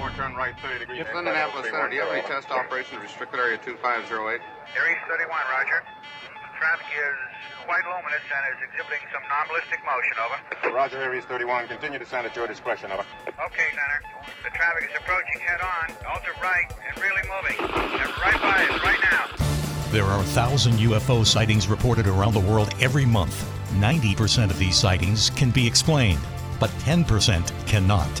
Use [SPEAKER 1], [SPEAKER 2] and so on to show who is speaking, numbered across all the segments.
[SPEAKER 1] 30 degrees.
[SPEAKER 2] It's Indianapolis Center. Do you have any test operation in restricted area 2508?
[SPEAKER 3] Air East 31, Roger. Traffic is quite luminous and is exhibiting some non-ballistic motion, over.
[SPEAKER 1] Roger, Aries 31. Continue to send at your discretion, over.
[SPEAKER 3] Okay, Center. The traffic is approaching head-on, alter right, and really moving. They're right by us right now.
[SPEAKER 4] There are 1,000 UFO sightings reported around the world every month. 90% of these sightings can be explained, but 10% cannot.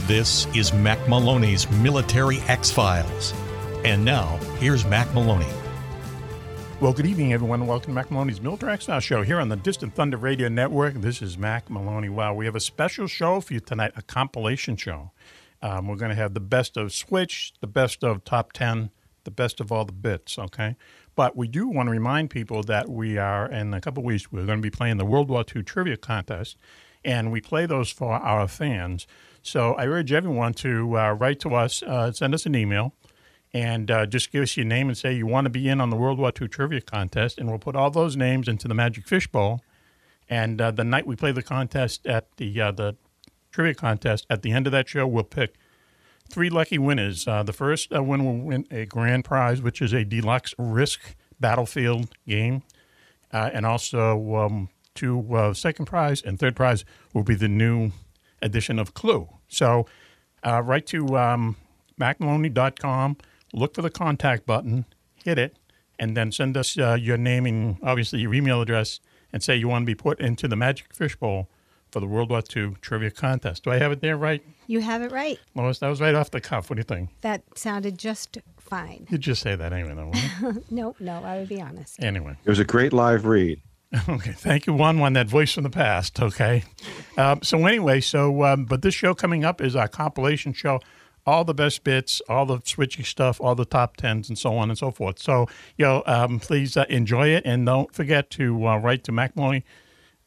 [SPEAKER 4] This is Mac Maloney's Military X Files. And now, here's Mac Maloney.
[SPEAKER 5] Well, good evening, everyone. Welcome to Mac Maloney's Military Exile Show here on the Distant Thunder Radio Network. This is Mac Maloney. Wow, we have a special show for you tonight, a compilation show. Um, we're going to have the best of Switch, the best of Top 10, the best of all the bits, okay? But we do want to remind people that we are, in a couple weeks, we're going to be playing the World War II Trivia Contest, and we play those for our fans. So I urge everyone to uh, write to us, uh, send us an email, and uh, just give us your name and say you want to be in on the World War II Trivia Contest, and we'll put all those names into the Magic Fish Bowl. And uh, the night we play the contest at the uh, the trivia contest, at the end of that show, we'll pick three lucky winners. Uh, the first uh, winner will win a grand prize, which is a deluxe Risk Battlefield game, uh, and also um, two uh, second prize and third prize will be the new edition of Clue. So, uh, write to um, macmaloney.com, look for the contact button, hit it, and then send us uh, your name and obviously your email address, and say you want to be put into the Magic Fishbowl for the World War II Trivia Contest. Do I have it there right,
[SPEAKER 6] You have it right.
[SPEAKER 5] Lois? That was right off the cuff. What do you think?
[SPEAKER 6] That sounded just fine.
[SPEAKER 5] You'd just say that anyway, though. wouldn't you?
[SPEAKER 6] No, no, I would be honest.
[SPEAKER 5] anyway,
[SPEAKER 7] It was a great live read.
[SPEAKER 5] okay. Thank you, Juan Juan, that voice from the past. Okay. Um, so anyway, so um, but this show coming up is our compilation show, all the best bits, all the switchy stuff, all the top tens, and so on and so forth. So you know, um, please uh, enjoy it, and don't forget to uh, write to MacMoy.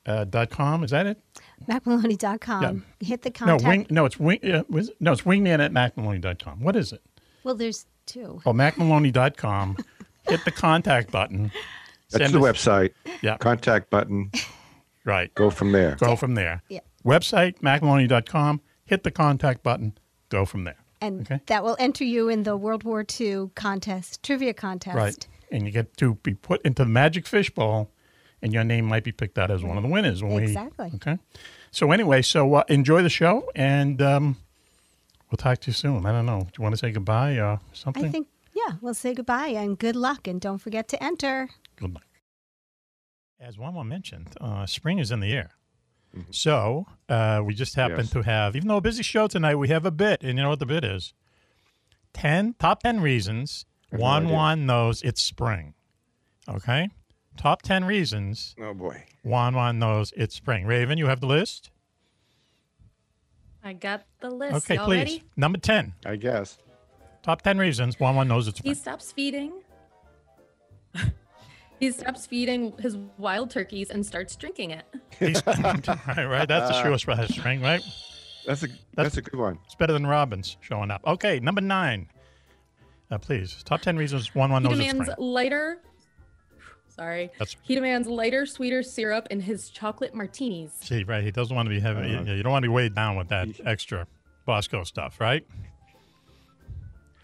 [SPEAKER 5] Uh, dot com is that it?
[SPEAKER 6] MacMaloney.com. Hit the contact.
[SPEAKER 5] No, wing. No, it's wing. Uh, was- no, it's wingman at macmaloney.com. What is it? Oh,
[SPEAKER 6] Well, there's two.
[SPEAKER 5] Well, macmaloney.com. hit the contact button.
[SPEAKER 7] That's
[SPEAKER 5] Send
[SPEAKER 7] the
[SPEAKER 5] us-
[SPEAKER 7] website.
[SPEAKER 5] Yeah.
[SPEAKER 7] Contact button.
[SPEAKER 5] Right.
[SPEAKER 7] Go from there.
[SPEAKER 5] go from there.
[SPEAKER 6] Yeah.
[SPEAKER 5] Website, macmaloney.com, hit the contact button, go from there.
[SPEAKER 6] And
[SPEAKER 5] Okay.
[SPEAKER 6] that will enter you in the World War II contest, trivia contest.
[SPEAKER 5] Right. And you get to be put into the magic fish bowl, and your name might be picked out as one of the winners. When
[SPEAKER 6] Exactly.
[SPEAKER 5] We, okay. So, anyway, so uh, enjoy the show, and um, we'll talk to you soon. I don't know. Do you want to say goodbye or something?
[SPEAKER 6] I think, yeah, we'll say goodbye and good luck. And don't forget to enter.
[SPEAKER 5] Good luck. As Wawa mentioned, uh, spring is in the air. So uh, we just happen
[SPEAKER 7] Mm-hmm. Yes.
[SPEAKER 5] to have, even though a busy show tonight, we have a bit. And you know what the bit is? 10, top 10 reasons
[SPEAKER 7] have no
[SPEAKER 5] Juan
[SPEAKER 7] idea.
[SPEAKER 5] Juan knows it's spring. Okay? Top 10 reasons
[SPEAKER 7] Oh boy.
[SPEAKER 5] Juan Juan knows it's spring. Raven, you have the list?
[SPEAKER 8] I got the list.
[SPEAKER 5] okay,
[SPEAKER 8] Y'all
[SPEAKER 5] please.
[SPEAKER 8] ready?
[SPEAKER 5] Number 10,
[SPEAKER 7] I guess.
[SPEAKER 5] top 10 reasons Juan Juan knows it's
[SPEAKER 8] He
[SPEAKER 5] spring.
[SPEAKER 8] stops feeding. he stops feeding his wild turkeys and starts drinking it.
[SPEAKER 5] He's- right, right? That's the surest that's spring, right?
[SPEAKER 7] Uh, That's a that's a good one.
[SPEAKER 5] It's better than Robbins showing up. Okay, number nine. Uh, please, top 10 reasons one one
[SPEAKER 8] he
[SPEAKER 5] knows it's
[SPEAKER 8] demands
[SPEAKER 5] spring.
[SPEAKER 8] lighter. Sorry.
[SPEAKER 5] That's-
[SPEAKER 8] he demands lighter, sweeter syrup in his chocolate martinis.
[SPEAKER 5] See, right, he doesn't want to be heavy.
[SPEAKER 7] Uh-huh.
[SPEAKER 5] yeah, you don't want to be weighed down with that extra Bosco stuff, right?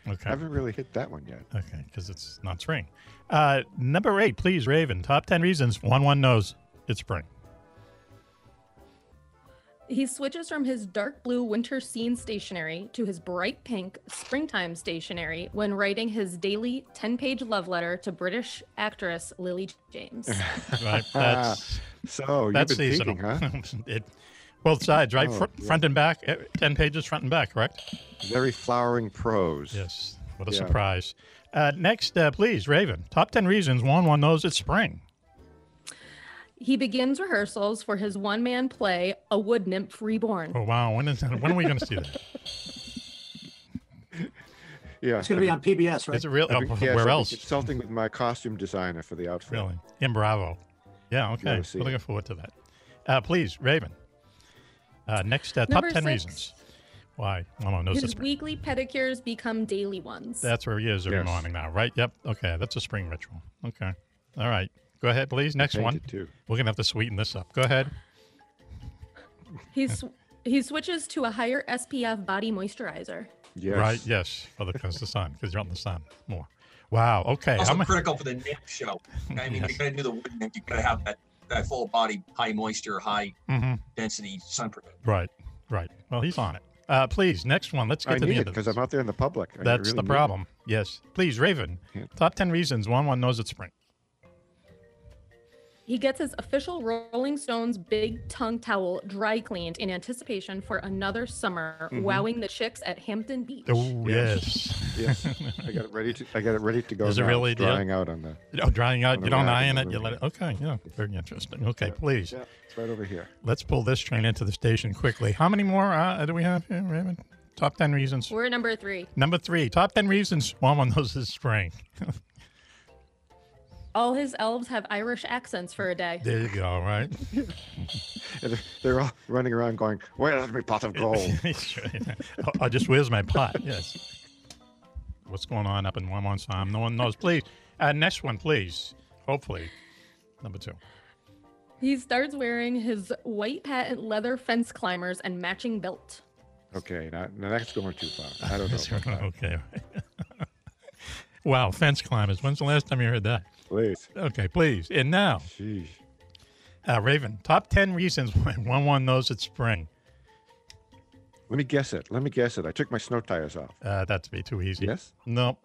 [SPEAKER 7] I
[SPEAKER 5] Okay,
[SPEAKER 7] haven't really hit that one yet.
[SPEAKER 5] okay, because it's not spring. Uh, number eight, please, Raven. Top 10 reasons one one knows it's spring.
[SPEAKER 8] He switches from his dark blue winter scene stationery to his bright pink springtime stationery when writing his daily 10 page love letter to British actress Lily James.
[SPEAKER 5] Right, that's
[SPEAKER 7] So you've been
[SPEAKER 5] that's seasonal.
[SPEAKER 7] peeking, huh?
[SPEAKER 5] it, both sides, right?
[SPEAKER 7] Oh,
[SPEAKER 5] Fr-
[SPEAKER 7] yeah.
[SPEAKER 5] Front and back, eh, 10 pages front and back, correct?
[SPEAKER 7] Very flowering prose.
[SPEAKER 5] Yes. What a
[SPEAKER 7] Yeah.
[SPEAKER 5] surprise. Uh, next, uh, please, Raven. Top 10 reasons Juan Juan knows it's spring.
[SPEAKER 8] He begins rehearsals for his one man play, A Wood Nymph Reborn.
[SPEAKER 5] Oh, wow. When, is, when are we going to see that?
[SPEAKER 9] Yeah.
[SPEAKER 10] It's going to be on PBS, right?
[SPEAKER 5] It's a real.
[SPEAKER 9] I've been-
[SPEAKER 5] oh,
[SPEAKER 9] yes, I've
[SPEAKER 5] where
[SPEAKER 9] been
[SPEAKER 5] else?
[SPEAKER 9] Consulting with my costume designer for the outfit.
[SPEAKER 5] Really? In Bravo. Yeah. Okay.
[SPEAKER 9] gotta
[SPEAKER 5] We're
[SPEAKER 9] see
[SPEAKER 5] looking forward to that. Uh, please, Raven. Uh, next, uh, top
[SPEAKER 8] Number
[SPEAKER 5] ten
[SPEAKER 8] six.
[SPEAKER 5] reasons why Momo knows the
[SPEAKER 8] His
[SPEAKER 5] spring.
[SPEAKER 8] weekly pedicures become daily ones.
[SPEAKER 5] That's where he is every
[SPEAKER 9] Yes.
[SPEAKER 5] morning now, right? Yep. Okay. That's a spring ritual. Okay. All right. Go ahead, please. Next one.
[SPEAKER 9] Painted, too.
[SPEAKER 5] We're gonna have to sweeten this up. Go ahead.
[SPEAKER 8] He sw- he switches to a higher SPF body moisturizer.
[SPEAKER 9] Yes.
[SPEAKER 5] Right. Yes. For the, cause the sun, because you're out in the sun more. Wow. Okay.
[SPEAKER 11] Also
[SPEAKER 5] I'm-
[SPEAKER 11] critical for the nip show. I mean,
[SPEAKER 5] Yes.
[SPEAKER 11] you gotta do the wood nip. You gotta have that, that full body, high moisture, high
[SPEAKER 5] Mhm.
[SPEAKER 11] density sun protection.
[SPEAKER 5] Right. Right. Well, he's on it. Uh, please, next one. Let's get
[SPEAKER 9] I
[SPEAKER 5] to the
[SPEAKER 9] need it
[SPEAKER 5] end of
[SPEAKER 9] because
[SPEAKER 5] this.
[SPEAKER 9] I'm out there in the public. I
[SPEAKER 5] That's
[SPEAKER 9] really
[SPEAKER 5] the
[SPEAKER 9] need it.
[SPEAKER 5] problem. Yes. Please, Raven.
[SPEAKER 9] Yeah.
[SPEAKER 5] Top ten reasons one one knows it's spring.
[SPEAKER 8] He gets his official Rolling Stones big tongue towel dry cleaned in anticipation for another summer, wowing the chicks at Hampton Beach.
[SPEAKER 5] Oh yes.
[SPEAKER 9] Yes. I got it ready to. I got it ready to go.
[SPEAKER 5] Is it
[SPEAKER 9] now.
[SPEAKER 5] really-
[SPEAKER 9] It's drying out on the?
[SPEAKER 5] You know, drying out. You
[SPEAKER 9] Whatever
[SPEAKER 5] don't
[SPEAKER 9] happens,
[SPEAKER 5] iron it.
[SPEAKER 9] it'll
[SPEAKER 5] You
[SPEAKER 9] be
[SPEAKER 5] let it. Okay. Yeah. Very interesting. Okay.
[SPEAKER 9] Yeah.
[SPEAKER 5] Please,
[SPEAKER 9] Yeah, it's right over here.
[SPEAKER 5] let's pull this train into the station quickly. How many more uh, do we have here, Raven? Top ten reasons.
[SPEAKER 8] We're number three.
[SPEAKER 5] Number three. Top ten reasons one one knows it's spring.
[SPEAKER 8] All his elves have Irish accents for a day.
[SPEAKER 5] there you go. Right.
[SPEAKER 9] And they're- they're all running around going, "Where's my pot of gold?"
[SPEAKER 5] Sure, yeah. oh, oh, just where's my pot? Yes. What's going on up in Wamon's farm? No one knows. Please, uh, next one, please. Hopefully, number two.
[SPEAKER 8] He starts wearing his white patent leather fence climbers and matching belt.
[SPEAKER 9] okay, now, now that's going too far. I don't know. about that.
[SPEAKER 5] okay. wow, fence climbers. When's the last time you heard that?
[SPEAKER 9] Please.
[SPEAKER 5] Okay, please. And now,
[SPEAKER 9] Jeez.
[SPEAKER 5] uh, Raven, top ten reasons why one one knows it's spring.
[SPEAKER 9] Let me guess it. Let me guess it. I took my snow tires off.
[SPEAKER 5] Uh, that'd be too easy.
[SPEAKER 9] Yes.
[SPEAKER 5] No.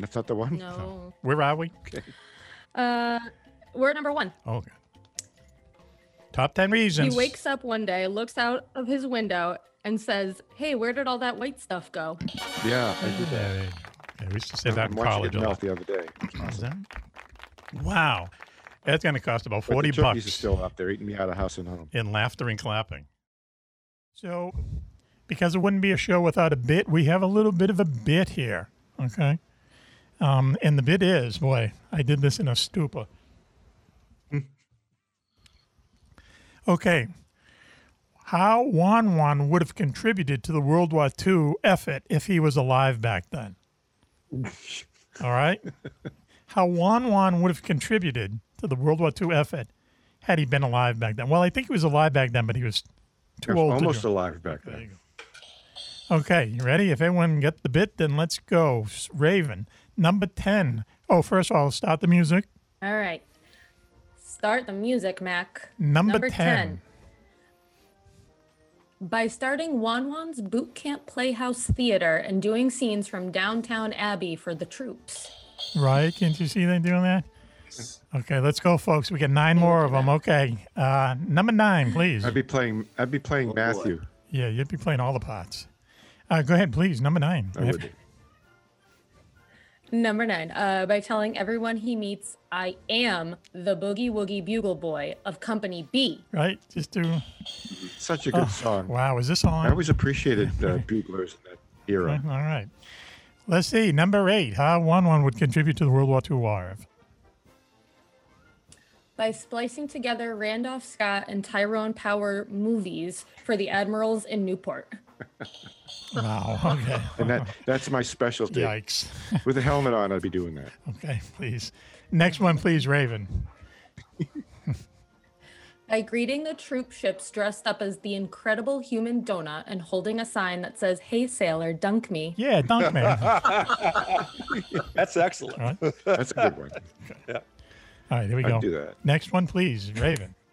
[SPEAKER 9] That's not the one.
[SPEAKER 8] No.
[SPEAKER 5] Where are we?
[SPEAKER 8] Uh, we're at number one.
[SPEAKER 5] Okay. Top ten
[SPEAKER 8] He
[SPEAKER 5] reasons.
[SPEAKER 8] wakes up one day, looks out of his window, and says, Hey, where did all that white stuff go?
[SPEAKER 9] Yeah. I did that.
[SPEAKER 5] Yeah, we used to say that
[SPEAKER 9] I'm
[SPEAKER 5] in
[SPEAKER 9] watching
[SPEAKER 5] college
[SPEAKER 9] it
[SPEAKER 5] a
[SPEAKER 9] melt
[SPEAKER 5] lot.
[SPEAKER 9] the other day.
[SPEAKER 5] Is that- Wow. That's going to cost about
[SPEAKER 9] But
[SPEAKER 5] 40
[SPEAKER 9] the turkeys
[SPEAKER 5] bucks
[SPEAKER 9] are still up there eating me out of house and home.
[SPEAKER 5] in laughter and clapping. So, because it wouldn't be a show without a bit, we have a little bit of a bit here. Okay. Um, and the bit is, boy, I did this in a stupor. okay. How Wan Wan would have contributed to the World War II effort if he was alive back then. All right. How Wan Wan would have contributed to the World War II effort had he been alive back then. Well, I think he was alive back then, but he was
[SPEAKER 9] I
[SPEAKER 5] too
[SPEAKER 9] was
[SPEAKER 5] old. to
[SPEAKER 9] almost
[SPEAKER 5] do it.
[SPEAKER 9] alive back
[SPEAKER 5] There
[SPEAKER 9] then.
[SPEAKER 5] you go. Okay, you ready? If everyone get the bit, then let's go. S- Raven, number 10. Oh, first of all, start the music.
[SPEAKER 8] All right. Start the music, Mac.
[SPEAKER 5] Number, 10.
[SPEAKER 8] By starting Wan Wan's Boot Camp Playhouse Theater and doing scenes from Downtown Abbey for the troops.
[SPEAKER 5] Right? Can't you see them doing that? Okay, let's go, folks. We got nine more of them. Okay. Uh, number nine, please.
[SPEAKER 9] I'd be playing. I'd be playing Matthew.
[SPEAKER 5] Yeah, you'd be playing all the parts. Uh, go ahead, please. Number nine.
[SPEAKER 9] I would.
[SPEAKER 8] Number nine, uh, by telling everyone he meets, I am the Boogie Woogie Bugle Boy of Company B.
[SPEAKER 5] Right? Just do.
[SPEAKER 9] Such a good song.
[SPEAKER 5] Oh, Wow, is this on?
[SPEAKER 9] I always appreciated uh, buglers in that era.
[SPEAKER 5] All right. Let's see. Number eight. How one one would contribute to the World War II war.
[SPEAKER 8] By splicing together Randolph Scott and Tyrone Power movies for the Admirals in Newport.
[SPEAKER 5] Wow. Okay.
[SPEAKER 9] And that, that's my specialty.
[SPEAKER 5] Yikes.
[SPEAKER 9] With a helmet on, I'd be doing that.
[SPEAKER 5] Okay, please. Next one, please, Raven.
[SPEAKER 8] By greeting the troop ships dressed up as the incredible human donut and holding a sign that says, Hey sailor, dunk me.
[SPEAKER 5] Yeah, Dunk Man. All
[SPEAKER 12] That's excellent.
[SPEAKER 9] That's a good one.
[SPEAKER 5] right, here we
[SPEAKER 9] I'd
[SPEAKER 5] go.
[SPEAKER 9] do that.
[SPEAKER 5] Next one, please, Raven.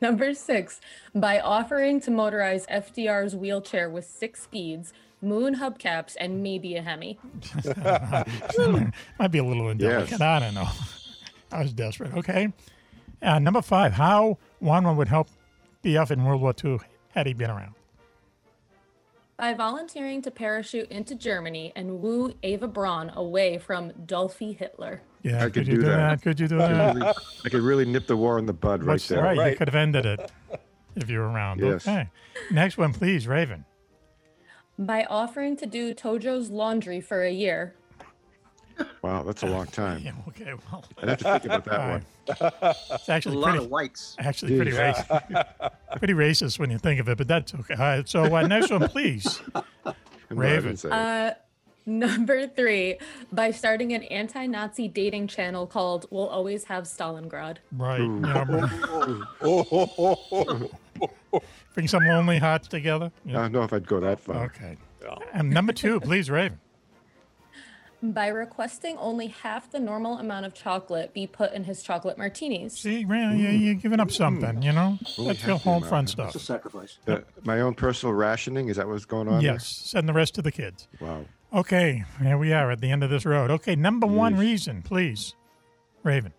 [SPEAKER 8] Number six, by offering to motorize FDR's wheelchair with six speeds, moon hubcaps, and maybe a Hemi.
[SPEAKER 5] Might be a little indelicate.
[SPEAKER 9] Yes.
[SPEAKER 5] I don't know. I was desperate. Okay. Uh, number five, how Wan Wan would help the F in World War II had he been around.
[SPEAKER 8] By volunteering to parachute into Germany and woo Ava Braun away from Dolphy Hitler.
[SPEAKER 5] Yeah,
[SPEAKER 9] I could
[SPEAKER 5] you
[SPEAKER 9] do that.
[SPEAKER 5] Could you do
[SPEAKER 9] I
[SPEAKER 5] that?
[SPEAKER 9] could really- I could really nip the war in the bud right
[SPEAKER 5] What's
[SPEAKER 9] there.
[SPEAKER 5] right, You
[SPEAKER 12] Right.
[SPEAKER 5] could have ended it if you were around.
[SPEAKER 9] Yes.
[SPEAKER 5] Okay. Next one, please, Raven.
[SPEAKER 8] by offering to do Tojo's laundry for a year.
[SPEAKER 7] Wow, that's a long time.
[SPEAKER 5] Yeah, okay, well.
[SPEAKER 7] I'd have to think about that one.
[SPEAKER 5] It's actually
[SPEAKER 13] a lot
[SPEAKER 5] pretty,
[SPEAKER 13] of whites.
[SPEAKER 5] Actually, pretty racist. pretty racist when you think of it, but that's okay. All right, so uh, next one, please. Raven.
[SPEAKER 8] Uh, number three, by starting an anti Nazi dating channel called We'll Always Have Stalingrad.
[SPEAKER 5] Right. number- Bring some lonely hearts together.
[SPEAKER 7] I don't know if I'd go that far.
[SPEAKER 5] Okay. And number two, please, Raven.
[SPEAKER 8] By requesting only half the normal amount of chocolate be put in his chocolate martinis.
[SPEAKER 5] See, Raven, you, you're giving up something, you know?
[SPEAKER 7] Ooh,
[SPEAKER 5] That's
[SPEAKER 7] half the
[SPEAKER 5] your home
[SPEAKER 7] amount.
[SPEAKER 5] front stuff.
[SPEAKER 7] It's
[SPEAKER 13] sacrifice.
[SPEAKER 7] Uh, my own personal rationing, is that what's going on? there?
[SPEAKER 5] Yes, send the rest to the kids.
[SPEAKER 7] Wow.
[SPEAKER 5] Okay, here we are at the end of this road. Okay, number one reason, please, Raven.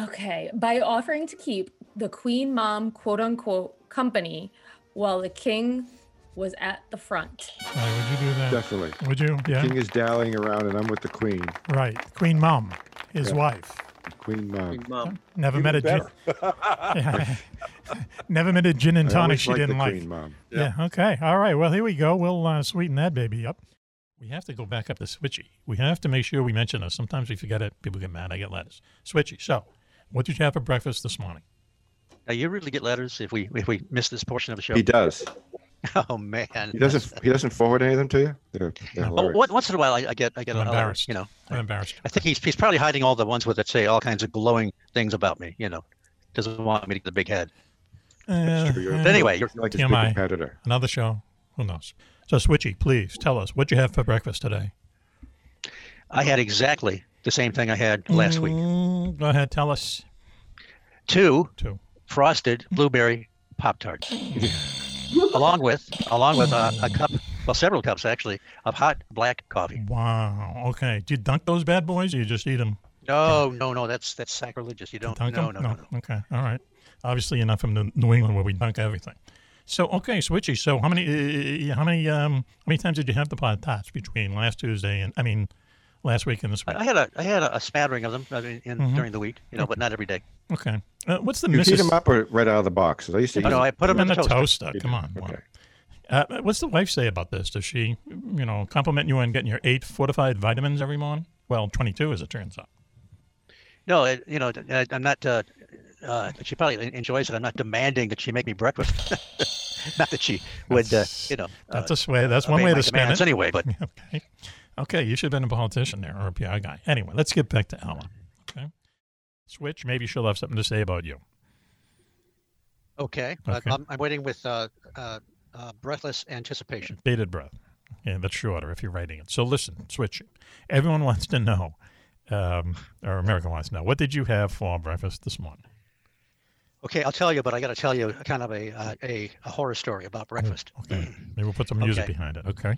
[SPEAKER 8] Okay, by offering to keep the Queen Mom quote unquote company while the King was at the front.
[SPEAKER 5] Why would you do that?
[SPEAKER 7] Definitely.
[SPEAKER 5] Uh, Would you? Yeah.
[SPEAKER 7] King is dallying around, and I'm with the queen.
[SPEAKER 5] Right, Queen Mom, his
[SPEAKER 7] Yeah.
[SPEAKER 5] wife.
[SPEAKER 7] Queen mom.
[SPEAKER 13] Mom.
[SPEAKER 5] Never
[SPEAKER 11] Even
[SPEAKER 5] met a gin. Never met a gin and
[SPEAKER 7] I
[SPEAKER 5] tonic
[SPEAKER 7] always
[SPEAKER 5] she
[SPEAKER 7] liked the
[SPEAKER 5] didn't like.
[SPEAKER 7] Queen Mom.
[SPEAKER 5] Yeah. Okay. All right. Well, here we go. We'll uh, sweeten that baby up. We have to go back up to Switchy. We have to make sure we mention this. Sometimes we forget it. People get mad. I get letters. Switchy. So, what did you have for breakfast this morning?
[SPEAKER 14] Now you really get letters if we if we miss this portion of the show.
[SPEAKER 7] He does.
[SPEAKER 14] Oh man.
[SPEAKER 7] He doesn't. He doesn't forward any of them to you. They're, they're
[SPEAKER 14] Oh,
[SPEAKER 7] hilarious.
[SPEAKER 14] what, once in a while, I, I get I get
[SPEAKER 5] I'm
[SPEAKER 14] a- a-
[SPEAKER 5] embarrassed.
[SPEAKER 14] You know,
[SPEAKER 5] I'm embarrassed.
[SPEAKER 14] I think he's he's probably hiding all the ones with that say all kinds of glowing things about me. You know, doesn't want me to get the big head.
[SPEAKER 5] Uh,
[SPEAKER 14] true.
[SPEAKER 5] uh,
[SPEAKER 14] But anyway, you're
[SPEAKER 7] like his big
[SPEAKER 5] TMI.
[SPEAKER 7] competitor.
[SPEAKER 5] Another show. Who knows? So, Switchy, please tell us what you have for breakfast today.
[SPEAKER 14] I had exactly the same thing I had last week.
[SPEAKER 5] Mm, Go ahead. Tell us.
[SPEAKER 14] Two,
[SPEAKER 5] Two.
[SPEAKER 14] frosted blueberry pop tarts, along with along with a, a cup, well, several cups actually, of hot black coffee.
[SPEAKER 5] Wow. Okay. Do you dunk those bad boys, or you just eat them?
[SPEAKER 14] No, no, no, that's that's sacrilegious. You don't. No,
[SPEAKER 5] Dunk
[SPEAKER 14] no,
[SPEAKER 5] 'em?
[SPEAKER 14] no, no.
[SPEAKER 5] Okay. All right. Obviously, you're not from New- New England where we dunk everything. So okay, Switchy. So how many uh, how many um how many times did you have the pot tots between last Tuesday and I mean last week and this week?
[SPEAKER 14] I I had a I had a, a smattering of them I mean, in,
[SPEAKER 5] Mhm.
[SPEAKER 14] during the week, you know, but not every day.
[SPEAKER 5] Okay. Uh, what's the
[SPEAKER 7] You heat
[SPEAKER 5] missus?
[SPEAKER 7] them up or right out of the box? I used to.
[SPEAKER 14] No,
[SPEAKER 7] eat
[SPEAKER 14] no, I put 'em in the toaster.
[SPEAKER 5] toaster. Come on. wow. Uh, what's the wife say about this? Does she, you know, compliment you on getting your eight fortified vitamins every morning? Well, 22 as it turns out.
[SPEAKER 14] No, it, you know, I, I'm not. Uh, uh, she probably en- enjoys it. I'm not demanding that she make me breakfast. not that she would, uh, you know.
[SPEAKER 5] That's
[SPEAKER 14] uh,
[SPEAKER 5] a sway. That's one
[SPEAKER 14] obey
[SPEAKER 5] way
[SPEAKER 14] my
[SPEAKER 5] to spin
[SPEAKER 14] commands
[SPEAKER 5] it.
[SPEAKER 14] Anyway, but
[SPEAKER 5] okay, okay, you should have been a politician there or a PR guy. Anyway, let's get back to Alma. Okay, switch. Maybe she'll have something to say about you.
[SPEAKER 14] okay,
[SPEAKER 5] Okay.
[SPEAKER 14] I, am I'm waiting with uh, uh, uh, breathless anticipation.
[SPEAKER 5] Bated breath. Yeah, that's shorter if you're writing it. So listen, switch. Everyone wants to know, um, or America wants to know, what did you have for breakfast this morning?
[SPEAKER 14] Okay, I'll tell you, but I got to tell you kind of a, uh, a a horror story about breakfast.
[SPEAKER 5] Oh, Okay, maybe we'll put some music
[SPEAKER 14] Okay.
[SPEAKER 5] behind it. Okay.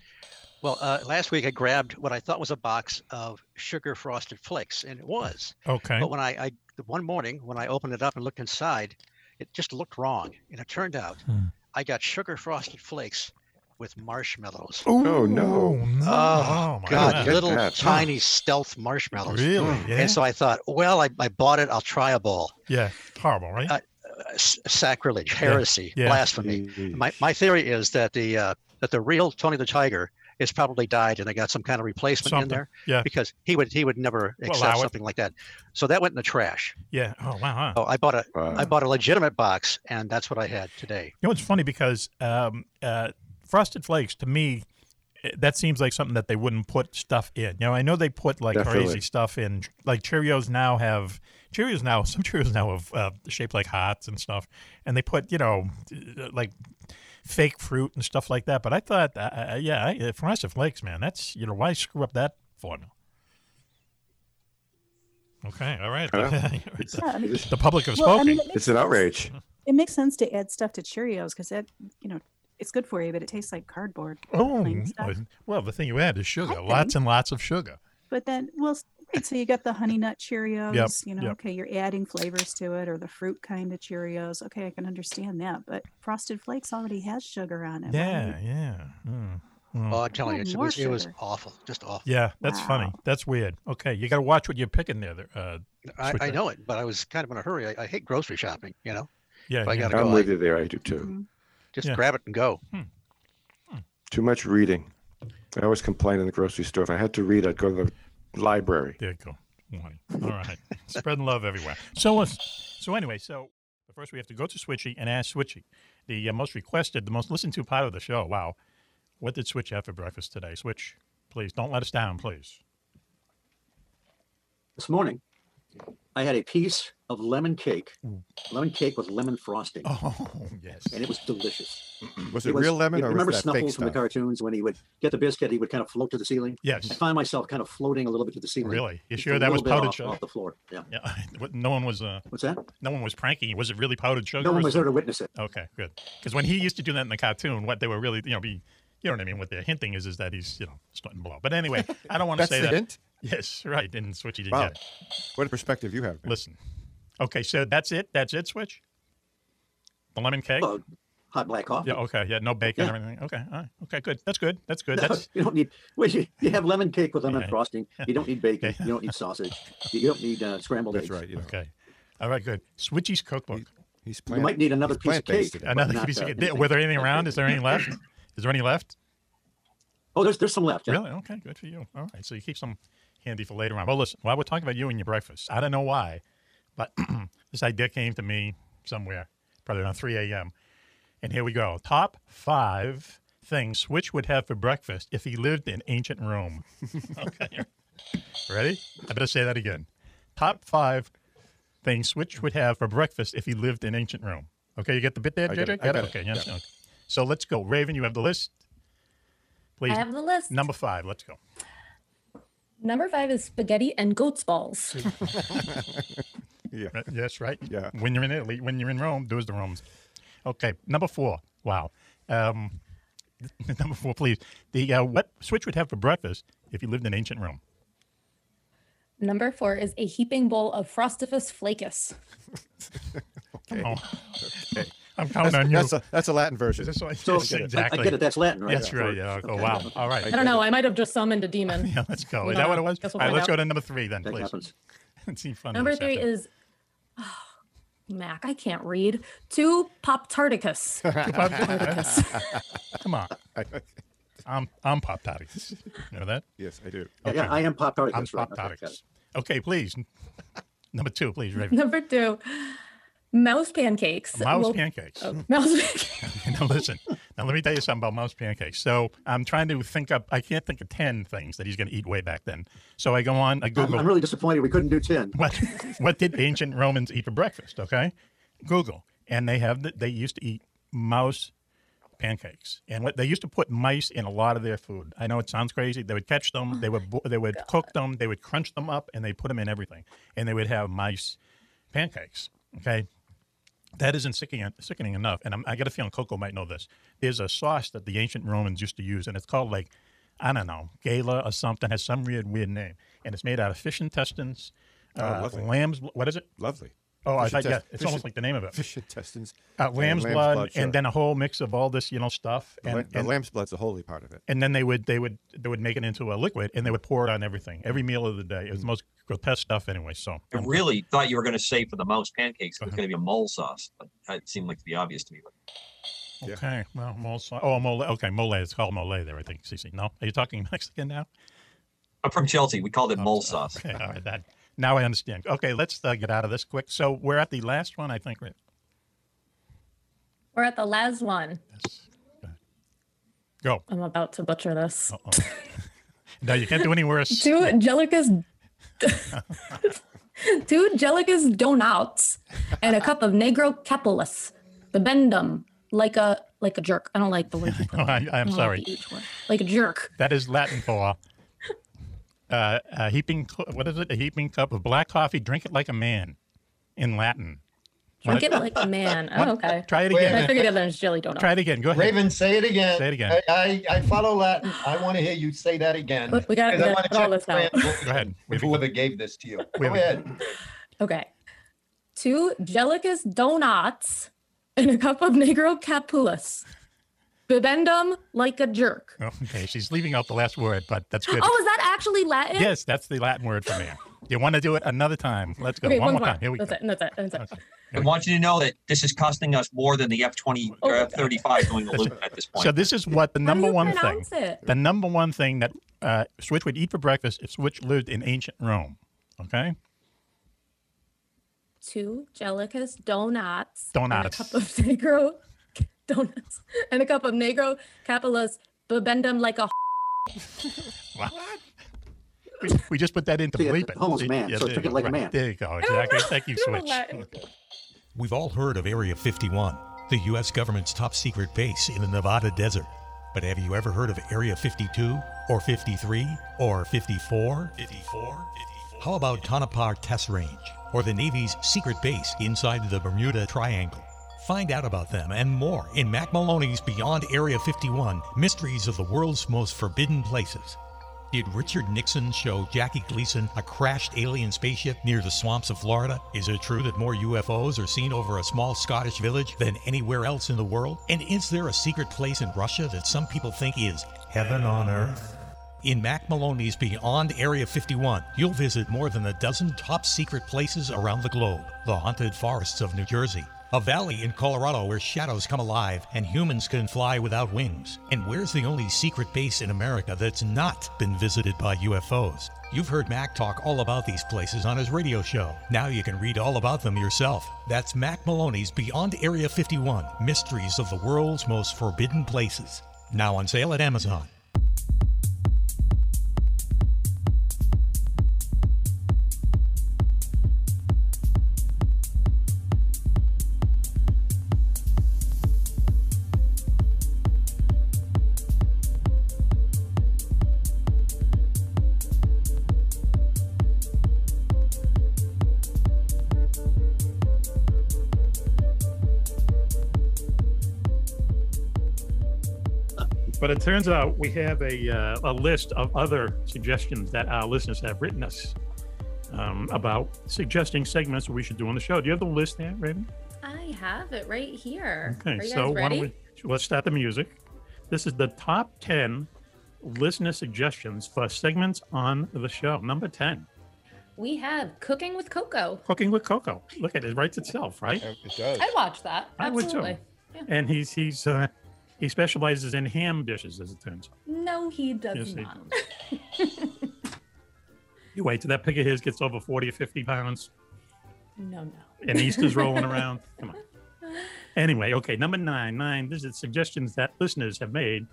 [SPEAKER 14] Well, uh, last week I grabbed what I thought was a box of sugar frosted flakes, and it was.
[SPEAKER 5] Okay.
[SPEAKER 14] But when I, I one morning when I opened it up and looked inside, it just looked wrong. And it turned out
[SPEAKER 5] Hmm.
[SPEAKER 14] I got sugar frosted flakes with marshmallows.
[SPEAKER 7] Oh no!
[SPEAKER 5] no.
[SPEAKER 14] Oh,
[SPEAKER 5] my
[SPEAKER 14] God,
[SPEAKER 7] Get
[SPEAKER 14] little
[SPEAKER 7] that.
[SPEAKER 14] tiny stealth marshmallows. Mm.
[SPEAKER 5] Really? Yeah.
[SPEAKER 14] And so I thought, well, I, I bought it. I'll try a ball.
[SPEAKER 5] yeah. Horrible, right?
[SPEAKER 14] Uh, Uh, s- sacrilege, heresy,
[SPEAKER 5] Yeah.
[SPEAKER 14] blasphemy. My, my theory is that the uh, that the real Tony the Tiger is probably died, and they got some kind of replacement in
[SPEAKER 5] Something.
[SPEAKER 14] there
[SPEAKER 5] Yeah.
[SPEAKER 14] because he would he would never
[SPEAKER 5] Well,
[SPEAKER 14] accept
[SPEAKER 5] allow it.
[SPEAKER 14] something like that. So that went in the trash.
[SPEAKER 5] Yeah. Oh wow.
[SPEAKER 14] Oh, I bought a
[SPEAKER 7] Wow.
[SPEAKER 14] I bought a legitimate box, and that's what I had today.
[SPEAKER 5] You know, it's funny because um, uh, Frosted Flakes, to me, eh, that seems like something that they wouldn't put stuff in. You know, I know they put like crazy
[SPEAKER 7] Definitely.
[SPEAKER 5] stuff in. Like Cheerios now have Cheerios now. Some Cheerios now have uh, shaped like hearts and stuff, and they put you know eh, like fake fruit and stuff like that. But I thought, uh, uh, yeah, I, eh, Frosted Flakes, man, that's you know why screw up that formula. Okay, all right.
[SPEAKER 7] Yeah.
[SPEAKER 15] Yeah, I mean-
[SPEAKER 5] the public have
[SPEAKER 15] Well, I
[SPEAKER 5] spoken.
[SPEAKER 15] mean, it makes
[SPEAKER 7] It's an
[SPEAKER 15] sense.
[SPEAKER 7] outrage.
[SPEAKER 15] It makes sense to add stuff to Cheerios because that, you know, it's good for you, but it tastes like cardboard.
[SPEAKER 5] Oh,
[SPEAKER 15] plain
[SPEAKER 5] no.
[SPEAKER 15] stuff.
[SPEAKER 5] well, the thing you add is sugar, lots and lots of sugar.
[SPEAKER 15] But then, well, s- right, so you got the honey nut Cheerios. You know,
[SPEAKER 5] yep.
[SPEAKER 15] okay, you're adding flavors to it, or the fruit kind of Cheerios. Okay, I can understand that, but Frosted Flakes already has sugar on it.
[SPEAKER 5] Yeah,
[SPEAKER 15] right?
[SPEAKER 5] yeah. Mm, mm.
[SPEAKER 14] Oh, I'm telling you,
[SPEAKER 15] Oh,
[SPEAKER 14] it's- it
[SPEAKER 15] more
[SPEAKER 14] was, it was
[SPEAKER 15] sugar.
[SPEAKER 14] awful, just awful.
[SPEAKER 5] Yeah, that's funny.
[SPEAKER 15] Wow.
[SPEAKER 5] That's weird. Okay, you got to watch what you're picking there. there, Uh,
[SPEAKER 14] I, I
[SPEAKER 5] Switchback.
[SPEAKER 14] know it, but I was kind of in a hurry. I, I hate grocery shopping, you know.
[SPEAKER 5] yeah,
[SPEAKER 14] If I
[SPEAKER 5] yeah.
[SPEAKER 14] gotta go,
[SPEAKER 7] I'm
[SPEAKER 14] I
[SPEAKER 7] with you there. I do too.
[SPEAKER 14] just
[SPEAKER 5] Yeah.
[SPEAKER 14] grab it and go.
[SPEAKER 7] Too much reading. I always complain in the grocery store. If I had to read, I'd go to the library.
[SPEAKER 5] There you go. Morning. All right. Spreading love everywhere. So let's. So anyway, so but first we have to go to Switchy and ask Switchy, the uh, most requested, the most listened to part of the show. Wow. What did Switch have for breakfast today? Switch, please don't let us down, please.
[SPEAKER 13] This morning, I had a piece of lemon cake, lemon cake with lemon frosting.
[SPEAKER 5] Oh, yes.
[SPEAKER 13] And it was delicious.
[SPEAKER 7] Was it real lemon
[SPEAKER 13] you
[SPEAKER 7] or was
[SPEAKER 13] remember
[SPEAKER 7] that fake
[SPEAKER 13] Snuffles from the
[SPEAKER 7] stuff?
[SPEAKER 13] cartoons when he would get the biscuit, he would kind of float to the ceiling?
[SPEAKER 5] Yes.
[SPEAKER 13] I find myself kind of floating a little bit to the ceiling.
[SPEAKER 5] Really? You
[SPEAKER 13] Just
[SPEAKER 5] sure
[SPEAKER 13] a
[SPEAKER 5] that was
[SPEAKER 13] little bit
[SPEAKER 5] powdered
[SPEAKER 13] off,
[SPEAKER 5] sugar?
[SPEAKER 13] off the floor? Yeah.
[SPEAKER 5] Yeah. What- No one was. Uh,
[SPEAKER 13] What's that?
[SPEAKER 5] No one was pranking. you. Was it really powdered sugar?
[SPEAKER 13] one
[SPEAKER 5] or
[SPEAKER 13] was there to witness it.
[SPEAKER 5] Okay, good. Because when he used to do that in the cartoon, what they were really, you know, be, you know what I mean. What they're hinting is, is that he's, you know, snorting blow. But anyway, I don't want to
[SPEAKER 7] That's
[SPEAKER 5] say
[SPEAKER 7] the
[SPEAKER 5] that.
[SPEAKER 7] hint?
[SPEAKER 5] Yes, right. And Switchy didn't
[SPEAKER 7] Wow.
[SPEAKER 5] get it.
[SPEAKER 7] What a perspective you have.
[SPEAKER 5] Listen. Okay, so that's it. That's it. Switch. The lemon cake.
[SPEAKER 13] hot black coffee.
[SPEAKER 5] Yeah. Okay. Yeah. No bacon
[SPEAKER 13] Yeah.
[SPEAKER 5] or anything. Okay. All right. Okay. Good. That's good. That's good.
[SPEAKER 13] No,
[SPEAKER 5] That's
[SPEAKER 13] you don't need. Well, you, you have lemon cake with lemon frosting. You don't need bacon. You don't need sausage. You don't need uh, scrambled eggs.
[SPEAKER 5] right. Okay. All right. Good. Switchy's cookbook. He's
[SPEAKER 13] plant- might need another he's piece of plant-based cake, today.
[SPEAKER 5] Another
[SPEAKER 13] but not,
[SPEAKER 5] piece of
[SPEAKER 13] uh,
[SPEAKER 5] cake.
[SPEAKER 13] anything.
[SPEAKER 5] Were there anything around? Is there any left? Is there any left?
[SPEAKER 13] Oh, there's there's some left. yeah.
[SPEAKER 5] Really? Okay. Good for you. All right. So you keep some handy for later on. Well, listen. While we're talking about you and your breakfast, I don't know why, but this idea came to me somewhere, probably around 3 a.m. And here we go. Top five things Switch would have for breakfast if he lived in ancient Rome. okay. Ready? I better say that again. Top five things Switch would have for breakfast if he lived in ancient Rome. Okay, you get the bit there,
[SPEAKER 7] I
[SPEAKER 5] JJ?
[SPEAKER 7] got it. I got it.
[SPEAKER 5] Okay,
[SPEAKER 7] Yeah.
[SPEAKER 5] yes, okay. So let's go. Raven, you have the list. Please.
[SPEAKER 8] I have the list.
[SPEAKER 5] Number five. Let's go.
[SPEAKER 8] Number five is spaghetti and goat's balls.
[SPEAKER 5] Yeah. Yes, right? Yeah. When you're in Italy, when you're in Rome, do as the Romans. Okay, number four. Wow. Um, number four, please. The uh, What Switch would have for breakfast if you lived in ancient Rome?
[SPEAKER 8] Number four is a heaping bowl of Frostifus flakes.
[SPEAKER 5] Come on.
[SPEAKER 7] Okay.
[SPEAKER 5] I'm counting
[SPEAKER 7] that's,
[SPEAKER 5] on you.
[SPEAKER 7] That's a, that's a Latin version.
[SPEAKER 5] That's what I-
[SPEAKER 7] So-
[SPEAKER 5] yes,
[SPEAKER 7] I- I get it.
[SPEAKER 5] exactly.
[SPEAKER 13] That's Latin, right?
[SPEAKER 5] That's
[SPEAKER 13] Yeah.
[SPEAKER 5] right. Yeah. Oh,
[SPEAKER 13] Okay.
[SPEAKER 5] wow. All right.
[SPEAKER 8] I don't know. I might have just summoned a demon.
[SPEAKER 5] Yeah, let's go.
[SPEAKER 8] We
[SPEAKER 5] Is
[SPEAKER 8] don't
[SPEAKER 5] that what it
[SPEAKER 8] know.
[SPEAKER 5] was?
[SPEAKER 8] Guess
[SPEAKER 5] All
[SPEAKER 8] we'll
[SPEAKER 5] right,
[SPEAKER 8] find
[SPEAKER 5] let's go
[SPEAKER 8] out.
[SPEAKER 5] to number three then,
[SPEAKER 8] That
[SPEAKER 5] please.
[SPEAKER 8] happens.
[SPEAKER 5] It's fun
[SPEAKER 8] Number
[SPEAKER 5] this
[SPEAKER 8] three
[SPEAKER 5] afternoon.
[SPEAKER 8] is oh, Mac. I can't read. Two Poptarticus.
[SPEAKER 5] Come on. I'm I'm Pop Tarticus. You know that?
[SPEAKER 7] Yes, I do.
[SPEAKER 13] Yeah, yeah, I am Pop Tarticus,
[SPEAKER 5] I'm
[SPEAKER 13] right.
[SPEAKER 5] Pop
[SPEAKER 13] Okay, got
[SPEAKER 5] Tarticus. Okay, please. Number two, please, Raven.
[SPEAKER 8] Number two, mouse pancakes.
[SPEAKER 5] Mouse
[SPEAKER 8] Well-
[SPEAKER 5] pancakes.
[SPEAKER 8] Oh, mouse pancakes.
[SPEAKER 5] now listen. Now let me tell you something about mouse pancakes. So I'm trying to think up. I can't think of ten things that he's going to eat way back then. So I go on. I
[SPEAKER 13] I'm,
[SPEAKER 5] Google.
[SPEAKER 13] I'm really disappointed we couldn't do ten.
[SPEAKER 5] what what did ancient Romans eat for breakfast? Okay, Google, and they have the, they used to eat mouse pancakes, and what they used to put mice in a lot of their food. I know it sounds crazy. They would catch them, they would bo- they would cook them, they would crunch them up, and they put them in everything, and they would have mice pancakes. Okay, that isn't sickening, sickening enough. And I'm, I got a feeling Coco might know this. There's a sauce that the ancient Romans used to use, and it's called like, I don't know, gala or something, has some weird, weird name. And it's made out of fish intestines,
[SPEAKER 7] Oh,
[SPEAKER 5] uh,
[SPEAKER 7] lovely.
[SPEAKER 5] lamb's, bl- what is it?
[SPEAKER 7] Lovely.
[SPEAKER 5] Oh,
[SPEAKER 7] Fish
[SPEAKER 5] I thought, yeah,
[SPEAKER 7] intest-
[SPEAKER 5] it's
[SPEAKER 7] fish
[SPEAKER 5] almost
[SPEAKER 7] in-
[SPEAKER 5] like the name of it.
[SPEAKER 7] Fish intestines.
[SPEAKER 5] Uh,
[SPEAKER 7] and
[SPEAKER 5] lamb's, blood,
[SPEAKER 7] sure.
[SPEAKER 5] and then a whole mix of all this, you know, stuff.
[SPEAKER 7] The
[SPEAKER 5] and,
[SPEAKER 7] lam- the
[SPEAKER 5] and-
[SPEAKER 7] lamb's blood's the holy part of it.
[SPEAKER 5] and then they would they would they would make it into a liquid and they would pour it on everything every meal of the day
[SPEAKER 7] Mm-hmm.
[SPEAKER 5] it was the most grotesque stuff anyway so Um,
[SPEAKER 16] I really thought you were going to say for the mouse pancakes
[SPEAKER 5] Uh-huh.
[SPEAKER 16] it was going to be a mole sauce, but that seemed like the obvious to me. But
[SPEAKER 5] Okay. Well, mole. sa- Oh, mole. Okay, mole. It's called mole there. I think. Cece. No, are you talking Mexican now?
[SPEAKER 16] I'm from Chelsea. We called it mole sauce.
[SPEAKER 5] Okay. All right. That. Now I understand. Okay. Let's uh, get out of this quick. So we're at the last one, I think. Right?
[SPEAKER 8] We're at the last one.
[SPEAKER 5] Go.
[SPEAKER 8] I'm about to butcher this.
[SPEAKER 5] No, you can't do any worse.
[SPEAKER 8] Two Jellicus. two Jellicus donuts and a cup of Negro Capolis. The bendum, like a like a jerk. I don't like the word. you put
[SPEAKER 5] No, I, I
[SPEAKER 8] I
[SPEAKER 5] am
[SPEAKER 8] don't
[SPEAKER 5] sorry.
[SPEAKER 8] Like, the H word. Like a jerk.
[SPEAKER 5] That is Latin for uh, a heaping. cl- What is it? A heaping cup of black coffee. Drink it like a man, in Latin.
[SPEAKER 8] Drink
[SPEAKER 5] What-
[SPEAKER 8] it like a man. Oh, okay.
[SPEAKER 5] Try it
[SPEAKER 17] Wait a
[SPEAKER 5] again.
[SPEAKER 17] minute.
[SPEAKER 8] I figured it was jelly donut.
[SPEAKER 5] Try it again. Go ahead.
[SPEAKER 17] Raven, say it again.
[SPEAKER 5] Say it again.
[SPEAKER 17] I, I, I follow Latin. I want to hear you say that again.
[SPEAKER 8] We got
[SPEAKER 17] Because I wanna
[SPEAKER 8] to all
[SPEAKER 17] check
[SPEAKER 8] this out.
[SPEAKER 17] the plan
[SPEAKER 5] Go ahead.
[SPEAKER 17] With whoever gave this to you.
[SPEAKER 5] Wait,
[SPEAKER 17] Go
[SPEAKER 5] wait.
[SPEAKER 17] ahead.
[SPEAKER 8] Okay. Two Jellicus donuts and a cup of Negro Capulus. Bibendum like a jerk.
[SPEAKER 5] Oh, Okay, she's leaving out the last word, but that's good.
[SPEAKER 8] Oh, is Oh, that actually Latin?
[SPEAKER 5] Yes, that's the Latin word for man. Do you want to do it another time? Let's go.
[SPEAKER 8] Okay,
[SPEAKER 5] one, more time. Here we
[SPEAKER 8] that's
[SPEAKER 5] go.
[SPEAKER 8] It, and that's it. and that's it.
[SPEAKER 16] I want you to know that this is costing us more than the F twenty
[SPEAKER 14] Oh,
[SPEAKER 16] or F thirty five going to Luton at this point.
[SPEAKER 5] So this is what the number
[SPEAKER 16] you
[SPEAKER 5] one thing.
[SPEAKER 16] pronounce it?
[SPEAKER 5] The number one thing that uh, Switch would eat for breakfast if Switch lived in ancient Rome. Okay,
[SPEAKER 8] Two Jellicus donuts.
[SPEAKER 5] donuts.
[SPEAKER 8] cup of negro donuts and a cup of negro capilla's bibendum like a
[SPEAKER 5] Wow. We, we just put that in to
[SPEAKER 13] See, it's
[SPEAKER 5] bleep it.
[SPEAKER 13] almost
[SPEAKER 5] Yeah,
[SPEAKER 13] man, so
[SPEAKER 5] there
[SPEAKER 13] it took it
[SPEAKER 5] you go.
[SPEAKER 13] like a
[SPEAKER 5] Right.
[SPEAKER 13] man.
[SPEAKER 5] There you go. Exactly. Thank you, Switch.
[SPEAKER 4] We've all heard of Area 51, the U.S. government's top secret base in the Nevada desert. But have you ever heard of Area 52 or 53 or 54? 54? How about Tonopah Test Range or the Navy's secret base inside the Bermuda Triangle? Find out about them and more in Mac Maloney's Beyond Area 51 Mysteries of the World's Most Forbidden Places. Did Richard Nixon show Jackie Gleason a crashed alien spaceship near the swamps of Florida? Is it true that more UFOs are seen over a small Scottish village than anywhere else in the world? And is there a secret place in Russia that some people think is heaven on earth? In Mac Maloney's Beyond Area 51, you'll visit more than a dozen top secret places around the globe. The haunted forests of New Jersey, a valley in Colorado where shadows come alive and humans can fly without wings. And where's the only secret base in America that's not been visited by UFOs? You've heard Mac talk all about these places on his radio show. Now you can read all about them yourself. That's Mac Maloney's Beyond Area 51 Mysteries of the World's Most Forbidden Places. Now on sale at Amazon.
[SPEAKER 5] But it turns out we have a, uh, a list of other suggestions that our listeners have written us um, about suggesting segments we should do on the show. Do you have the list there, Raven?
[SPEAKER 8] i have it right here
[SPEAKER 5] Okay,
[SPEAKER 8] are you
[SPEAKER 5] so
[SPEAKER 8] guys
[SPEAKER 5] why
[SPEAKER 8] ready
[SPEAKER 5] don't we let's start the music. This is the top ten listener suggestions for segments on the show. Number ten,
[SPEAKER 8] we have cooking with cocoa
[SPEAKER 5] cooking with Coco. Look at it, it writes itself, right? It does.
[SPEAKER 8] i'd watch that
[SPEAKER 5] I would too.
[SPEAKER 8] absolutely Yeah.
[SPEAKER 5] And he's he's uh, he specializes in ham dishes, as it turns out.
[SPEAKER 8] no he does
[SPEAKER 5] Yes, he
[SPEAKER 8] not
[SPEAKER 5] You wait till that pig of his gets over forty or fifty pounds,
[SPEAKER 8] no no
[SPEAKER 5] and Easter's rolling around. Come on. Anyway, okay, number nine, nine. This is suggestions that listeners have made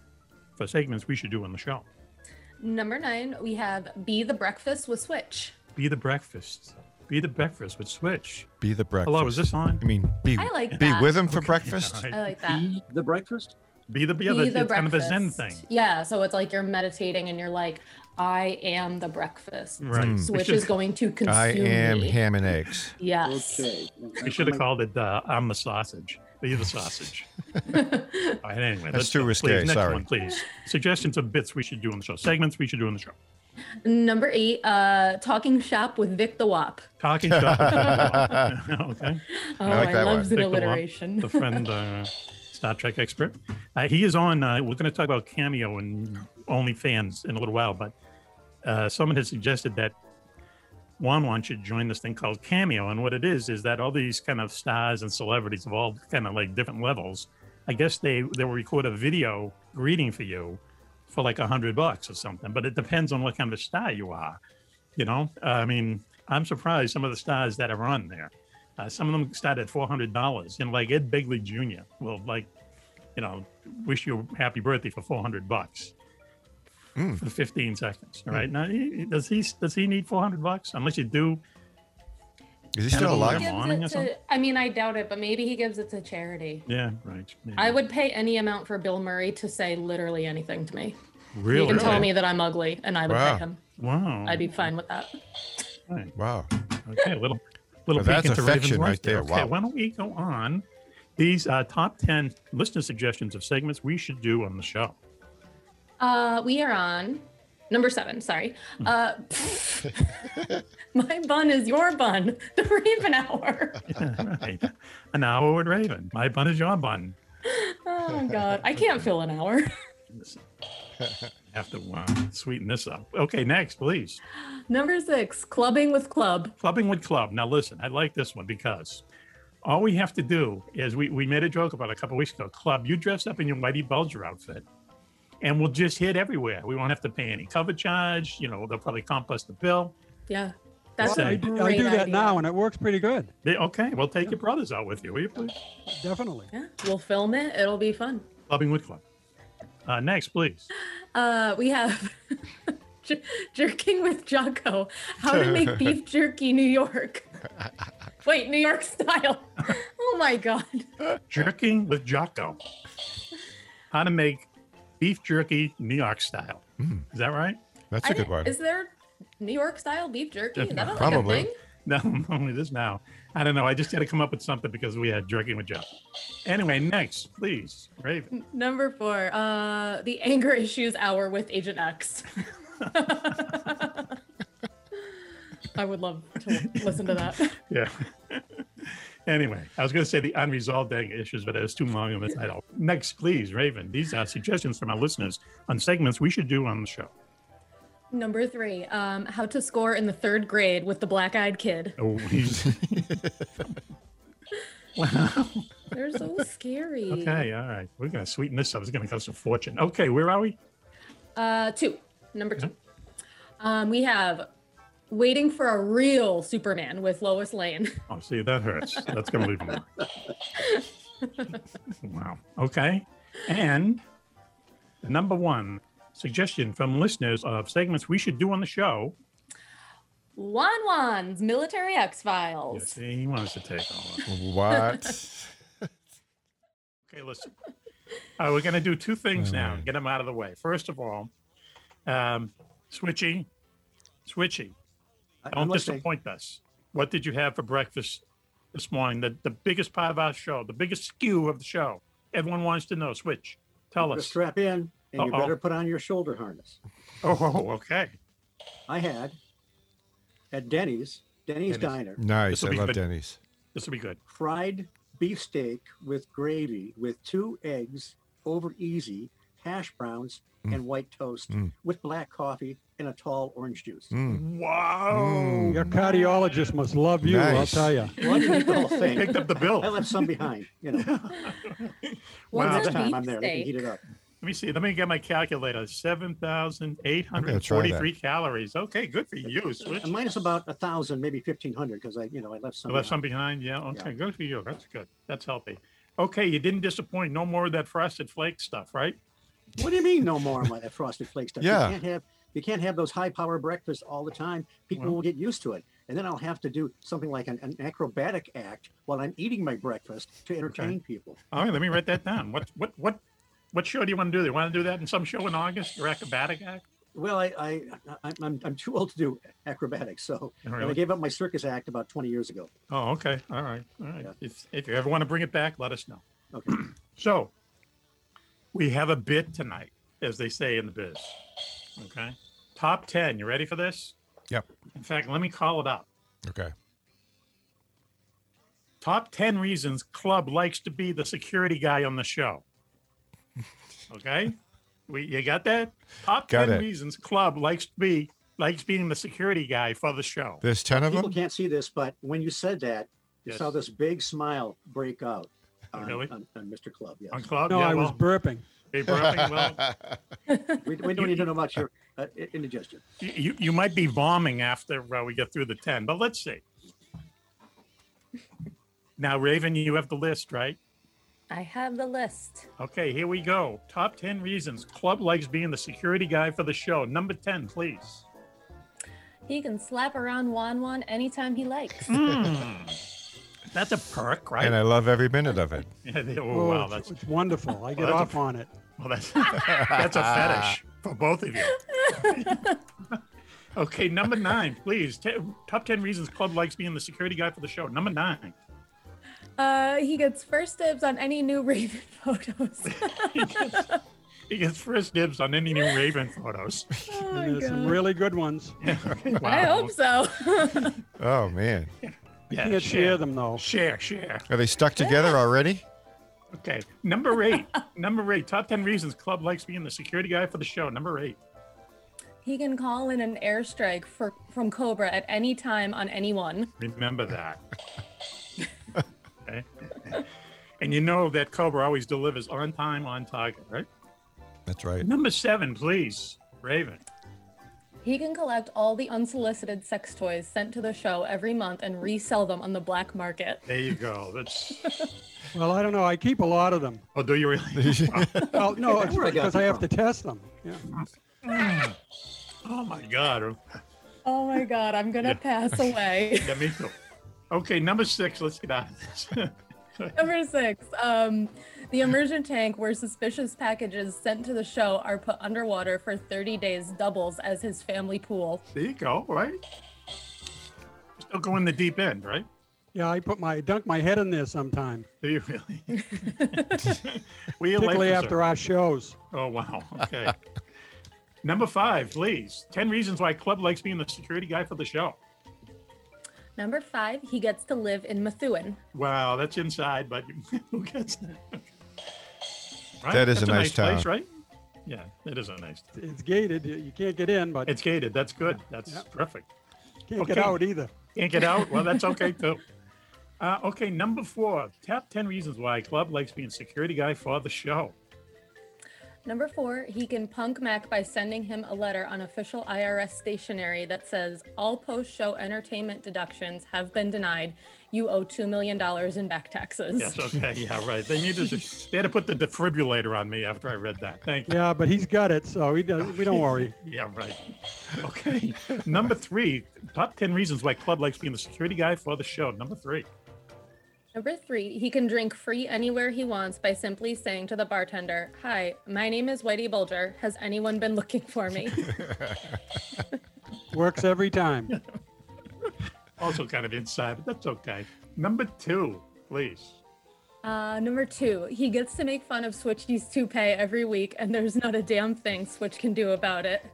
[SPEAKER 5] for segments we should do on the show.
[SPEAKER 8] number nine we have be the breakfast with switch
[SPEAKER 5] Be the breakfast. Be the breakfast with Switch.
[SPEAKER 9] Be the breakfast.
[SPEAKER 5] Hello, is this on?
[SPEAKER 9] I mean, be
[SPEAKER 8] I like
[SPEAKER 9] be
[SPEAKER 8] that.
[SPEAKER 9] with him for
[SPEAKER 5] Okay.
[SPEAKER 9] breakfast.
[SPEAKER 8] i like that
[SPEAKER 13] The breakfast?
[SPEAKER 5] Be the yeah,
[SPEAKER 8] Be
[SPEAKER 5] that's
[SPEAKER 8] the
[SPEAKER 5] it's kind of a Zen thing.
[SPEAKER 8] breakfast. yeah so it's like you're meditating and you're like i am the breakfast
[SPEAKER 9] Right. Mm.
[SPEAKER 8] switch
[SPEAKER 5] We
[SPEAKER 8] is
[SPEAKER 5] should-
[SPEAKER 8] going to consume
[SPEAKER 9] I am
[SPEAKER 8] me.
[SPEAKER 9] ham and eggs.
[SPEAKER 8] yes okay
[SPEAKER 5] We should have called it uh, "I'm the sausage." Be the sausage. All right, anyway,
[SPEAKER 9] That's
[SPEAKER 5] let's
[SPEAKER 9] too
[SPEAKER 5] go.
[SPEAKER 9] risque,
[SPEAKER 5] Please, next
[SPEAKER 9] sorry.
[SPEAKER 5] one, please. Suggestions of bits we should do on the show, segments we should do on the show.
[SPEAKER 8] Number eight, uh, talking shop with Vic the Wop.
[SPEAKER 5] Talking shop. okay.
[SPEAKER 8] Oh, I like I that one. loves an alliteration.
[SPEAKER 5] The friend, uh, Star Trek expert. Uh, he is on. Uh, we're going to talk about Cameo and OnlyFans in a little while, but uh, someone has suggested that Juan Juan should join this thing called Cameo. And what it is is that all these kind of stars and celebrities of all kind of like different levels, I guess they they will record a video greeting for you for like a hundred bucks or something. But it depends on what kind of a star you are. You know, Uh, I mean, I'm surprised some of the stars that are on there. Uh, some of them start at four hundred dollars, and like Ed Begley Jr. will like, you know, wish you a happy birthday for four hundred bucks
[SPEAKER 9] Hmm.
[SPEAKER 5] for fifteen seconds. All right, now he- does he does he need four hundred bucks? Unless you do.
[SPEAKER 9] Is he
[SPEAKER 5] Cannibal
[SPEAKER 9] alive?
[SPEAKER 5] Lemon
[SPEAKER 8] Gives
[SPEAKER 5] Awning or
[SPEAKER 8] it
[SPEAKER 5] something?
[SPEAKER 8] to, I mean, I doubt it, but maybe he gives it to charity.
[SPEAKER 5] Yeah, right. maybe.
[SPEAKER 8] I would pay any amount for Bill Murray to say literally anything to me. He
[SPEAKER 5] Really?
[SPEAKER 8] can tell me that I'm ugly, and I would
[SPEAKER 5] Wow.
[SPEAKER 8] pay him.
[SPEAKER 5] Wow.
[SPEAKER 8] I'd be fine with that.
[SPEAKER 9] Wow.
[SPEAKER 5] Okay, a little
[SPEAKER 9] Well,
[SPEAKER 5] little peek
[SPEAKER 9] that's
[SPEAKER 5] into
[SPEAKER 9] affection
[SPEAKER 5] Raven's life
[SPEAKER 9] right there.
[SPEAKER 5] Okay,
[SPEAKER 9] Wow.
[SPEAKER 5] why don't we go on? These uh, top ten listener suggestions of segments we should do on the show.
[SPEAKER 8] Uh, we are on number seven. Sorry. Uh, my bun is your bun. The Raven Hour.
[SPEAKER 5] right. An hour with Raven. My bun is your bun.
[SPEAKER 8] Oh God, I can't fill an hour.
[SPEAKER 5] After wow, uh, sweeten this up. Okay, next, please.
[SPEAKER 8] Number six, clubbing with club.
[SPEAKER 5] Clubbing with club. Now listen, I like this one because all we have to do is we, we made a joke about it a couple weeks ago. Club, you dress up in your Whitey Bulger outfit, and we'll just hit everywhere. We won't have to pay any cover charge. You know, they'll probably comp us the bill.
[SPEAKER 8] Yeah. That's
[SPEAKER 5] Well,
[SPEAKER 8] a
[SPEAKER 5] I do- I
[SPEAKER 8] great
[SPEAKER 5] do that
[SPEAKER 8] idea.
[SPEAKER 5] now, and it works pretty good. They, okay, well, take your brothers out with you, will you please?
[SPEAKER 8] Definitely. Yeah, we'll film it. It'll be fun.
[SPEAKER 5] Clubbing with club. Uh, next, please.
[SPEAKER 8] Uh, we have jer- jerking with Jocko. How to make beef jerky New York. Wait, New York style. Oh my God.
[SPEAKER 5] Jerking with Jocko. How to make beef jerky New York style. Is that right? Hmm. That's
[SPEAKER 8] I didn't- Is there New York style beef jerky? Is that a- like a thing?
[SPEAKER 5] No, only this now. I don't know. I just had to come up with something because we had jerking with Jocko. Anyway, next, please, Raven.
[SPEAKER 8] Number four, uh, the anger issues hour with Agent X. I would love to listen to that.
[SPEAKER 5] Yeah. anyway, I was going to say the unresolved anger issues, but it was too long of a title. Next, please, Raven. These are suggestions from our listeners on segments we should do on the show.
[SPEAKER 8] Number three, um, how to score in the third grade with the black eyed kid.
[SPEAKER 5] Oh, he's-
[SPEAKER 8] They're so scary.
[SPEAKER 5] okay, all right. We're going to sweeten this up. It's going to cost a fortune. Okay, where are we?
[SPEAKER 8] Uh, two. Number two.
[SPEAKER 5] Mm-hmm.
[SPEAKER 8] Um, we have waiting for a real Superman with Lois Lane.
[SPEAKER 5] Oh, see, that hurts. That's going to leave him. Wow. Okay. And the number one suggestion from listeners of segments we should do on the show.
[SPEAKER 8] Juan Juan's Military X Files.
[SPEAKER 5] See, he wants to take all of it. okay, listen. Uh, we're going to do two things now. Get them out of the way. First of all, um, Switchy, Switchy,
[SPEAKER 18] I- I'm
[SPEAKER 5] don't
[SPEAKER 18] listening.
[SPEAKER 5] disappoint us. What did you have for breakfast this morning? The, the biggest part of our show, the biggest skew of the show. Everyone wants to know. Switch, tell
[SPEAKER 14] better
[SPEAKER 5] us.
[SPEAKER 14] Strap in, and you
[SPEAKER 5] Uh-oh.
[SPEAKER 14] better put on your shoulder harness.
[SPEAKER 5] Oh, okay.
[SPEAKER 14] I had at Denny's, Denny's, Diner,
[SPEAKER 9] Nice.
[SPEAKER 5] This'll
[SPEAKER 9] I
[SPEAKER 5] be
[SPEAKER 9] love
[SPEAKER 5] good.
[SPEAKER 9] Denny's.
[SPEAKER 5] This will be good.
[SPEAKER 14] fried beefsteak with gravy with two eggs over easy, hash browns,
[SPEAKER 9] Mm.
[SPEAKER 14] and white toast
[SPEAKER 9] Mm.
[SPEAKER 14] with black coffee and a tall orange juice.
[SPEAKER 9] Mm.
[SPEAKER 5] Wow.
[SPEAKER 19] Your cardiologist must love you,
[SPEAKER 9] Nice.
[SPEAKER 19] I'll tell you.
[SPEAKER 14] Well, I didn't eat the whole thing.
[SPEAKER 5] Picked up the bill.
[SPEAKER 14] I left some behind, you know.
[SPEAKER 5] Wow.
[SPEAKER 14] Next time I'm there, they can heat it up.
[SPEAKER 5] Let me see. Let me get my calculator. Seven thousand eight
[SPEAKER 14] gonna
[SPEAKER 5] hundred
[SPEAKER 14] try that.
[SPEAKER 5] forty-three calories. Okay, good for you. Switch.
[SPEAKER 14] And minus about a thousand, maybe fifteen hundred, because I, you know, I left some.
[SPEAKER 5] I left
[SPEAKER 14] behind.
[SPEAKER 5] some behind. Yeah. Okay, good for you. That's good. That's healthy. Okay, you didn't disappoint. No more of that frosted flake stuff, right?
[SPEAKER 14] What do you mean no more on that frosted flake stuff?
[SPEAKER 5] Yeah.
[SPEAKER 14] You can't have you can't have those high power breakfasts all the time. People
[SPEAKER 5] Well-
[SPEAKER 14] will get used to it. And then I'll have to do something like an, an acrobatic act while I'm eating my breakfast to entertain people.
[SPEAKER 5] All right, let me write that down. What what what what show do you want to do? You want to do that in some show in August? Your acrobatic act?
[SPEAKER 14] Well, I, I, I I'm, I'm too old to do acrobatics, so and I
[SPEAKER 5] really?
[SPEAKER 14] gave up my circus act about 20 years ago.
[SPEAKER 5] Oh, okay. All right. All right. If if you ever want to bring it back, let us know.
[SPEAKER 14] Okay.
[SPEAKER 5] so we have a bit tonight, as they say in the biz. Okay. Top ten. You ready for this?
[SPEAKER 9] Yep.
[SPEAKER 5] In fact, let me call it up.
[SPEAKER 9] Okay.
[SPEAKER 5] Top ten reasons Club likes to be the security guy on the show. Okay. we you got that? Top
[SPEAKER 9] Got
[SPEAKER 5] ten
[SPEAKER 9] it.
[SPEAKER 5] reasons Club likes to be likes being the security guy for the show.
[SPEAKER 9] There's ten of
[SPEAKER 14] People
[SPEAKER 9] them.
[SPEAKER 14] can't see this, but when you said that, you
[SPEAKER 5] Yes. Oh,
[SPEAKER 14] saw this big smile break out on,
[SPEAKER 5] really?
[SPEAKER 14] on, on Mr. Club. Yes.
[SPEAKER 5] On Club?
[SPEAKER 19] No,
[SPEAKER 5] yeah,
[SPEAKER 19] I
[SPEAKER 5] well,
[SPEAKER 19] was burping.
[SPEAKER 5] hey, burping, well,
[SPEAKER 14] we, we don't need to know about your uh, i- indigestion.
[SPEAKER 5] you- you, you might be bombing after uh, we get through the 10, but let's see. Now, Raven, you have the list, right?
[SPEAKER 8] I have the list.
[SPEAKER 5] Okay, here we go. Top 10 reasons Club likes being the security guy for the show. Number 10, please.
[SPEAKER 8] He can slap around Juan Juan anytime he likes.
[SPEAKER 5] Hmm. That's a perk, right?
[SPEAKER 9] And I love every minute of it.
[SPEAKER 5] Yeah, they- oh,
[SPEAKER 19] Oh,
[SPEAKER 5] wow,
[SPEAKER 19] it's,
[SPEAKER 5] that's
[SPEAKER 19] it's wonderful. I
[SPEAKER 5] Well,
[SPEAKER 19] get
[SPEAKER 5] that's a-
[SPEAKER 19] off on it.
[SPEAKER 5] well, that's that's a fetish for both of you. okay, number nine, please. Te- top 10 reasons Club likes being the security guy for the show. Number nine.
[SPEAKER 8] Uh, he gets first dibs on any new Raven photos.
[SPEAKER 5] He gets first dibs on any new Raven photos.
[SPEAKER 19] and there's some really good ones.
[SPEAKER 8] Oh I hope so.
[SPEAKER 9] Oh man.
[SPEAKER 19] You can't share them though.
[SPEAKER 5] Share, share.
[SPEAKER 9] Are they stuck together already?
[SPEAKER 5] Okay. Number eight. number eight. Top 10 reasons Club likes being the security guy for the show. Number eight.
[SPEAKER 8] He can call in an airstrike for, from Cobra at any time on anyone.
[SPEAKER 5] Remember that. okay. And you know that Cobra always delivers on time, on target, right?
[SPEAKER 9] That's right.
[SPEAKER 5] Number seven, please. Raven.
[SPEAKER 8] He can collect all the unsolicited sex toys sent to the show every month and resell them on the black market.
[SPEAKER 5] There you go. Oh, That's
[SPEAKER 19] Well, I don't know. I keep a lot of them.
[SPEAKER 5] Oh, do you really?
[SPEAKER 19] Well, no,
[SPEAKER 5] Where I got
[SPEAKER 19] because I
[SPEAKER 5] them
[SPEAKER 19] have to test them. Yeah.
[SPEAKER 5] oh my God.
[SPEAKER 8] Oh my God, I'm going to pass away.
[SPEAKER 5] Yeah, me too. Okay, number six. Let's get out of this.
[SPEAKER 8] Number six, um, the immersion tank where suspicious packages sent to the show are put underwater for 30 days doubles as his family pool.
[SPEAKER 5] there you go. Right. Still go in the deep end, right?
[SPEAKER 19] Yeah, I put my dunk my head in there sometime.
[SPEAKER 5] Do you really? We elect
[SPEAKER 19] Particularly
[SPEAKER 5] this,
[SPEAKER 19] after
[SPEAKER 5] sir.
[SPEAKER 19] our shows.
[SPEAKER 5] Oh wow. Okay. number five, please. Ten reasons why Club likes being the security guy for the show.
[SPEAKER 8] Number five, he gets to live in Methuen.
[SPEAKER 5] Wow, that's inside, but who gets that? Right?
[SPEAKER 9] That is
[SPEAKER 5] That's
[SPEAKER 9] a nice
[SPEAKER 5] place,
[SPEAKER 9] town.
[SPEAKER 5] right? Yeah, it is a nice.
[SPEAKER 19] It's gated. You you can't get in, but
[SPEAKER 5] It's gated. That's good. That's perfect.
[SPEAKER 19] can't get out either.
[SPEAKER 5] Can't get out. Well, that's okay too. Uh, okay, number four. Top ten reasons why Club likes being security guy for the show.
[SPEAKER 8] Number four, he can punk Mac by sending him a letter on official IRS stationery that says all post show entertainment deductions have been denied. You owe $2 million in back taxes.
[SPEAKER 5] Yes. Okay. Yeah. Right. They needed. To, they had to put the defibrillator on me after I read that. Thank you.
[SPEAKER 19] Yeah, but he's got it, so he does, we don't worry.
[SPEAKER 5] Yeah. Right. Okay. Number three. Top ten reasons why Club likes being the security guy for the show. Number three.
[SPEAKER 8] Number three, he can drink free anywhere he wants by simply saying to the bartender, Hi, my name is Whitey Bulger. Has anyone been looking for me?
[SPEAKER 19] Works every time.
[SPEAKER 5] Also kind of inside, but that's okay. Number two, please.
[SPEAKER 8] uh, number two, he gets to make fun of Switchy's toupee every week, and there's not a damn thing Switch can do about it.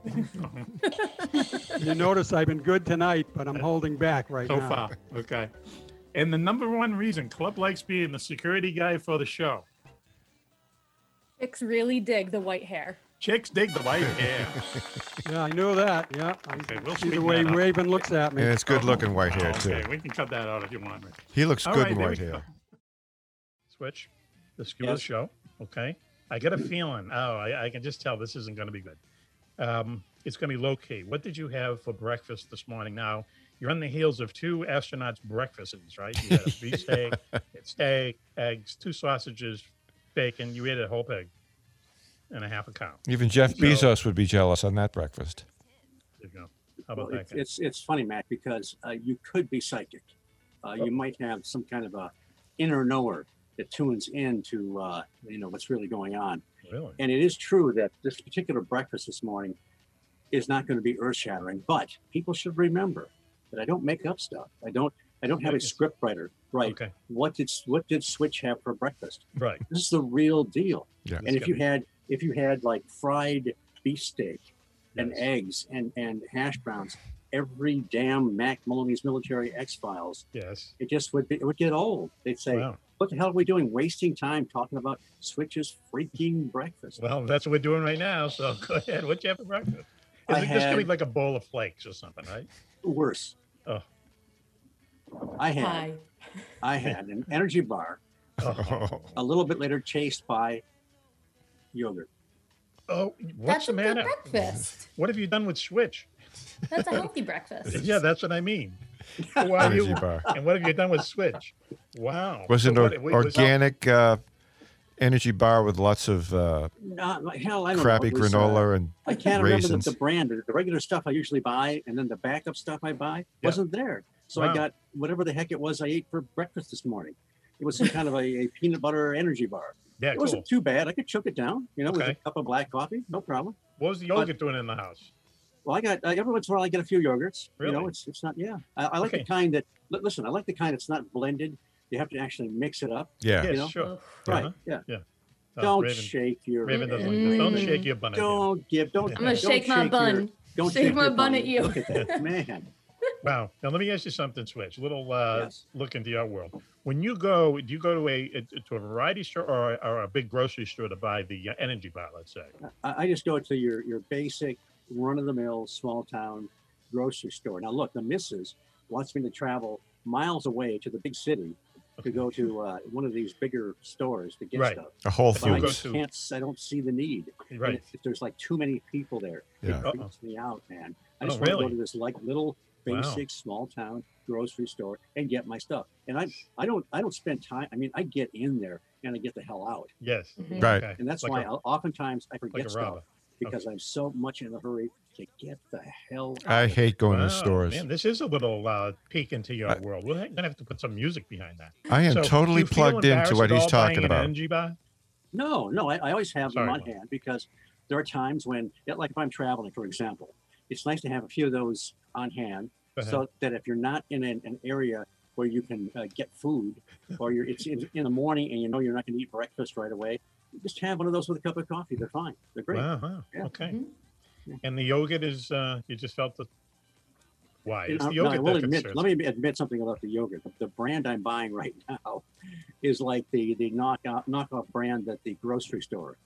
[SPEAKER 19] You notice I've been good tonight, but I'm holding back right
[SPEAKER 5] Mm-hmm. so
[SPEAKER 19] now.
[SPEAKER 5] far. Okay. And the number one reason Club likes being the security guy for the show.
[SPEAKER 8] Chicks really dig the white hair.
[SPEAKER 5] Chicks dig the white hair.
[SPEAKER 19] Yeah, I knew that. Yeah, I
[SPEAKER 5] Okay, we'll
[SPEAKER 19] see the
[SPEAKER 5] sweeten
[SPEAKER 19] way
[SPEAKER 5] that up.
[SPEAKER 19] Raven looks at me.
[SPEAKER 9] And it's good looking white hair,
[SPEAKER 5] okay,
[SPEAKER 9] too.
[SPEAKER 5] we can cut that out if you want. Rick.
[SPEAKER 9] He looks
[SPEAKER 5] All
[SPEAKER 9] good
[SPEAKER 5] right,
[SPEAKER 9] in
[SPEAKER 5] there
[SPEAKER 9] white
[SPEAKER 5] we
[SPEAKER 9] hair.
[SPEAKER 5] Switch the scoop of the show. Okay. I got a feeling. Oh, I, I can just tell this isn't going to be good. Um, it's going to be low key. What did you have for breakfast this morning? Now, you're on the heels of two astronauts' breakfasts, right? You had a beefsteak, steak, eggs, two sausages, bacon. You ate a whole pig and a half a cow.
[SPEAKER 9] Even Jeff
[SPEAKER 5] So,
[SPEAKER 9] Bezos would be jealous on that breakfast.
[SPEAKER 5] there you go. How about
[SPEAKER 14] Well,
[SPEAKER 5] that?
[SPEAKER 14] it's, it's it's funny, Mac, because uh, you could be psychic. Uh, You
[SPEAKER 5] Oh.
[SPEAKER 14] might have some kind of a inner knower that tunes in to uh, you know what's really going on.
[SPEAKER 5] Really?
[SPEAKER 14] And it is true that this particular breakfast this morning is not going to be earth shattering, but people should remember that I don't make up stuff. I don't I don't have a
[SPEAKER 5] Yes.
[SPEAKER 14] script writer. Right.
[SPEAKER 5] Okay.
[SPEAKER 14] What did what did Switch have for breakfast?
[SPEAKER 5] Right.
[SPEAKER 14] This is the real deal.
[SPEAKER 9] Yeah.
[SPEAKER 14] And if you had if you had like fried beefsteak and
[SPEAKER 5] Yes.
[SPEAKER 14] eggs and and hash browns every damn Mac Maloney's Military X Files,
[SPEAKER 5] Yes.
[SPEAKER 14] it just would be, it would get old. They'd say,
[SPEAKER 5] Wow.
[SPEAKER 14] "What the hell are we doing? Wasting time talking about Switch's freaking breakfast."
[SPEAKER 5] Well, that's what we're doing right now. So go ahead. What'd you have for breakfast? Is
[SPEAKER 14] I
[SPEAKER 5] it just going to be
[SPEAKER 14] had-
[SPEAKER 5] like a bowl of flakes or something, right?
[SPEAKER 14] Worse,
[SPEAKER 5] Oh.
[SPEAKER 14] I had I had an energy bar.
[SPEAKER 5] Oh.
[SPEAKER 14] A little bit later, chased by yogurt.
[SPEAKER 5] Oh, what's the matter?
[SPEAKER 8] breakfast.
[SPEAKER 5] What have you done with Switch?
[SPEAKER 8] That's a healthy breakfast.
[SPEAKER 5] Yeah, that's what I mean. Who are you?
[SPEAKER 9] Energy bar.
[SPEAKER 5] And what have you done with Switch? Wow.
[SPEAKER 9] Was
[SPEAKER 5] So
[SPEAKER 9] it
[SPEAKER 5] what-
[SPEAKER 9] an
[SPEAKER 5] wait, was that-
[SPEAKER 9] organic uh, energy bar with lots of uh,
[SPEAKER 14] Not like hell. I don't
[SPEAKER 9] crappy
[SPEAKER 14] know. It was, uh,
[SPEAKER 9] granola and
[SPEAKER 14] I can't remember the,
[SPEAKER 9] raisins?
[SPEAKER 14] the brand. The regular stuff I usually buy, and then the backup stuff I buy wasn't there. So
[SPEAKER 5] Wow.
[SPEAKER 14] I got whatever the heck it was I ate for breakfast this morning. It was some kind of a, a peanut butter energy bar.
[SPEAKER 5] Yeah,
[SPEAKER 14] it wasn't too bad. I could choke it down, you know, with a
[SPEAKER 5] Okay.
[SPEAKER 14] cup of black coffee, no problem.
[SPEAKER 5] What was the yogurt doing in the house?
[SPEAKER 14] Well, I got uh, every once in a while I get a few yogurts. You
[SPEAKER 5] Really?
[SPEAKER 14] know, it's it's not. Yeah, I, I like
[SPEAKER 5] Okay.
[SPEAKER 14] the kind that. li- Listen, I like the kind that's not blended. You have to actually mix it up.
[SPEAKER 9] Yeah.
[SPEAKER 14] you
[SPEAKER 5] Yes,
[SPEAKER 14] know?
[SPEAKER 5] sure.
[SPEAKER 14] Right.
[SPEAKER 5] Uh-huh.
[SPEAKER 14] Yeah.
[SPEAKER 5] Yeah. Uh,
[SPEAKER 14] don't
[SPEAKER 5] Raven-
[SPEAKER 14] shake your.
[SPEAKER 5] Raven doesn't like that. Don't shake your bun at him.
[SPEAKER 14] Don't give. Don't.
[SPEAKER 5] I'm
[SPEAKER 20] Mm. gonna
[SPEAKER 14] don't
[SPEAKER 20] shake my
[SPEAKER 14] your-
[SPEAKER 20] bun.
[SPEAKER 14] don't
[SPEAKER 20] Shake my
[SPEAKER 14] your
[SPEAKER 20] bun at you.
[SPEAKER 14] Look at that, man.
[SPEAKER 5] Wow. Now let me ask you something, Switch. Little uh, look into your world. When you go, do you go to a to a variety store or, or a big grocery store to buy the uh, energy bar? Let's say.
[SPEAKER 14] I, I just go to your, your basic run of the mill small town grocery store. Now, look, the missus wants me to travel miles away to the big city to go to uh, one of these bigger stores to get
[SPEAKER 9] Right.
[SPEAKER 14] stuff.
[SPEAKER 9] A Whole
[SPEAKER 14] But I
[SPEAKER 9] Foods.
[SPEAKER 14] just can't. s- I don't see the need. And
[SPEAKER 9] Right.
[SPEAKER 14] If, if there's like too many people there,
[SPEAKER 9] Yeah.
[SPEAKER 14] it freaks me out, man. I
[SPEAKER 9] Oh,
[SPEAKER 14] just want to go
[SPEAKER 9] really?
[SPEAKER 14] to this like little
[SPEAKER 9] Wow.
[SPEAKER 14] basic small town grocery store and get my stuff. And I, I don't, I don't spend time. I mean, I get in there and I get the hell out.
[SPEAKER 5] Yes.
[SPEAKER 14] Mm-hmm.
[SPEAKER 9] Right. Okay.
[SPEAKER 14] And that's
[SPEAKER 9] Like
[SPEAKER 14] why
[SPEAKER 9] a-
[SPEAKER 14] I'll- oftentimes I forget
[SPEAKER 5] a
[SPEAKER 14] stuff
[SPEAKER 5] robber.
[SPEAKER 14] because I'm so much in a hurry to get the hell. out
[SPEAKER 9] I
[SPEAKER 14] of
[SPEAKER 9] hate going to
[SPEAKER 5] Wow,
[SPEAKER 9] stores.
[SPEAKER 5] Man, this is a little uh, peek into your world. We're going to have to put some music behind that.
[SPEAKER 9] I am
[SPEAKER 5] So, do
[SPEAKER 9] totally
[SPEAKER 5] you feel
[SPEAKER 9] plugged into what
[SPEAKER 5] embarrassed at
[SPEAKER 9] he's
[SPEAKER 5] all buying
[SPEAKER 9] talking
[SPEAKER 5] an
[SPEAKER 9] about.
[SPEAKER 5] energy bar?
[SPEAKER 14] No, no, I, I always have
[SPEAKER 5] Sorry,
[SPEAKER 14] them on hand because there are times when, yeah, like if I'm traveling, for example, it's nice to have a few of those on hand
[SPEAKER 5] Go ahead.
[SPEAKER 14] so that if you're not in an, an area where you can uh, get food or you're it's in, in the morning and you know you're not going to eat breakfast right away, you just have one of those with a cup of coffee. They're fine. They're great. Mm-hmm.
[SPEAKER 5] Wow, wow, Okay. And the yogurt is, uh, you just felt the. Why?
[SPEAKER 14] And
[SPEAKER 5] It's
[SPEAKER 14] I-
[SPEAKER 5] the
[SPEAKER 14] now, I
[SPEAKER 5] yogurt
[SPEAKER 14] will
[SPEAKER 5] that
[SPEAKER 14] admit,
[SPEAKER 5] concerns
[SPEAKER 14] let me admit something about the yogurt. The, the brand I'm buying right now is like the the knockout knockoff brand at the grocery store.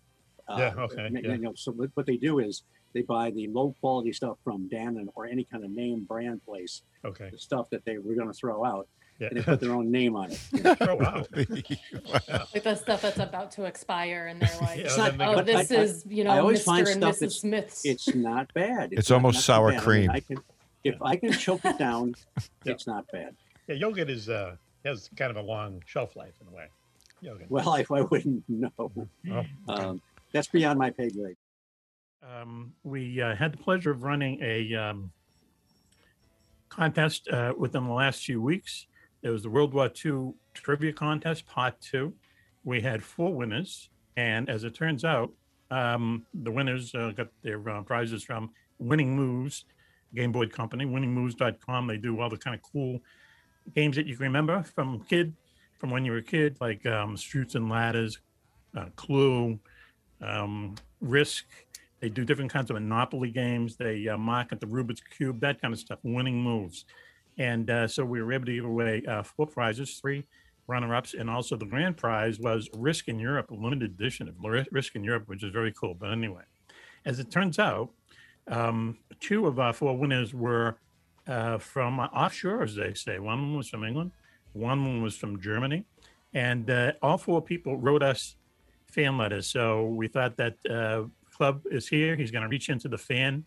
[SPEAKER 14] Uh,
[SPEAKER 5] Yeah, okay,
[SPEAKER 14] ma-
[SPEAKER 5] yeah.
[SPEAKER 14] You know, so what what they do is they buy the low quality stuff from Dannon or any kind of name brand place.
[SPEAKER 5] Okay.
[SPEAKER 14] The stuff that they were going to throw out,
[SPEAKER 5] Yeah.
[SPEAKER 14] and they put their own name on it.
[SPEAKER 5] throw out.
[SPEAKER 8] Like the stuff that's about to expire, and they're like,
[SPEAKER 14] It's not-
[SPEAKER 8] "Oh,
[SPEAKER 14] but
[SPEAKER 8] this
[SPEAKER 14] I- I-
[SPEAKER 8] is you know,
[SPEAKER 14] I always find
[SPEAKER 8] Mr. and
[SPEAKER 14] stuff
[SPEAKER 8] Mrs.
[SPEAKER 14] that's-
[SPEAKER 8] Smith's."
[SPEAKER 14] It's not bad.
[SPEAKER 9] It's
[SPEAKER 14] not-
[SPEAKER 9] almost
[SPEAKER 14] not so
[SPEAKER 9] sour
[SPEAKER 14] bad. I mean,
[SPEAKER 9] cream.
[SPEAKER 14] I can, if I can choke it down, it's not bad.
[SPEAKER 5] Yeah, yogurt is uh, has kind of a long shelf life in a way. Yogurt.
[SPEAKER 14] Well, I, I wouldn't know.
[SPEAKER 5] Oh.
[SPEAKER 14] Um, that's beyond my pay grade.
[SPEAKER 5] um, we uh, had the pleasure of running a um, contest uh, within the last few weeks. There was the World War II trivia contest, part two. We had four winners, and as it turns out, um, the winners uh, got their uh, prizes from Winning Moves, Game Boy Company, winningmoves.com. They do all the kind of cool games that you can remember from kid, from when you were a kid, like um, Shoots and Ladders, uh, Clue, um, Risk. They do different kinds of Monopoly games. They uh, market the Rubik's Cube, that kind of stuff, winning moves. And uh, so we were able to give away uh, four prizes, three runner ups. And also the grand prize was Risk in Europe, a limited edition of Ri- Risk in Europe, which is very cool. But anyway, as it turns out, um, two of our four winners were uh, from offshore, as they say. One of them was from England, one of them was from Germany. And uh, all four people wrote us fan letters. So we thought that uh, Club is here. He's going to reach into the fan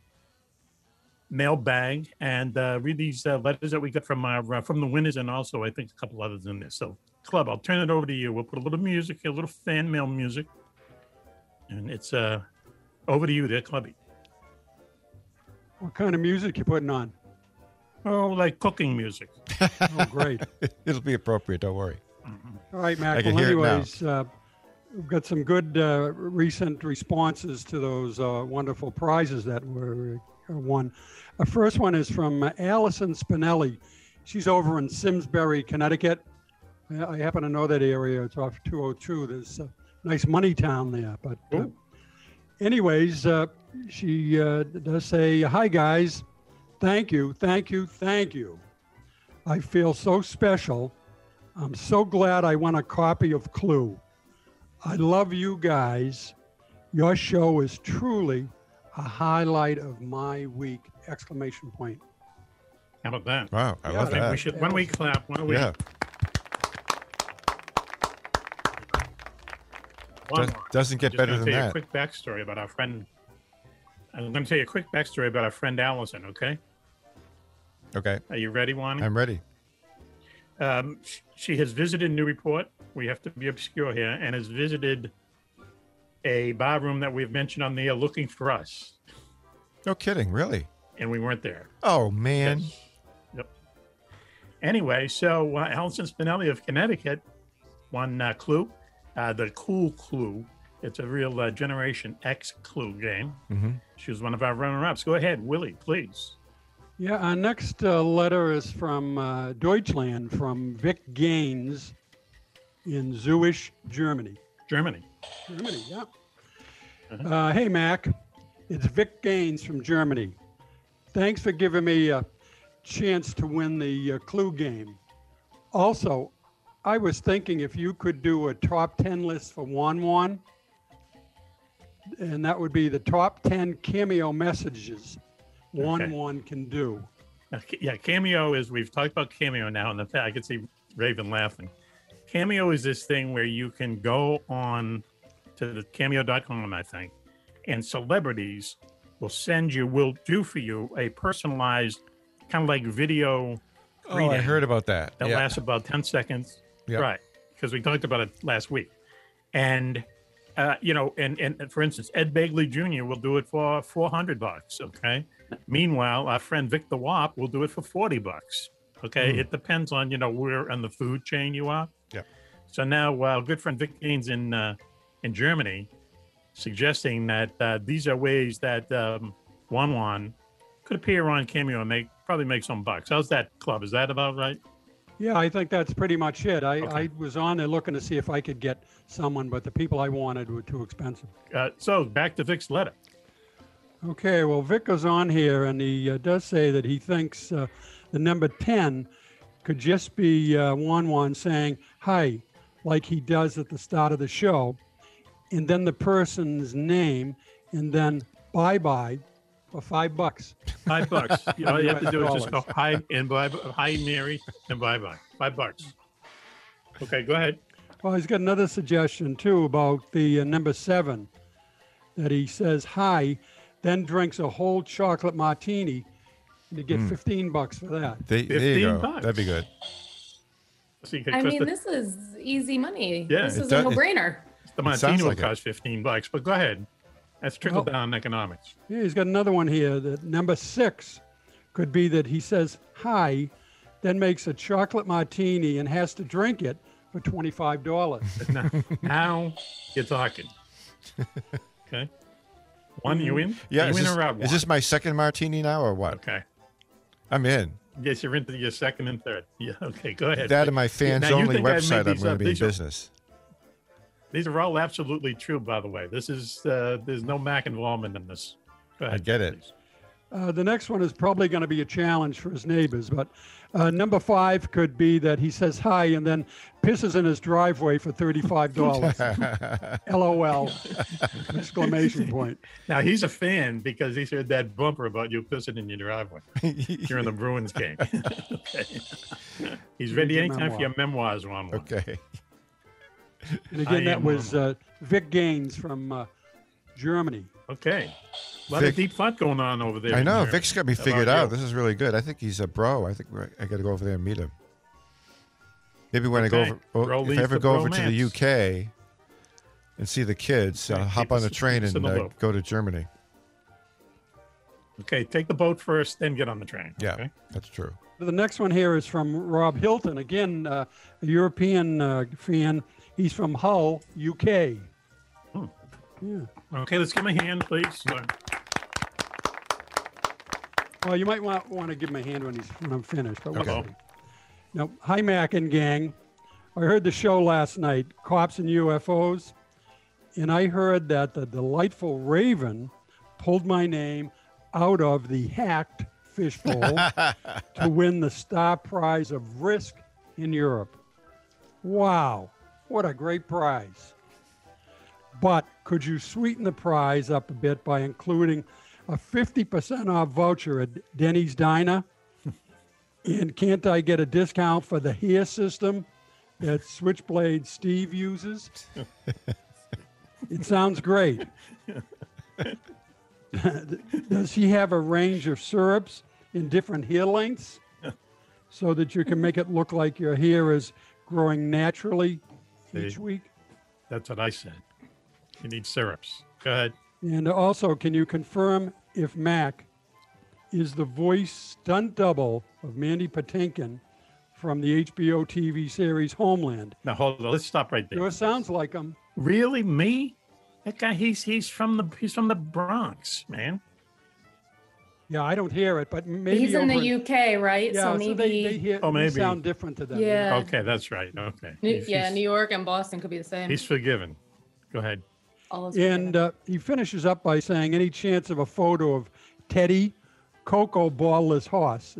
[SPEAKER 5] mailbag and uh, read these uh, letters that we got from our uh, from the winners, and also I think a couple others in there. So Club, I'll turn it over to you. We'll put a little music, a little fan mail music, and it's uh, over to you there, Clubby.
[SPEAKER 19] What kind of music you putting on?
[SPEAKER 5] Oh, like cooking music.
[SPEAKER 19] oh, great. Mm-hmm.
[SPEAKER 9] It'll be appropriate. Don't worry.
[SPEAKER 19] All right,
[SPEAKER 9] I
[SPEAKER 19] Mac.
[SPEAKER 9] can
[SPEAKER 19] Well,
[SPEAKER 9] hear it now.
[SPEAKER 19] anyways, uh, we've got some good uh, recent responses to those uh, wonderful prizes that were uh, won. The first one is from uh, Allison Spinelli. She's over in Simsbury, Connecticut. I, I happen to know that area. It's off 202. There's a nice money town there. But uh, anyways, uh, she uh, does say, "Hi guys, thank you, thank you, thank you. I feel so special." I'm so glad I won a copy of Clue. I love you guys. Your show is truly a highlight of my week! Exclamation point.
[SPEAKER 5] How about that?
[SPEAKER 9] Wow, I love
[SPEAKER 5] think
[SPEAKER 9] that.
[SPEAKER 5] We should. Why don't we clap? Why don't we?
[SPEAKER 9] Yeah.
[SPEAKER 5] One
[SPEAKER 9] Does-
[SPEAKER 5] more.
[SPEAKER 9] doesn't get
[SPEAKER 5] I'm just
[SPEAKER 9] better
[SPEAKER 5] gonna
[SPEAKER 9] than
[SPEAKER 5] tell you
[SPEAKER 9] that.
[SPEAKER 5] A quick backstory about our friend. I'm going to tell you a quick backstory about our friend Allison. Okay,
[SPEAKER 9] Okay.
[SPEAKER 5] are you ready, Lonnie?
[SPEAKER 9] I'm ready.
[SPEAKER 5] um, sh- she has visited Newburyport. We have to be obscure here, and has visited a bar room that we've mentioned on the air looking for us,
[SPEAKER 9] No kidding. Really?
[SPEAKER 5] and we weren't there.
[SPEAKER 9] Oh, man.
[SPEAKER 5] Anyway, so uh, Allison Spinelli of Connecticut won uh, Clue, uh, the cool Clue. It's a real uh, Generation X Clue game.
[SPEAKER 9] Mm-hmm.
[SPEAKER 5] She was one of our runner-ups. Go ahead, Willie, please.
[SPEAKER 19] Yeah, our next uh, letter is from uh, Deutschland, from Vic Gaines in Zurich, Germany.
[SPEAKER 5] Germany.
[SPEAKER 19] Germany, yeah. Uh, hey, Mac. It's Vic Gaines from Germany. Thanks for giving me a chance to win the uh, clue game. Also, I was thinking if you could do a top 10 list for Wan Wan, and that would be the top 10 cameo messages Wan
[SPEAKER 5] Okay.
[SPEAKER 19] Wan can do.
[SPEAKER 5] Now, ca- Yeah, cameo is we've talked about cameo now, and the fact I can see Raven laughing. Cameo is this thing where you can go on to the cameo.com, I think, and celebrities will send you, will do for you a personalized kind of like video.
[SPEAKER 9] Oh, I
[SPEAKER 5] reading
[SPEAKER 9] heard about that.
[SPEAKER 5] That
[SPEAKER 9] Yeah.
[SPEAKER 5] lasts about 10 seconds.
[SPEAKER 9] Yep.
[SPEAKER 5] Right. Because we talked about it last week. And, uh, you know, and, and for instance, Ed Begley Jr. will do it for 400 bucks. Okay. Meanwhile, our friend Vic the Wop will do it for 40 bucks. Okay.
[SPEAKER 9] Hmm.
[SPEAKER 5] It depends on, you know, where on the food chain you are.
[SPEAKER 9] Yeah.
[SPEAKER 5] So now, uh, good friend Vic Gaines in, uh, in Germany suggesting that uh, these are ways that um, Wan Wan could appear on Cameo and make probably make some bucks. How's that club? Is that about right?
[SPEAKER 19] Yeah, I think that's pretty much it. I, I was on there looking to see if I could get someone, but the people I wanted were too expensive.
[SPEAKER 5] Uh, so back to Vic's letter.
[SPEAKER 19] Okay, well, Vic is on here, and he uh, does say that he thinks uh, the number 10 could just be uh, Wan Wan saying hi, like he does at the start of the show, and then the person's name, and then bye bye for five bucks.
[SPEAKER 5] Five bucks. You know, all you have to do is just go
[SPEAKER 19] Dollars.
[SPEAKER 5] hi and bye, hi Mary and bye bye. Five bucks. Okay, go ahead.
[SPEAKER 19] Well, he's got another suggestion too about the uh, number seven that he says hi, then drinks a whole chocolate martini, and you get
[SPEAKER 9] Mm.
[SPEAKER 19] 15 bucks for that.
[SPEAKER 9] They, there you go.
[SPEAKER 5] 15 bucks.
[SPEAKER 9] That'd be good.
[SPEAKER 8] I mean, this is easy money.
[SPEAKER 5] Yeah,
[SPEAKER 8] this
[SPEAKER 5] it
[SPEAKER 8] is
[SPEAKER 5] does-
[SPEAKER 8] a no-brainer.
[SPEAKER 5] the
[SPEAKER 9] It sounds
[SPEAKER 5] Montino
[SPEAKER 9] like it.
[SPEAKER 5] will cost fifteen bucks, but go ahead. That's trickle down economics.
[SPEAKER 19] Yeah, he's got another one here. That number six could be that he says hi, then makes a chocolate martini and has to drink it for twenty-five dollars.
[SPEAKER 5] now you're talking. Okay. One, you in?
[SPEAKER 9] Yeah.
[SPEAKER 5] You
[SPEAKER 9] is
[SPEAKER 5] in
[SPEAKER 9] this-
[SPEAKER 5] or out?
[SPEAKER 9] Is this my second martini now or what?
[SPEAKER 5] Okay.
[SPEAKER 9] I'm in.
[SPEAKER 5] Yes, you're into your second and third. Yeah. Okay. Go ahead.
[SPEAKER 9] That and my
[SPEAKER 5] Yeah,
[SPEAKER 9] fans
[SPEAKER 5] now you
[SPEAKER 9] only
[SPEAKER 5] think I made
[SPEAKER 9] website, I'm
[SPEAKER 5] these
[SPEAKER 9] going
[SPEAKER 5] uh,
[SPEAKER 9] to
[SPEAKER 5] up.
[SPEAKER 9] be in
[SPEAKER 5] These are-
[SPEAKER 9] business.
[SPEAKER 5] These are all absolutely true, by the way. This is uh, there's no Mac involvement in this. Go
[SPEAKER 9] I
[SPEAKER 5] ahead.
[SPEAKER 9] get it.
[SPEAKER 19] Uh, the next one is probably going to be a challenge for his neighbors, but uh, number five could be that he says hi and then pisses in his driveway for thirty-five dollars. LOL! Exclamation point.
[SPEAKER 5] Now he's a fan because he's heard that bumper about you pissing in your driveway during the Bruins game. okay. He's ready
[SPEAKER 19] Read your
[SPEAKER 5] anytime for your memoirs, Ron.
[SPEAKER 9] Okay.
[SPEAKER 19] And
[SPEAKER 5] I
[SPEAKER 19] again, that
[SPEAKER 5] am
[SPEAKER 19] was uh, Vic Gaines from uh, Germany.
[SPEAKER 5] Okay. A lot
[SPEAKER 9] Vic-
[SPEAKER 5] of deep thought going on over there.
[SPEAKER 9] I
[SPEAKER 5] in
[SPEAKER 9] know.
[SPEAKER 5] Germany
[SPEAKER 9] Vic's got me
[SPEAKER 5] about
[SPEAKER 9] figured
[SPEAKER 5] you.
[SPEAKER 9] out. This is really good. I think he's a bro. I think we're, I got to go over there and meet him. Maybe when I
[SPEAKER 5] Okay.
[SPEAKER 9] go over,
[SPEAKER 5] Bro
[SPEAKER 9] well, if
[SPEAKER 5] leads
[SPEAKER 9] I ever
[SPEAKER 5] the
[SPEAKER 9] go over to
[SPEAKER 5] bromance.
[SPEAKER 9] the UK and see the kids, I'll hop
[SPEAKER 5] keep
[SPEAKER 9] on
[SPEAKER 5] us-
[SPEAKER 9] a train
[SPEAKER 5] keep us in
[SPEAKER 9] and
[SPEAKER 5] the
[SPEAKER 9] uh,
[SPEAKER 5] loop.
[SPEAKER 9] go to Germany.
[SPEAKER 5] Okay, take the boat first, then get on the train.
[SPEAKER 9] Yeah,
[SPEAKER 5] Okay?
[SPEAKER 9] that's true.
[SPEAKER 19] The next one here is from Rob Hilton, again, uh, a European uh, fan. He's from Hull, UK.
[SPEAKER 5] Hmm.
[SPEAKER 19] Yeah.
[SPEAKER 5] Okay, let's give him a hand, please. Uh,
[SPEAKER 19] Well, you might want, want to give him a hand when he's when I'm finished. But
[SPEAKER 5] Okay.
[SPEAKER 19] we'll see. Now, hi Mac and gang. I heard the show last night, Cops and UFOs, and I heard that the delightful Raven pulled my name out of the hacked fishbowl to win the star prize of Risk in Europe. Wow, what a great prize! But could you sweeten the prize up a bit by including a 50% off voucher at Denny's Diner? and can't I get a discount for the hair system that Switchblade Steve uses? it sounds great. Does he have a range of syrups in different hair lengths so that you can make it look like your hair is growing naturally each
[SPEAKER 5] See?
[SPEAKER 19] week?
[SPEAKER 5] That's what I said. You need syrups. Go ahead.
[SPEAKER 19] And also, can you confirm if Mac is the voice stunt double of Mandy Patinkin from the HBO TV series Homeland?
[SPEAKER 5] Now hold on. Let's stop right there.
[SPEAKER 19] Sure sounds like him.
[SPEAKER 5] Really, me? That guy. He's he's from the he's from the Bronx, man.
[SPEAKER 19] Yeah, I don't hear it, but maybe
[SPEAKER 8] He's in
[SPEAKER 19] over
[SPEAKER 8] the UK, right?
[SPEAKER 19] Yeah,
[SPEAKER 8] so
[SPEAKER 19] so
[SPEAKER 8] maybe.
[SPEAKER 19] they, they hear
[SPEAKER 5] Oh,
[SPEAKER 19] they
[SPEAKER 5] maybe.
[SPEAKER 19] sound different to them.
[SPEAKER 8] Yeah.
[SPEAKER 5] Okay, that's right. Okay.
[SPEAKER 8] New-
[SPEAKER 5] He's-
[SPEAKER 8] yeah,
[SPEAKER 5] he's-
[SPEAKER 8] New York and Boston could be the same.
[SPEAKER 5] He's forgiven. Go ahead.
[SPEAKER 8] All is
[SPEAKER 19] And uh, he finishes up by saying, "Any chance of a photo of Teddy Coco Ballless Horse.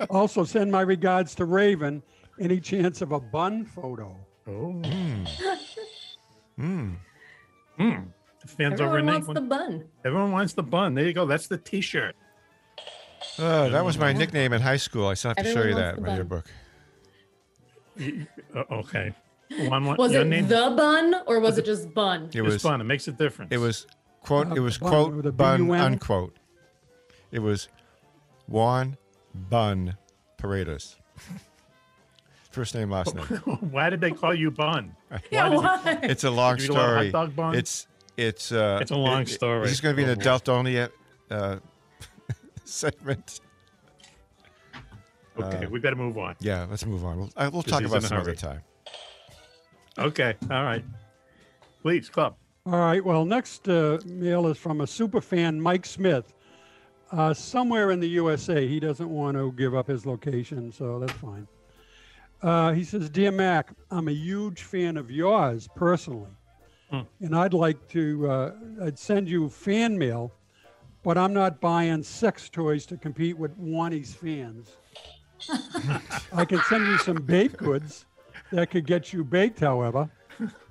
[SPEAKER 19] also, send my regards to Raven. Any chance of a bun photo?
[SPEAKER 5] Oh.
[SPEAKER 9] Mm.
[SPEAKER 5] Mm. Fans
[SPEAKER 21] Everyone
[SPEAKER 5] over in
[SPEAKER 21] wants the
[SPEAKER 5] England.
[SPEAKER 21] bun.
[SPEAKER 5] Everyone wants the bun. There you go. That's the T-shirt.
[SPEAKER 9] Uh, that was my
[SPEAKER 5] Yeah.
[SPEAKER 9] nickname in high school. I still have to show
[SPEAKER 21] Everyone
[SPEAKER 9] you
[SPEAKER 21] wants
[SPEAKER 9] that
[SPEAKER 21] the
[SPEAKER 9] in my
[SPEAKER 21] bun.
[SPEAKER 9] yearbook.
[SPEAKER 5] Uh, okay. One, one,
[SPEAKER 21] Was
[SPEAKER 5] your
[SPEAKER 21] it
[SPEAKER 5] name-
[SPEAKER 21] the bun or was it just bun?
[SPEAKER 9] It
[SPEAKER 5] It's
[SPEAKER 9] was
[SPEAKER 5] fun. It makes a difference.
[SPEAKER 9] It was quote.
[SPEAKER 5] Uh,
[SPEAKER 9] it was
[SPEAKER 5] bun with a
[SPEAKER 9] quote bun
[SPEAKER 5] B-U-N?
[SPEAKER 9] unquote. It was Juan Bun Paredes. First name, last name.
[SPEAKER 5] why did they call you bun?
[SPEAKER 21] Yeah,
[SPEAKER 5] did-
[SPEAKER 21] why?
[SPEAKER 9] It's a long
[SPEAKER 5] Did you want a
[SPEAKER 9] story.
[SPEAKER 5] hot dog bun?
[SPEAKER 9] It's it's uh,
[SPEAKER 5] It's a long story.
[SPEAKER 9] It's going to be an
[SPEAKER 5] Oh.
[SPEAKER 9] adult only uh, uh, segment.
[SPEAKER 5] Okay,
[SPEAKER 9] Uh,
[SPEAKER 5] we better move on.
[SPEAKER 9] Yeah, let's move on. We'll, uh, we'll
[SPEAKER 5] 'Cause
[SPEAKER 9] talk
[SPEAKER 5] he's
[SPEAKER 9] about
[SPEAKER 5] in a
[SPEAKER 9] some other
[SPEAKER 5] hurry.
[SPEAKER 9] time.
[SPEAKER 5] Okay. All right. Please, club.
[SPEAKER 19] All right. Well, next uh, mail is from a super fan, Mike Smith, uh, somewhere in the USA. He doesn't want to give up his location, so that's fine. Uh, he says, "Dear Mac, I'm a huge fan of yours personally, and I'd like to uh, I'd send you fan mail, but I'm not buying sex toys to compete with Wani's fans. I can send you some baked goods that could get you baked, however."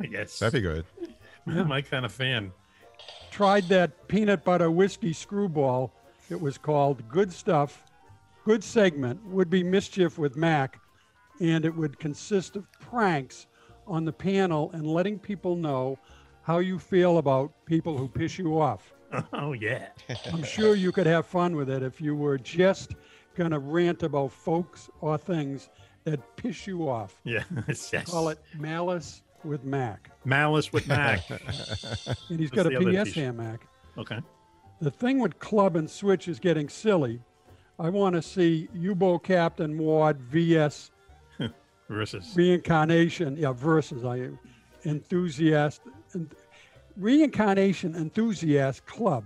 [SPEAKER 5] Yes.
[SPEAKER 9] That'd be good.
[SPEAKER 5] I'm my kind of fan.
[SPEAKER 19] tried that peanut butter whiskey screwball. It was called Good Stuff, Good Segment, Would Be Mischief with Mac, and it would consist of pranks on the panel and letting people know how you feel about people who piss you off.
[SPEAKER 5] Oh yeah.
[SPEAKER 19] I'm sure you could have fun with it if you were just going to rant about folks or things that piss you off.
[SPEAKER 5] Yeah. yes.
[SPEAKER 19] Call it Malice with Mac.
[SPEAKER 5] Malice with Mac.
[SPEAKER 19] And he's
[SPEAKER 5] That's
[SPEAKER 19] got a
[SPEAKER 5] the other
[SPEAKER 19] PS
[SPEAKER 5] t-shirt.
[SPEAKER 19] here, Mac.
[SPEAKER 5] Okay.
[SPEAKER 19] The thing with club and switch is getting silly. I want to see U-boat captain Ward vs.
[SPEAKER 5] Versus.
[SPEAKER 19] reincarnation. Yeah, versus I enthusiast and reincarnation enthusiast club.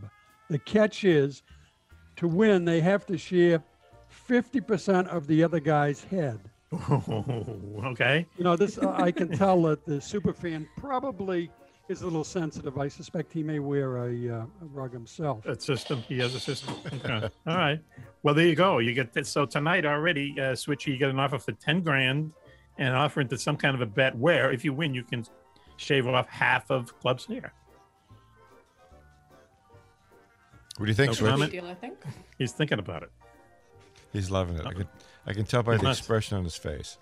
[SPEAKER 19] The catch is to win they have to share 50% of the other guy's head.
[SPEAKER 5] okay.
[SPEAKER 19] You know, this I I can tell that the super fan probably is a little sensitive. I suspect he may wear a, uh, a rug himself.
[SPEAKER 5] That system. He has a system. Okay. All right. Well, there you go. You get this. So tonight already, uh, Switchy, you get an offer for ten grand, and an offer into some kind of a bet where, if you win, you can shave off half of Club's hair.
[SPEAKER 9] What do you think,
[SPEAKER 5] No
[SPEAKER 9] Switch?
[SPEAKER 5] comment?
[SPEAKER 21] Deal, I think.
[SPEAKER 5] He's thinking about it.
[SPEAKER 9] He's loving it. I can I can tell by
[SPEAKER 5] He's
[SPEAKER 9] the
[SPEAKER 5] not-
[SPEAKER 9] expression on his face.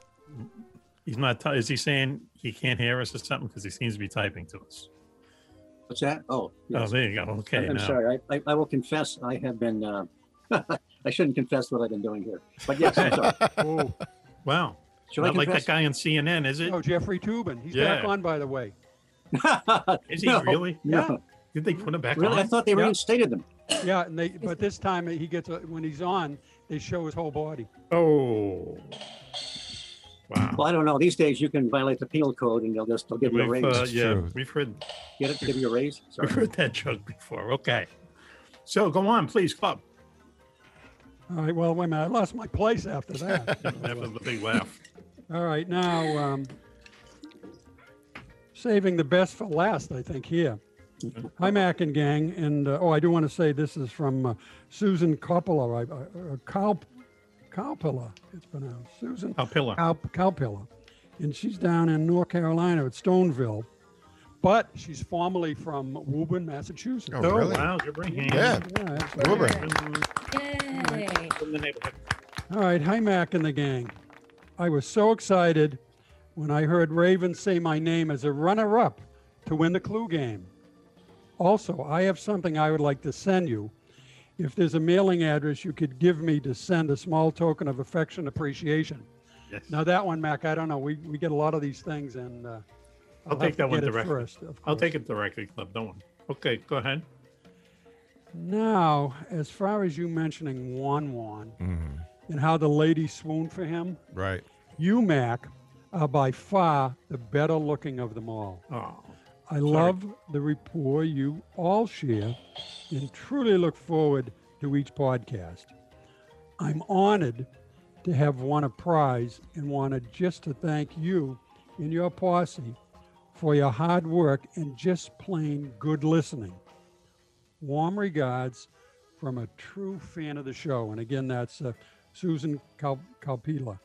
[SPEAKER 5] He's not. T- is he saying he can't hear us or something? Because he seems to be typing to us.
[SPEAKER 22] What's that? Oh, yes.
[SPEAKER 5] Oh, there you go. Okay.
[SPEAKER 22] I'm
[SPEAKER 5] now.
[SPEAKER 22] sorry. I, I, I will confess I have been, uh, I shouldn't confess what I've been doing here. But yes, I'm sorry.
[SPEAKER 19] Oh,
[SPEAKER 5] Wow.
[SPEAKER 22] Should I
[SPEAKER 5] not like that
[SPEAKER 22] confess?
[SPEAKER 5] guy on CNN, is it?
[SPEAKER 19] oh, Jeffrey Tubin. He's back
[SPEAKER 5] Yeah.
[SPEAKER 19] on, by the way.
[SPEAKER 5] Is he
[SPEAKER 22] No,
[SPEAKER 5] really?
[SPEAKER 22] no.
[SPEAKER 5] Yeah. Did they put him back
[SPEAKER 22] Really?
[SPEAKER 5] on?
[SPEAKER 22] I thought they
[SPEAKER 5] Yeah.
[SPEAKER 22] reinstated them.
[SPEAKER 19] Yeah, and they but this time he gets a, when he's on, they show his whole body.
[SPEAKER 5] Oh.
[SPEAKER 22] Well, I don't know. These days you can violate the penal code and they'll just, they'll give you a
[SPEAKER 5] We've,
[SPEAKER 22] raise.
[SPEAKER 5] uh, yeah, we've heard.
[SPEAKER 22] Get it? Give you a raise? Sorry.
[SPEAKER 5] We've heard that joke before. Okay. So go on, please, club.
[SPEAKER 19] All right, well, wait a minute, I lost my place after that.
[SPEAKER 5] Never the big laugh.
[SPEAKER 19] All right, now um, saving the best for last, I think. Here, hi Mac and gang, and uh, oh, I do want to say this is from uh, Susan Coppola, I- I- uh, Cal, Calpilla, it's pronounced Susan
[SPEAKER 5] Calpilla.
[SPEAKER 19] Cal, Calpilla, and she's down in North Carolina at Stoneville, but she's formerly from Woburn, Massachusetts.
[SPEAKER 9] Oh, Oh, really?
[SPEAKER 5] wow, you're bringing-
[SPEAKER 9] Yeah.
[SPEAKER 19] that's
[SPEAKER 9] Woburn.
[SPEAKER 21] Yay.
[SPEAKER 5] From the neighborhood.
[SPEAKER 19] all right, hi Mac and the gang. I was so excited when I heard Raven say my name as a runner up to win the clue game. Also, I have something I would like to send you. If there's a mailing address you could give me to send a small token of affection appreciation.
[SPEAKER 5] Yes.
[SPEAKER 19] Now that one, Mac, I don't know. We, we get a lot of these things, and uh,
[SPEAKER 5] I'll,
[SPEAKER 19] have
[SPEAKER 5] take
[SPEAKER 19] to
[SPEAKER 5] that one
[SPEAKER 19] get it
[SPEAKER 5] directly.
[SPEAKER 19] first, of
[SPEAKER 5] I'll
[SPEAKER 19] course.
[SPEAKER 5] take it directly, club. Don't worry. Okay, go ahead.
[SPEAKER 19] Now, as far as you mentioning Wan Wan and how the lady swooned for him,
[SPEAKER 9] Mm-hmm. Right.
[SPEAKER 19] You, Mac, are by far the better looking of them all.
[SPEAKER 5] Oh,
[SPEAKER 19] I love the rapport you all share and truly look forward to each podcast. I'm honored to have won a prize and wanted just to thank you and your posse for your hard work and just plain good listening. Warm regards, from a true fan of the show. And again, that's uh, Susan Cal- Calpila.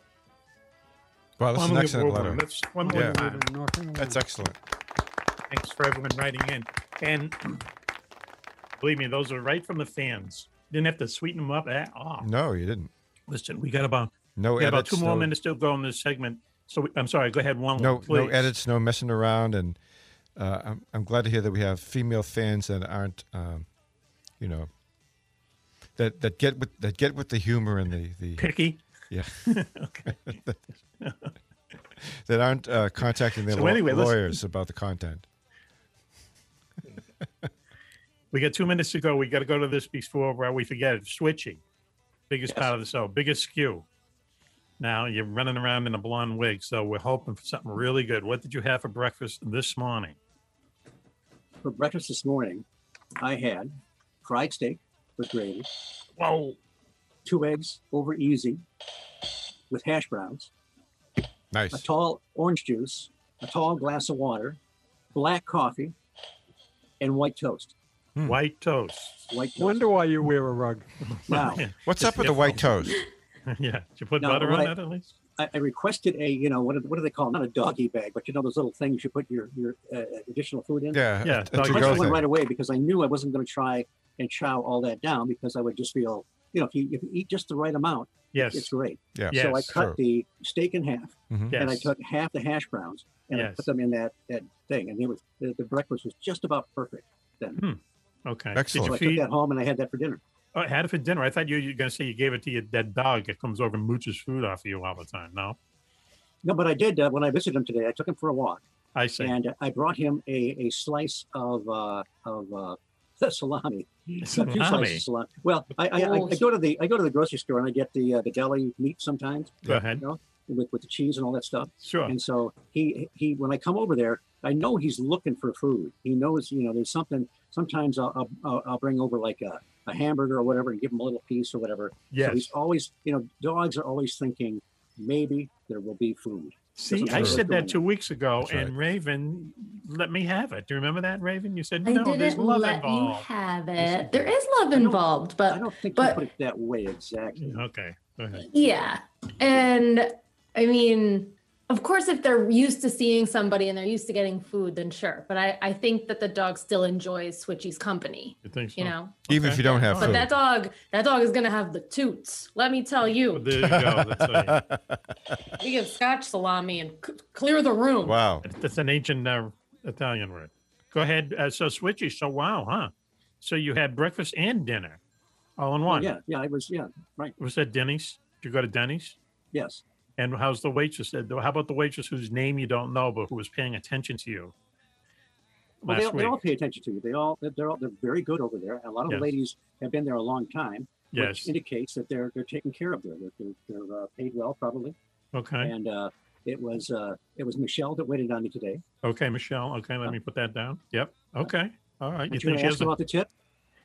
[SPEAKER 9] Wow, that's an
[SPEAKER 5] Formerly of
[SPEAKER 9] excellent
[SPEAKER 5] Woburn.
[SPEAKER 9] letter.
[SPEAKER 5] Let's one more
[SPEAKER 9] Yeah.
[SPEAKER 5] time.
[SPEAKER 9] That's excellent.
[SPEAKER 5] Thanks for everyone writing in. And believe me, those are right from the fans. Didn't have to sweeten them up at all.
[SPEAKER 9] No, you didn't.
[SPEAKER 5] Listen, we got about
[SPEAKER 9] no
[SPEAKER 5] we got about
[SPEAKER 9] edits,
[SPEAKER 5] two more
[SPEAKER 9] no-
[SPEAKER 5] minutes to go in this segment. So we, I'm sorry. Go ahead. One.
[SPEAKER 9] No,
[SPEAKER 5] please.
[SPEAKER 9] no edits, no messing around, and uh, I'm I'm glad to hear that we have female fans that aren't, um, you know, that that get with that get with the humor and the the
[SPEAKER 5] Picky?
[SPEAKER 9] yeah, that aren't uh, contacting their
[SPEAKER 5] So
[SPEAKER 9] law-
[SPEAKER 5] anyway, let's-
[SPEAKER 9] lawyers about the content.
[SPEAKER 5] We got two minutes to go. We got to go to this before where we forget it. Switching, biggest part of the show, biggest skew. Now you're running around in a blonde wig, so we're hoping for something really good. What did you have for breakfast this morning?
[SPEAKER 14] For breakfast this morning, I had fried steak with gravy.
[SPEAKER 5] Whoa.
[SPEAKER 14] Two eggs over easy with hash browns.
[SPEAKER 9] Nice.
[SPEAKER 14] A tall orange juice, a tall glass of water, black coffee, and white toast.
[SPEAKER 5] White toast.
[SPEAKER 14] White toast.
[SPEAKER 19] Wonder why you wear a rug.
[SPEAKER 14] Wow.
[SPEAKER 9] What's up with the white toast?
[SPEAKER 5] yeah. Did you put
[SPEAKER 14] No,
[SPEAKER 5] butter on
[SPEAKER 14] what I-
[SPEAKER 5] that at least?
[SPEAKER 14] I, I requested a, you know, what do, what do they call? it? Not a doggy bag, but you know those little things you put your your uh, additional food in.
[SPEAKER 9] Yeah, Yeah, a- a
[SPEAKER 14] I
[SPEAKER 9] to-go
[SPEAKER 14] requested one
[SPEAKER 9] thing.
[SPEAKER 14] right away because I knew I wasn't going to try and chow all that down because I would just feel, you know, if you, if you eat just the right amount,
[SPEAKER 5] Yes.
[SPEAKER 14] it's great.
[SPEAKER 5] Yeah.
[SPEAKER 14] So I
[SPEAKER 5] Yes,
[SPEAKER 14] cut
[SPEAKER 5] true.
[SPEAKER 14] the steak in half,
[SPEAKER 9] Mm-hmm.
[SPEAKER 5] Mhm.
[SPEAKER 14] and I
[SPEAKER 5] Yes.
[SPEAKER 14] took half the hash browns and I
[SPEAKER 5] Yes.
[SPEAKER 14] put them in that that thing, and it was the, the breakfast was just about perfect then.
[SPEAKER 5] Hmm. Okay.
[SPEAKER 14] So I
[SPEAKER 5] Did you
[SPEAKER 14] took
[SPEAKER 5] feed?
[SPEAKER 14] that home and I had that for dinner.
[SPEAKER 5] Oh, I had it for dinner. I thought you, you were going to say you gave it to your dead dog that comes over and mooches food off of you all the time. No.
[SPEAKER 14] No, but I did uh, when I visited him today. I took him for a walk.
[SPEAKER 5] I see.
[SPEAKER 14] And I brought him a, a slice of uh, of uh, salami. A few slices of
[SPEAKER 5] Salami?
[SPEAKER 14] salami. Well, I, I, I, I go to the I go to the grocery store and I get the uh, the deli meat sometimes.
[SPEAKER 5] Go ahead.
[SPEAKER 14] You know, with with the cheese and all that stuff.
[SPEAKER 5] Sure.
[SPEAKER 14] And so he he when I come over there, I know he's looking for food. He knows you know there's something. Sometimes I'll I'll- I'll, I'll bring over like a, a hamburger or whatever and give him a little piece or whatever. So
[SPEAKER 5] Yes.
[SPEAKER 14] he's always you know dogs are always thinking maybe there will be food.
[SPEAKER 5] See,
[SPEAKER 14] That's what
[SPEAKER 5] I
[SPEAKER 14] they're
[SPEAKER 5] said
[SPEAKER 14] doing.
[SPEAKER 5] that two weeks ago,
[SPEAKER 14] That's right.
[SPEAKER 5] and Raven let me have it. Do you remember that, Raven? You said
[SPEAKER 8] I
[SPEAKER 5] no, there's
[SPEAKER 8] didn't
[SPEAKER 5] love
[SPEAKER 8] let
[SPEAKER 5] involved.
[SPEAKER 8] you have
[SPEAKER 5] Yes, you
[SPEAKER 8] it. There is love involved, but
[SPEAKER 14] I don't think
[SPEAKER 8] but
[SPEAKER 14] you put it that way exactly.
[SPEAKER 5] Okay, go ahead.
[SPEAKER 8] Yeah. And I mean, of course, if they're used to seeing somebody and they're used to getting food, then sure. But I, I think that the dog still enjoys Switchy's company.
[SPEAKER 5] You think
[SPEAKER 8] You know?
[SPEAKER 9] Even if you don't have
[SPEAKER 8] But
[SPEAKER 9] food.
[SPEAKER 8] that dog, that dog is gonna have the toots. Let me tell you.
[SPEAKER 5] There you go. That's right.
[SPEAKER 8] We give scotch salami and c- clear the room.
[SPEAKER 9] Wow.
[SPEAKER 5] That's an ancient uh, Italian word. Go ahead. Uh, so switchy. So wow, huh? So you had breakfast and dinner, all in one.
[SPEAKER 14] Oh, Yeah, yeah, it was yeah, right.
[SPEAKER 5] Was that Denny's? Did you go to Denny's?
[SPEAKER 14] Yes.
[SPEAKER 5] And how's the waitress? Uh, How about the waitress whose name you don't know but who was paying attention to you?
[SPEAKER 14] Well, they,
[SPEAKER 5] last
[SPEAKER 14] all- they all
[SPEAKER 5] week?
[SPEAKER 14] pay attention to you. They all they're all, they're very good over there. A lot of
[SPEAKER 5] Yes.
[SPEAKER 14] the ladies have been there a long time, which
[SPEAKER 5] Yes.
[SPEAKER 14] indicates that they're they're taken care of there. They're they're, they're uh, paid well probably.
[SPEAKER 5] Okay.
[SPEAKER 14] And uh, it was uh, it was Michelle that waited on me today.
[SPEAKER 5] Okay, Michelle. Okay, let me put that down. Yep. Okay. All right.
[SPEAKER 14] But Uh, you asked about the tip?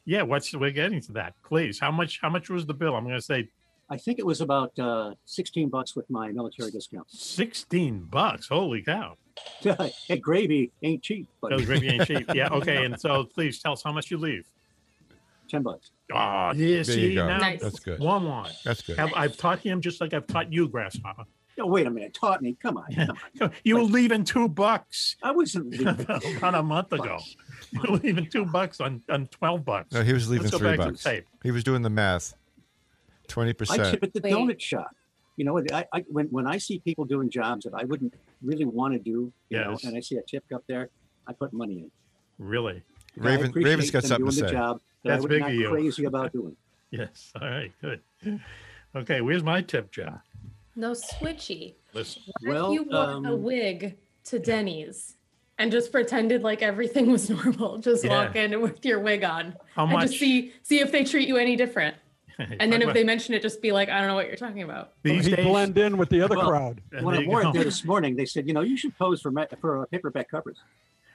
[SPEAKER 5] Yeah. What's we're getting to that? Please. How much? How much was the bill? I'm going to say
[SPEAKER 14] I think it was about uh, sixteen bucks with my military discount.
[SPEAKER 5] sixteen bucks. Holy cow!
[SPEAKER 14] hey, gravy ain't cheap. buddy.
[SPEAKER 5] Those gravy ain't cheap. Yeah. Okay. And so, please tell us how much you leave.
[SPEAKER 14] Ten bucks.
[SPEAKER 5] Ah,
[SPEAKER 9] There you
[SPEAKER 5] yes. see,
[SPEAKER 9] go.
[SPEAKER 5] Now,
[SPEAKER 9] Nice. That's good.
[SPEAKER 5] One one.
[SPEAKER 9] That's good.
[SPEAKER 5] Have, I've taught him just like I've taught you, grasshopper.
[SPEAKER 14] No, wait a minute. Taught me. Come on. Come on.
[SPEAKER 5] You were leaving two bucks.
[SPEAKER 14] I wasn't leaving
[SPEAKER 5] about a month ago. You were leaving two bucks on, on twelve bucks.
[SPEAKER 9] No, he was leaving
[SPEAKER 5] Let's go
[SPEAKER 9] three
[SPEAKER 5] back to the
[SPEAKER 9] bucks.
[SPEAKER 5] tape.
[SPEAKER 9] He was doing the math. Twenty
[SPEAKER 14] I tip
[SPEAKER 9] percent.
[SPEAKER 14] at the donut shop. You know, I, I when when I see people doing jobs that I wouldn't really want to do, you know,
[SPEAKER 9] Yes.
[SPEAKER 14] and I see a tip up there, I put money in.
[SPEAKER 5] Really?
[SPEAKER 14] And I
[SPEAKER 9] Raven-
[SPEAKER 14] appreciate
[SPEAKER 9] Raven's got
[SPEAKER 14] them
[SPEAKER 9] something to
[SPEAKER 14] doing the
[SPEAKER 9] say.
[SPEAKER 14] Job that
[SPEAKER 5] That's
[SPEAKER 14] I was
[SPEAKER 5] big
[SPEAKER 14] not
[SPEAKER 5] of you.
[SPEAKER 14] crazy about doing.
[SPEAKER 5] Yes. All right. Good. Okay. Where's my tip, John?
[SPEAKER 8] No Switchy.
[SPEAKER 5] Listen.
[SPEAKER 8] What if you wore
[SPEAKER 5] um,
[SPEAKER 8] a wig to Denny's and just pretended like everything was normal? Just walk
[SPEAKER 5] Yeah.
[SPEAKER 8] in with your wig on.
[SPEAKER 5] How
[SPEAKER 8] and
[SPEAKER 5] much?
[SPEAKER 8] just see see if they treat you any different. And then if
[SPEAKER 19] Well-
[SPEAKER 8] they mention it, just be like, I don't know what you're talking about.
[SPEAKER 19] These He'd days- blend in with the other crowd.
[SPEAKER 14] When
[SPEAKER 19] There
[SPEAKER 14] I
[SPEAKER 19] you
[SPEAKER 14] wore
[SPEAKER 19] go.
[SPEAKER 14] it there this morning, they said, you know, you should pose for ma- for uh, paperback covers.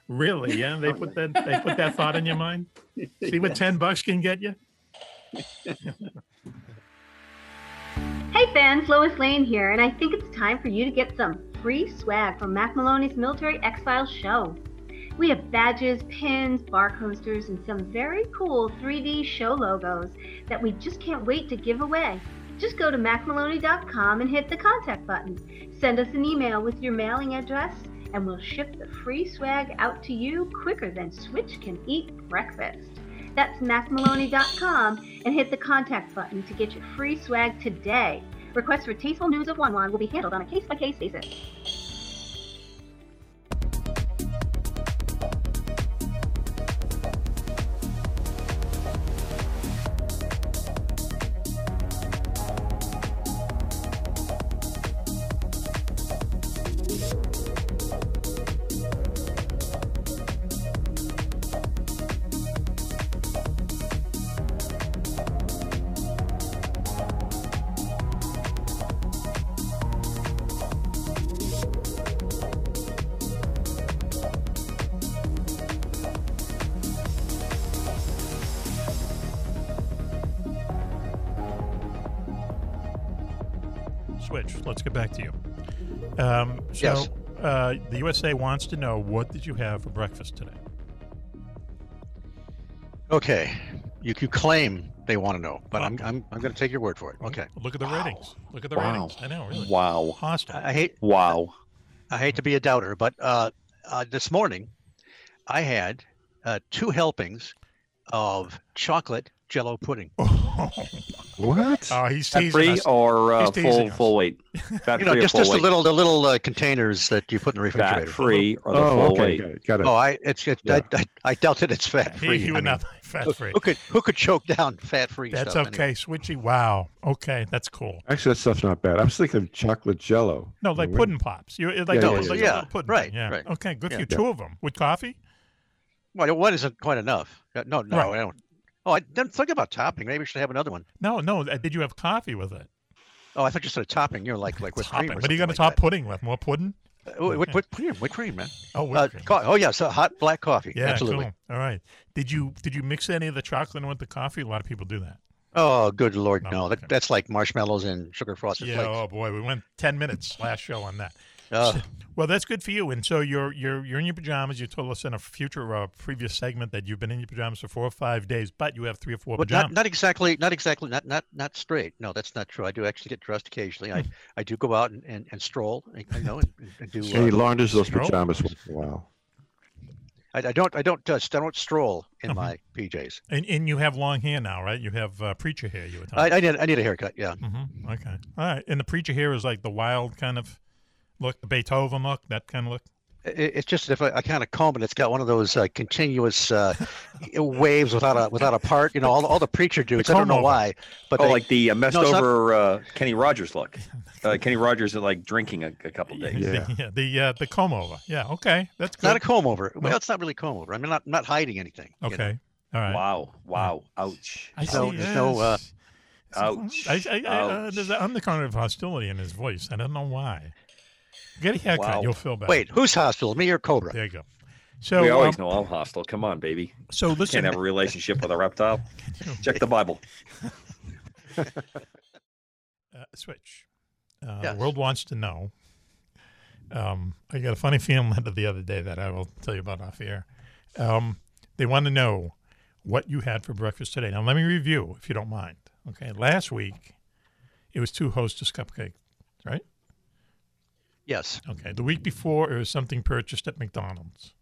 [SPEAKER 5] Really? Yeah. They put that. They put that thought in your mind. See what ten bucks can get you.
[SPEAKER 23] Hey fans, Lois Lane here, and I think it's time for you to get some free swag from Mac Maloney's Military Exile Show. We have badges, pins, bar coasters, and some very cool 3D show logos that we just can't wait to give away. Just go to macmaloney.com and hit the contact button. Send us an email with your mailing address, and we'll ship the free swag out to you quicker than Switch can eat breakfast. That's macmaloney.com and hit the contact button to get your free swag today. Requests for tasteful news of One One will be handled on a case by case basis.
[SPEAKER 5] Switch. Let's get back to you. Um, so,
[SPEAKER 14] Yes.
[SPEAKER 5] uh, the USA wants to know what did you have for breakfast today?
[SPEAKER 14] Okay, you, you claim they want to know, but I'm, I'm, I'm going to take your word for it. Okay.
[SPEAKER 5] Look at the ratings. Look at the
[SPEAKER 14] Wow.
[SPEAKER 5] ratings. I know, really.
[SPEAKER 14] Wow.
[SPEAKER 5] Hostile.
[SPEAKER 14] I hate. Wow. I hate to be a doubter, but uh, uh, this morning I had uh, two helpings of chocolate jello pudding.
[SPEAKER 19] Oh,
[SPEAKER 24] What?
[SPEAKER 5] Oh, he's
[SPEAKER 24] Fat free or uh, full full weight? Fat
[SPEAKER 14] you know,
[SPEAKER 24] free or
[SPEAKER 14] just
[SPEAKER 24] full
[SPEAKER 14] just the
[SPEAKER 24] weight?
[SPEAKER 14] little the little uh, containers that you put in the refrigerator.
[SPEAKER 24] free or the Oh, full okay, weight? got it, got it.
[SPEAKER 14] Oh, I it's it, I, I, I doubt it. It's fat free.
[SPEAKER 5] you
[SPEAKER 14] I
[SPEAKER 5] would
[SPEAKER 14] mean,
[SPEAKER 5] not like fat
[SPEAKER 14] who-
[SPEAKER 5] free.
[SPEAKER 14] Who could who could choke down fat free?
[SPEAKER 5] That's
[SPEAKER 14] stuff
[SPEAKER 5] okay, Switchy. Wow. Okay, that's cool.
[SPEAKER 9] Actually, that stuff's not bad. I was thinking of chocolate jello.
[SPEAKER 5] No, like
[SPEAKER 9] Wait.
[SPEAKER 5] pudding pops. You like
[SPEAKER 9] Yeah,
[SPEAKER 5] a-
[SPEAKER 9] yeah,
[SPEAKER 5] like
[SPEAKER 9] yeah.
[SPEAKER 5] a little pudding.
[SPEAKER 14] Right,
[SPEAKER 5] Yeah.
[SPEAKER 14] right.
[SPEAKER 5] Okay. Good
[SPEAKER 14] Yeah.
[SPEAKER 5] for you.
[SPEAKER 14] Yeah.
[SPEAKER 5] Two of them with coffee.
[SPEAKER 14] Well, one isn't quite enough. Uh, No, no,
[SPEAKER 5] Right.
[SPEAKER 14] I don't. Oh, I didn't think about topping. Maybe we should have another one.
[SPEAKER 5] No, no. uh, Did you have coffee with it?
[SPEAKER 14] Oh, I thought you said a topping. You're like like with
[SPEAKER 5] Topping.
[SPEAKER 14] cream. Or
[SPEAKER 5] What are you going to
[SPEAKER 14] something
[SPEAKER 5] top pudding with? More pudding?
[SPEAKER 14] like that. Uh, Whipped whipped cream, whipped cream, man.
[SPEAKER 5] Oh, whipped
[SPEAKER 14] uh,
[SPEAKER 5] cream.
[SPEAKER 14] co- oh yeah, so hot black coffee.
[SPEAKER 5] Yeah.
[SPEAKER 14] absolutely.
[SPEAKER 5] Cool. All right. Did you did you mix any of the chocolate in with the coffee? A lot of people do that.
[SPEAKER 14] Oh, good lord, no, that, that's like marshmallows and sugar frosted
[SPEAKER 5] Yeah.
[SPEAKER 14] flakes.
[SPEAKER 5] Oh boy, we went ten minutes last show on that.
[SPEAKER 14] Uh,
[SPEAKER 5] So- well, that's good for you. And so you're you're you're in your pajamas. You told us in a future uh, previous segment that you've been in your pajamas for four or five days, but you have three or four
[SPEAKER 14] But
[SPEAKER 5] pajamas.
[SPEAKER 14] not, not exactly, not exactly, not not not straight. No, that's not true. I do actually get dressed occasionally. I, I do go out and, and, and stroll. and- You know, and, and do. uh,
[SPEAKER 9] And he launders those
[SPEAKER 14] stroll.
[SPEAKER 9] pajamas once in a while.
[SPEAKER 14] I, I don't I don't uh, I don't stroll in my PJs.
[SPEAKER 5] And and you have long hair now, right? You have uh, preacher hair. You were talking.
[SPEAKER 14] I, I need I need a haircut. Yeah.
[SPEAKER 5] Mm-hmm. Okay. All right. And the preacher hair is like the wild kind of look, the Beethoven look, that kind of look.
[SPEAKER 14] It, it's just if I, I kind of comb it, it's got one of those uh, continuous uh, waves without a without a part. You know, all, all the preacher dudes. I don't know
[SPEAKER 24] comb-over.
[SPEAKER 14] why, but
[SPEAKER 24] oh,
[SPEAKER 14] they-
[SPEAKER 24] like the uh, messed
[SPEAKER 14] No, it's not-
[SPEAKER 24] over uh, Kenny Rogers look. Uh, Kenny Rogers is like drinking a, a couple days.
[SPEAKER 5] Yeah. The uh, the comb over. Yeah. Okay. That's
[SPEAKER 14] It's not
[SPEAKER 5] good.
[SPEAKER 14] a comb over. Well,
[SPEAKER 5] No.
[SPEAKER 14] it's not really comb over. I mean, not not hiding anything. you know.
[SPEAKER 5] Okay. All right.
[SPEAKER 24] Wow! Wow! Ouch!
[SPEAKER 5] I
[SPEAKER 14] There's no,
[SPEAKER 5] see,
[SPEAKER 14] there's no, uh,
[SPEAKER 5] yes.
[SPEAKER 24] Ouch!
[SPEAKER 5] I, I, I, uh, there's an undercurrent of hostility in his voice. I don't know why. Get a haircut.
[SPEAKER 24] Wow.
[SPEAKER 5] You'll feel better.
[SPEAKER 14] Wait, who's hostile? Me or Cobra?
[SPEAKER 5] There you go. So
[SPEAKER 24] we always
[SPEAKER 5] um,
[SPEAKER 24] know I'm hostile. Come on, baby.
[SPEAKER 5] So listen-
[SPEAKER 24] can't have a relationship with a reptile. Check the Bible.
[SPEAKER 5] uh, switch. Uh,
[SPEAKER 14] Yes.
[SPEAKER 5] The world wants to know. Um, I got a funny feeling the other day that I will tell you about off the air. Um, they want to know what you had for breakfast today. Now, let me review, if you don't mind. Okay. Last week, it was two hostess cupcakes, right?
[SPEAKER 14] Yes.
[SPEAKER 5] Okay. The week before, it was something purchased at McDonald's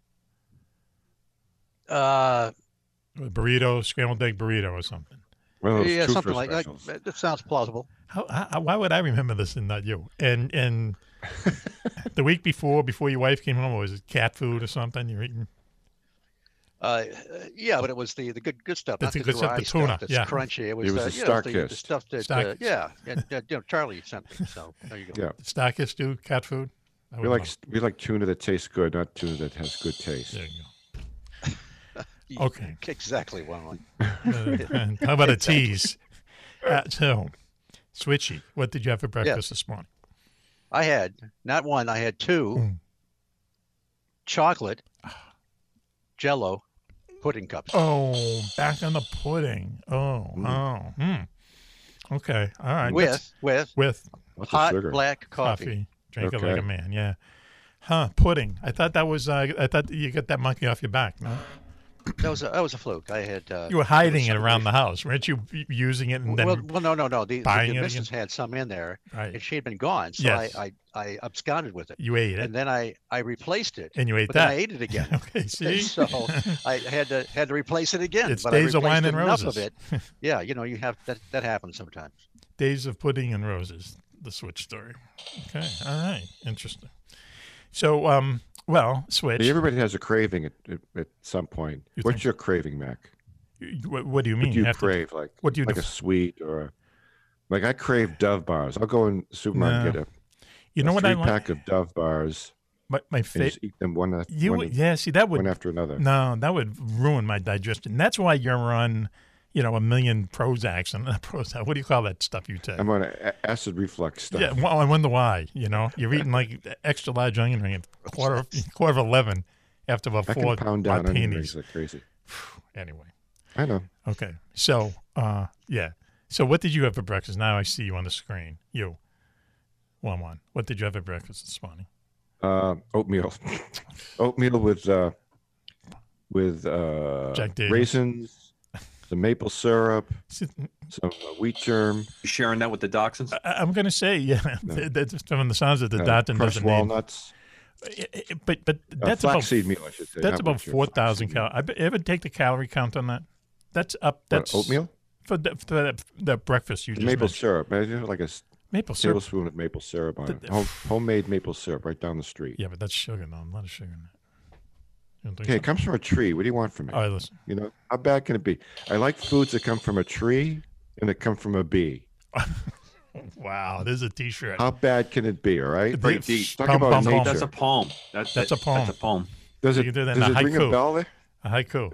[SPEAKER 14] Uh,
[SPEAKER 5] a burrito, scrambled egg burrito, or something.
[SPEAKER 14] yeah, something like that. That- That sounds plausible.
[SPEAKER 5] How, how, why would I remember this and not you? And and the week before, before your wife came home, was it cat food or something you're eating?
[SPEAKER 14] Uh, yeah, but it was the, the good good stuff.
[SPEAKER 5] That's
[SPEAKER 14] not
[SPEAKER 5] the good stuff,
[SPEAKER 14] dry
[SPEAKER 5] the tuna,
[SPEAKER 14] That's
[SPEAKER 5] yeah.
[SPEAKER 14] crunchy. It was,
[SPEAKER 9] was
[SPEAKER 14] uh,
[SPEAKER 9] the
[SPEAKER 14] you know, the, the
[SPEAKER 9] Starkist.
[SPEAKER 14] stuff that uh,
[SPEAKER 5] Starkist.
[SPEAKER 14] yeah, and, uh, you know, Charlie sent me. So there you go.
[SPEAKER 9] Yeah.
[SPEAKER 5] Stockist do cat food. I
[SPEAKER 9] We
[SPEAKER 5] would
[SPEAKER 9] like
[SPEAKER 5] love
[SPEAKER 9] we like tuna that tastes good, not tuna that has good taste.
[SPEAKER 5] There you go. Okay.
[SPEAKER 14] Exactly one one.
[SPEAKER 5] it. how about a tease? Uh, so, Switchy, what did you have for breakfast this morning?
[SPEAKER 14] I had not one. I had two
[SPEAKER 5] Hmm.
[SPEAKER 14] chocolate Jello pudding cups.
[SPEAKER 5] Oh, back on the pudding. Oh, oh. Hmm. Okay. All right.
[SPEAKER 14] With-
[SPEAKER 5] That's-
[SPEAKER 14] with
[SPEAKER 5] with
[SPEAKER 14] Lots of hot sugar. black coffee.
[SPEAKER 5] Drink it like
[SPEAKER 14] Okay.
[SPEAKER 5] a man. Yeah. Huh? Pudding. I thought that was. Uh, I thought you got that monkey off your back. No?
[SPEAKER 14] That was a, that was a fluke. I had uh,
[SPEAKER 5] You were hiding it around the house, weren't you? Using it and then
[SPEAKER 14] well, well, no, no, no. The, the,
[SPEAKER 5] buying
[SPEAKER 14] the
[SPEAKER 5] it
[SPEAKER 14] missus had some in there,
[SPEAKER 5] Right.
[SPEAKER 14] and she had been gone, so
[SPEAKER 5] Yes.
[SPEAKER 14] I, I I absconded with it.
[SPEAKER 5] You ate it.
[SPEAKER 14] and then I I replaced it,
[SPEAKER 5] And you ate
[SPEAKER 14] but then I
[SPEAKER 5] that.
[SPEAKER 14] ate it again.
[SPEAKER 5] Okay,
[SPEAKER 14] And
[SPEAKER 5] see?
[SPEAKER 14] so I had to had to replace it again.
[SPEAKER 5] It's
[SPEAKER 14] but I
[SPEAKER 5] days of wine
[SPEAKER 14] replaced
[SPEAKER 5] and
[SPEAKER 14] enough
[SPEAKER 5] roses.
[SPEAKER 14] Of it. yeah, you know, you have that that happens sometimes.
[SPEAKER 5] Days of Pudding and Roses, the Switch story. Okay, all right, interesting. So, um, well, Switch.
[SPEAKER 9] Everybody has a craving at, at, at some point. What's your craving, Mac?
[SPEAKER 5] What, what do you mean?
[SPEAKER 9] What do you,
[SPEAKER 5] have to-
[SPEAKER 9] crave? like
[SPEAKER 5] what do you
[SPEAKER 9] like a
[SPEAKER 5] def-
[SPEAKER 9] sweet or a, like I crave Dove bars. I'll go in the supermarket
[SPEAKER 5] No.
[SPEAKER 9] and get a
[SPEAKER 5] You know
[SPEAKER 9] a
[SPEAKER 5] what I
[SPEAKER 9] three
[SPEAKER 5] like?
[SPEAKER 9] pack of Dove bars.
[SPEAKER 5] My- my
[SPEAKER 9] and
[SPEAKER 5] fa-
[SPEAKER 9] just eat them one after
[SPEAKER 5] You
[SPEAKER 9] one,
[SPEAKER 5] would- yeah, see that would
[SPEAKER 9] one after another.
[SPEAKER 5] No, that would ruin my digestion. That's why you're on, you know, a million Prozacs and not Prozac. What do you call that stuff you take?
[SPEAKER 9] I'm on a- a- acid reflux stuff.
[SPEAKER 5] Yeah, well, I wonder why. You know, you're eating like extra large onion ring at quarter of, quarter of eleven after about
[SPEAKER 9] I
[SPEAKER 5] four
[SPEAKER 9] can pound down onion rings
[SPEAKER 5] martinis.
[SPEAKER 9] like crazy.
[SPEAKER 5] Anyway,
[SPEAKER 9] I know.
[SPEAKER 5] Okay, so uh, yeah, so what did you have for breakfast? Now I see you on the screen. You, one one. What did you have for breakfast this morning?
[SPEAKER 9] Uh, oatmeal, oatmeal with uh, with uh,
[SPEAKER 5] Jack Daniels.
[SPEAKER 9] raisins, some maple syrup,
[SPEAKER 5] some
[SPEAKER 9] uh, wheat germ.
[SPEAKER 24] You sharing that with the dachshunds?
[SPEAKER 5] I, I'm gonna say yeah.
[SPEAKER 9] No.
[SPEAKER 5] that- That's from the sounds of the
[SPEAKER 9] Uh,
[SPEAKER 5] dot and
[SPEAKER 9] crushed
[SPEAKER 5] doesn't
[SPEAKER 9] walnuts.
[SPEAKER 5] Need. I- I- But but that's about
[SPEAKER 9] flaxseed meal, I should say,
[SPEAKER 5] That's
[SPEAKER 9] not
[SPEAKER 5] about
[SPEAKER 9] wheat germ,
[SPEAKER 5] four thousand calories. I bet- ever take the calorie count on that? That's up. That's
[SPEAKER 9] oatmeal?
[SPEAKER 5] for the, for that, that breakfast you
[SPEAKER 9] The
[SPEAKER 5] just
[SPEAKER 9] maple
[SPEAKER 5] mentioned.
[SPEAKER 9] syrup. I just like a s-
[SPEAKER 5] Maple syrup.
[SPEAKER 9] tablespoon of maple syrup on
[SPEAKER 5] Th-
[SPEAKER 9] it. Home, homemade maple syrup right down the street.
[SPEAKER 5] Yeah, but that's sugar. No, a lot of sugar in that. You don't think
[SPEAKER 9] Okay,
[SPEAKER 5] so?
[SPEAKER 9] it comes from a tree. What do you want from it?
[SPEAKER 5] All right, listen.
[SPEAKER 9] You know, how bad can it be? I like foods that come from a tree and that come from a bee.
[SPEAKER 5] Wow, this is a T-shirt.
[SPEAKER 9] How bad can it be? All right,
[SPEAKER 5] Pretty deep.
[SPEAKER 9] Talk
[SPEAKER 5] Pom,
[SPEAKER 9] about
[SPEAKER 5] pom, pom.
[SPEAKER 9] nature.
[SPEAKER 5] That's a
[SPEAKER 24] poem. That's,
[SPEAKER 5] That's a poem.
[SPEAKER 24] That's a poem.
[SPEAKER 9] Does
[SPEAKER 5] You
[SPEAKER 9] it-
[SPEAKER 5] can do that
[SPEAKER 9] does
[SPEAKER 5] in
[SPEAKER 9] it ring a
[SPEAKER 5] haiku.
[SPEAKER 9] bell there?
[SPEAKER 5] A haiku. All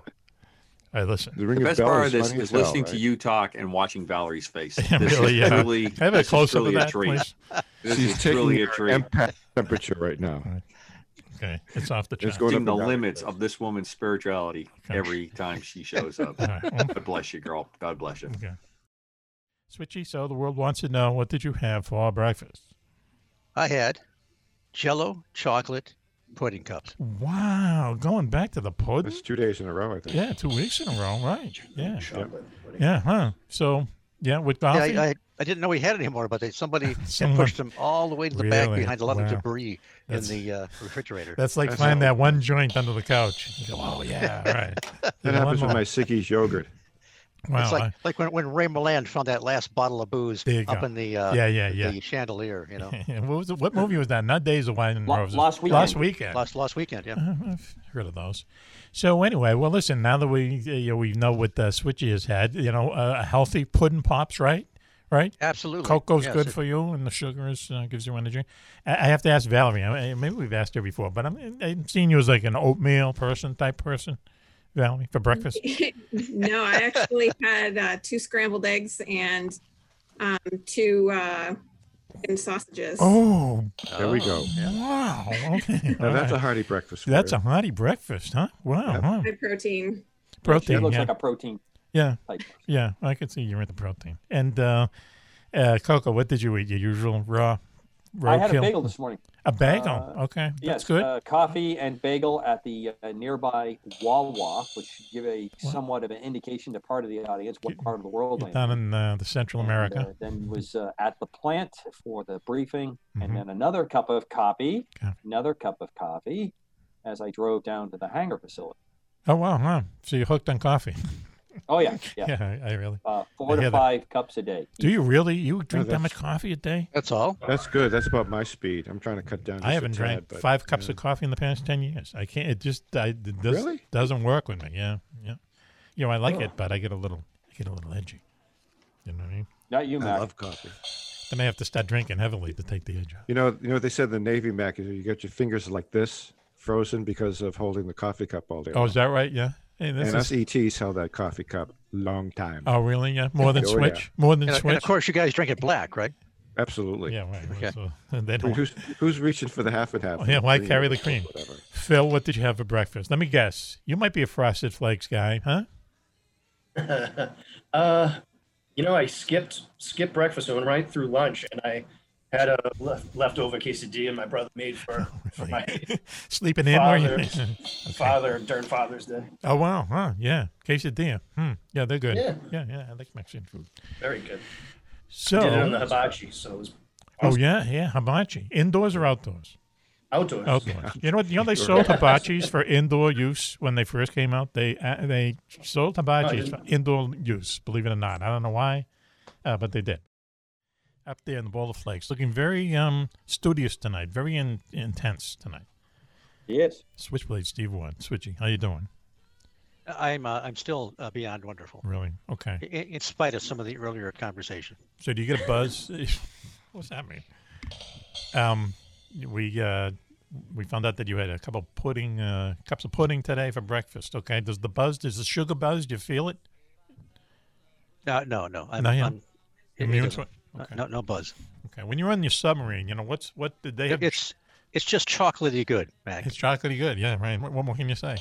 [SPEAKER 5] right, listen.
[SPEAKER 9] The ring
[SPEAKER 24] The
[SPEAKER 9] of
[SPEAKER 24] best
[SPEAKER 9] bell
[SPEAKER 24] part
[SPEAKER 9] is
[SPEAKER 24] of this
[SPEAKER 9] funny
[SPEAKER 24] is
[SPEAKER 9] as hell,
[SPEAKER 24] listening
[SPEAKER 9] right?
[SPEAKER 24] to you talk and watching Valerie's face. This
[SPEAKER 5] really,
[SPEAKER 24] is
[SPEAKER 5] yeah.
[SPEAKER 24] truly,
[SPEAKER 5] Can I have a
[SPEAKER 24] this is
[SPEAKER 5] close-up of
[SPEAKER 24] truly
[SPEAKER 5] that,
[SPEAKER 24] a treat.
[SPEAKER 5] please?
[SPEAKER 24] This
[SPEAKER 9] She's
[SPEAKER 24] is
[SPEAKER 9] taking
[SPEAKER 24] truly a
[SPEAKER 9] your
[SPEAKER 24] treat.
[SPEAKER 9] empath temperature right now.
[SPEAKER 5] Okay, it's off the
[SPEAKER 9] It's
[SPEAKER 5] chart.
[SPEAKER 9] going
[SPEAKER 24] Seeing
[SPEAKER 9] up
[SPEAKER 24] the
[SPEAKER 9] and down.
[SPEAKER 24] limits of this woman's spirituality every time she shows up. God bless you, girl. God bless you.
[SPEAKER 5] Okay. Switchy, so the world wants to know what did you have for breakfast?
[SPEAKER 14] I had Jello chocolate pudding cups.
[SPEAKER 5] Wow, going back to the pudding.
[SPEAKER 9] It's two days in a row, I think.
[SPEAKER 5] Yeah, two weeks in a row, right? Yeah,
[SPEAKER 9] Chocolate pudding.
[SPEAKER 5] yeah, huh? So, yeah, with
[SPEAKER 14] Yeah,
[SPEAKER 5] coffee.
[SPEAKER 14] I, I, I didn't know we had any more, but they, somebody had
[SPEAKER 5] Someone-
[SPEAKER 14] pushed them all the way to the back
[SPEAKER 5] Really?
[SPEAKER 14] behind a lot of
[SPEAKER 5] Wow.
[SPEAKER 14] debris
[SPEAKER 5] That's-
[SPEAKER 14] in the uh, refrigerator.
[SPEAKER 5] That's like find that one joint under the couch. You go, oh yeah, all right.
[SPEAKER 9] That
[SPEAKER 5] Yeah,
[SPEAKER 9] happens
[SPEAKER 5] one
[SPEAKER 9] with my
[SPEAKER 5] more.
[SPEAKER 9] Siggy's yogurt.
[SPEAKER 5] Wow,
[SPEAKER 14] it's like,
[SPEAKER 5] I-
[SPEAKER 14] like when, when Ray Milland found that last bottle of booze
[SPEAKER 5] There you
[SPEAKER 14] up
[SPEAKER 5] go.
[SPEAKER 14] in the uh,
[SPEAKER 5] Yeah, yeah, yeah.
[SPEAKER 14] the chandelier, you know.
[SPEAKER 5] Yeah, what was it? What movie was that? Not Days of Wine and
[SPEAKER 14] Lo-
[SPEAKER 5] Roses.
[SPEAKER 14] Lost
[SPEAKER 5] Last
[SPEAKER 14] Weekend.
[SPEAKER 5] weekend.
[SPEAKER 14] Lost- Lost Weekend, yeah.
[SPEAKER 5] Uh, I've heard of those. So anyway, well, listen. Now that we uh, you know, we know what uh, Switchy has had, you know, uh, a healthy pudding pops, right? Right.
[SPEAKER 14] Absolutely.
[SPEAKER 5] Cocoa's
[SPEAKER 14] Yes,
[SPEAKER 5] good
[SPEAKER 14] it-
[SPEAKER 5] for you, and the sugar is uh, gives you energy. I, I have to ask Valerie. I, I- maybe we've asked her before, but I'm, I'm seeing you as like an oatmeal person type person, Valerie, for breakfast.
[SPEAKER 25] no, I actually had uh, two scrambled eggs and um, two uh, and sausages.
[SPEAKER 5] Oh,
[SPEAKER 9] There we go.
[SPEAKER 5] Wow. Okay.
[SPEAKER 9] Now,
[SPEAKER 5] all
[SPEAKER 9] that's a
[SPEAKER 5] right.
[SPEAKER 9] hearty breakfast for
[SPEAKER 5] That's
[SPEAKER 9] you.
[SPEAKER 5] a hearty breakfast, huh? Wow. huh?
[SPEAKER 25] High protein.
[SPEAKER 5] Protein.
[SPEAKER 25] It looks
[SPEAKER 5] yeah.
[SPEAKER 25] like a
[SPEAKER 24] protein.
[SPEAKER 5] Yeah.
[SPEAKER 24] type
[SPEAKER 5] Yeah, I could see you're into protein. And uh, uh, Coco, what did you eat? Your usual raw.
[SPEAKER 26] I had a
[SPEAKER 5] roadkill?
[SPEAKER 26] bagel this morning.
[SPEAKER 5] A bagel.
[SPEAKER 26] Uh,
[SPEAKER 5] okay, that's
[SPEAKER 26] yes,
[SPEAKER 5] good.
[SPEAKER 26] Uh, coffee and bagel at the uh, nearby Wawa, which should give a somewhat of an indication to part of the audience what part of the world I'm
[SPEAKER 5] Down in uh, the Central America.
[SPEAKER 26] uh, then was uh, at the plant for the briefing,
[SPEAKER 5] Mhm.
[SPEAKER 26] and then another cup of coffee, another cup of coffee, as I drove down to the hangar facility.
[SPEAKER 5] oh wow, huh? So you're hooked on coffee.
[SPEAKER 26] Oh yeah, yeah.
[SPEAKER 5] Yeah, I- I really-
[SPEAKER 26] Uh, four
[SPEAKER 5] I hear
[SPEAKER 26] to
[SPEAKER 5] that.
[SPEAKER 26] five cups a day.
[SPEAKER 5] Do you really? You drink that
[SPEAKER 9] that's-
[SPEAKER 5] much coffee a day?
[SPEAKER 14] That's all.
[SPEAKER 9] That's good. That's about my speed. I'm trying to cut down.
[SPEAKER 5] I haven't drank five cups
[SPEAKER 9] of
[SPEAKER 5] of coffee in the past ten years. I can't. It just I, it does,
[SPEAKER 9] Really?
[SPEAKER 5] doesn't work with me. Yeah, yeah. You know, I like
[SPEAKER 26] Oh.
[SPEAKER 5] it, but I get a little, I get a little edgy. You know what I mean?
[SPEAKER 26] Not you, Mac.
[SPEAKER 9] coffee.
[SPEAKER 5] Then I have to start drinking heavily to take the edge off.
[SPEAKER 9] You know, you know what they said in the Navy, Mac, is you got your fingers like this, frozen because of holding the coffee cup all day.
[SPEAKER 5] Oh,
[SPEAKER 9] long.
[SPEAKER 5] is that right? Yeah. Hey, this
[SPEAKER 9] and us
[SPEAKER 5] is-
[SPEAKER 9] ETs held that coffee cup long time.
[SPEAKER 5] Oh, really? Yeah, more than
[SPEAKER 9] Oh, yeah.
[SPEAKER 5] Switch, more than
[SPEAKER 14] and, and
[SPEAKER 5] Switch.
[SPEAKER 14] of course, you guys drink it black, right?
[SPEAKER 9] Absolutely.
[SPEAKER 5] Yeah, right. So they
[SPEAKER 9] I mean,
[SPEAKER 5] don't.
[SPEAKER 9] who's, who's reaching for the half and half?
[SPEAKER 5] Oh, yeah, why
[SPEAKER 9] Cream
[SPEAKER 5] carry
[SPEAKER 9] or
[SPEAKER 5] the cream?
[SPEAKER 9] Whatever.
[SPEAKER 5] Phil, what did you have for breakfast? Let me guess. You might be a Frosted Flakes guy, huh?
[SPEAKER 27] uh, you know, I skipped skipped breakfast and went right through lunch, and I
[SPEAKER 1] had a left, leftover quesadilla my brother made for, for my
[SPEAKER 5] Sleeping in, were you?
[SPEAKER 1] father, father during Father's Day.
[SPEAKER 5] Oh wow, huh? Yeah, quesadilla. Hmm. Yeah, they're good.
[SPEAKER 1] Yeah.
[SPEAKER 5] yeah, yeah. I like Mexican food.
[SPEAKER 1] Very good.
[SPEAKER 5] So-
[SPEAKER 1] did it on the hibachi, so it was
[SPEAKER 5] Oh yeah, yeah. Hibachi, indoors or outdoors?
[SPEAKER 1] outdoors.
[SPEAKER 5] Outdoors. You know what? You know they sold hibachis for indoor use when they first came out. They uh, they sold hibachis for
[SPEAKER 2] didn't-
[SPEAKER 5] indoor use. Believe it or not, I don't know why, uh, but they did. Up there in the bowl of flakes, looking very um studious tonight, very in, intense tonight.
[SPEAKER 26] Yes.
[SPEAKER 5] Switchblade Steve Ward, Switchy, how you doing?
[SPEAKER 14] I'm uh, I'm still uh, beyond wonderful.
[SPEAKER 5] Really? Okay.
[SPEAKER 14] In, in spite of some of the earlier conversation.
[SPEAKER 5] So do you get a buzz? What's that mean? Um, we uh, we found out that you had a couple pudding uh, cups of pudding today for breakfast. Okay, does the buzz? Does the sugar buzz? Do you feel it?
[SPEAKER 14] No, Uh, no, no. I'm,
[SPEAKER 5] No, yeah.
[SPEAKER 14] I'm it- it
[SPEAKER 5] Immune to
[SPEAKER 14] doesn't-
[SPEAKER 5] it? Okay.
[SPEAKER 14] No, no buzz.
[SPEAKER 5] Okay, when you're on your submarine, you know what's what did they have?
[SPEAKER 14] It's it's just chocolatey good, Mac.
[SPEAKER 5] It's chocolatey good. Yeah, right. What, what more can you say?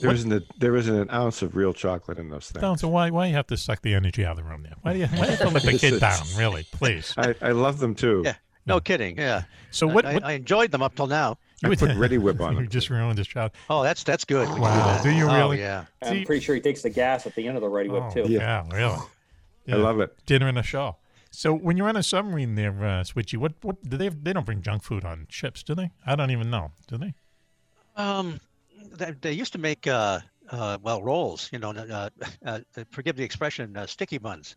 [SPEAKER 9] There
[SPEAKER 5] What-
[SPEAKER 9] isn't a, there isn't an ounce of real chocolate in those things.
[SPEAKER 5] Down, so why why you have to suck the energy out of the room there? Why do you why do you have to let the kid down? Really, please.
[SPEAKER 9] I, I love them too.
[SPEAKER 14] Yeah. No kidding. Yeah.
[SPEAKER 5] So
[SPEAKER 14] I-
[SPEAKER 5] what-
[SPEAKER 14] I,
[SPEAKER 5] what-
[SPEAKER 14] I enjoyed them up till now.
[SPEAKER 5] would- You
[SPEAKER 14] them.
[SPEAKER 5] just ruined his child.
[SPEAKER 14] Oh, that's that's good. We
[SPEAKER 5] Wow,
[SPEAKER 14] that.
[SPEAKER 5] do you
[SPEAKER 14] Oh,
[SPEAKER 5] really?
[SPEAKER 14] Yeah.
[SPEAKER 5] I'm See-
[SPEAKER 26] pretty sure he takes the gas at the end of the Ready Whip
[SPEAKER 5] Oh,
[SPEAKER 26] too.
[SPEAKER 5] Yeah, really.
[SPEAKER 9] I love it.
[SPEAKER 5] Dinner and a show. So when you're on a submarine there, uh, Switchy, what what do they they don't bring junk food on ships, do they? I don't even know, do they?
[SPEAKER 14] Um, they, they used to make uh, uh, well rolls. You know, uh, uh, forgive the expression, uh, sticky buns.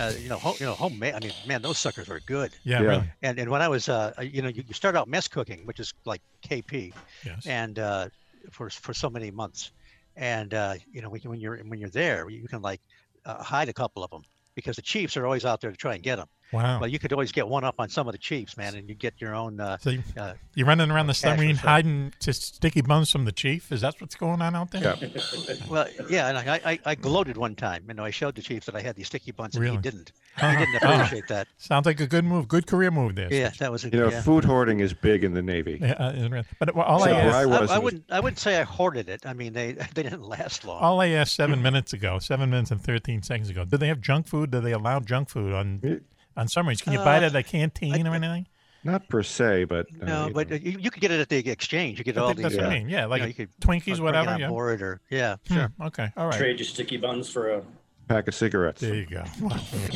[SPEAKER 14] Uh, you know, ho- you know, homemade. I mean, man, those suckers are good.
[SPEAKER 5] Yeah, Yeah. really.
[SPEAKER 14] And and when I was, uh, you know, you, you start out mess cooking, which is like KP,
[SPEAKER 5] Yes.
[SPEAKER 14] and uh, for for so many months, and uh, you know, when, you- when you're when you're there, you can like uh, hide a couple of them because the chiefs are always out there to try and get them.
[SPEAKER 5] Wow.
[SPEAKER 14] But you could always get one up on some of the chiefs, man, and you get your own. Uh,
[SPEAKER 5] So you-
[SPEAKER 14] uh,
[SPEAKER 5] You're running around the
[SPEAKER 14] cash or
[SPEAKER 5] submarine
[SPEAKER 14] something.
[SPEAKER 5] hiding just sticky buns from the chief. Is that what's going on out there?
[SPEAKER 14] well, yeah, and I, I, I gloated one time. You know, I showed the chief that I had these sticky buns, and
[SPEAKER 5] Really? Ah.
[SPEAKER 14] he didn't. He didn't appreciate that.
[SPEAKER 5] Sounds like a good move, good career move there.
[SPEAKER 14] Yeah, that was a
[SPEAKER 9] You know,
[SPEAKER 14] yeah.
[SPEAKER 9] food hoarding is big in the Navy.
[SPEAKER 5] Yeah, uh, it's real. but well, all I
[SPEAKER 9] So where
[SPEAKER 5] asked,
[SPEAKER 9] I was, it
[SPEAKER 14] I, I
[SPEAKER 9] was-
[SPEAKER 14] wouldn't. I wouldn't say I hoarded it. I mean, they they didn't last long.
[SPEAKER 5] all I asked seven minutes ago, seven minutes and thirteen seconds ago, do they have junk food? Do they allow junk food on on submarines? Can you buy
[SPEAKER 14] Uh,
[SPEAKER 5] it at a canteen or anything?
[SPEAKER 9] Not per se, but uh,
[SPEAKER 14] No,
[SPEAKER 9] you
[SPEAKER 14] but uh, you, you could get it at the exchange. You get
[SPEAKER 5] Oh. I
[SPEAKER 14] all
[SPEAKER 5] think
[SPEAKER 14] these.
[SPEAKER 5] that's what I
[SPEAKER 14] uh,
[SPEAKER 5] mean. Yeah,
[SPEAKER 14] you
[SPEAKER 5] like
[SPEAKER 14] know, you could
[SPEAKER 5] Twinkies,
[SPEAKER 14] bring it
[SPEAKER 5] whatever,
[SPEAKER 14] on
[SPEAKER 5] yeah.
[SPEAKER 14] board or yeah.
[SPEAKER 5] Hmm, Okay. All right.
[SPEAKER 1] Trade your sticky buns for a.
[SPEAKER 9] pack of cigarettes.
[SPEAKER 5] There you go.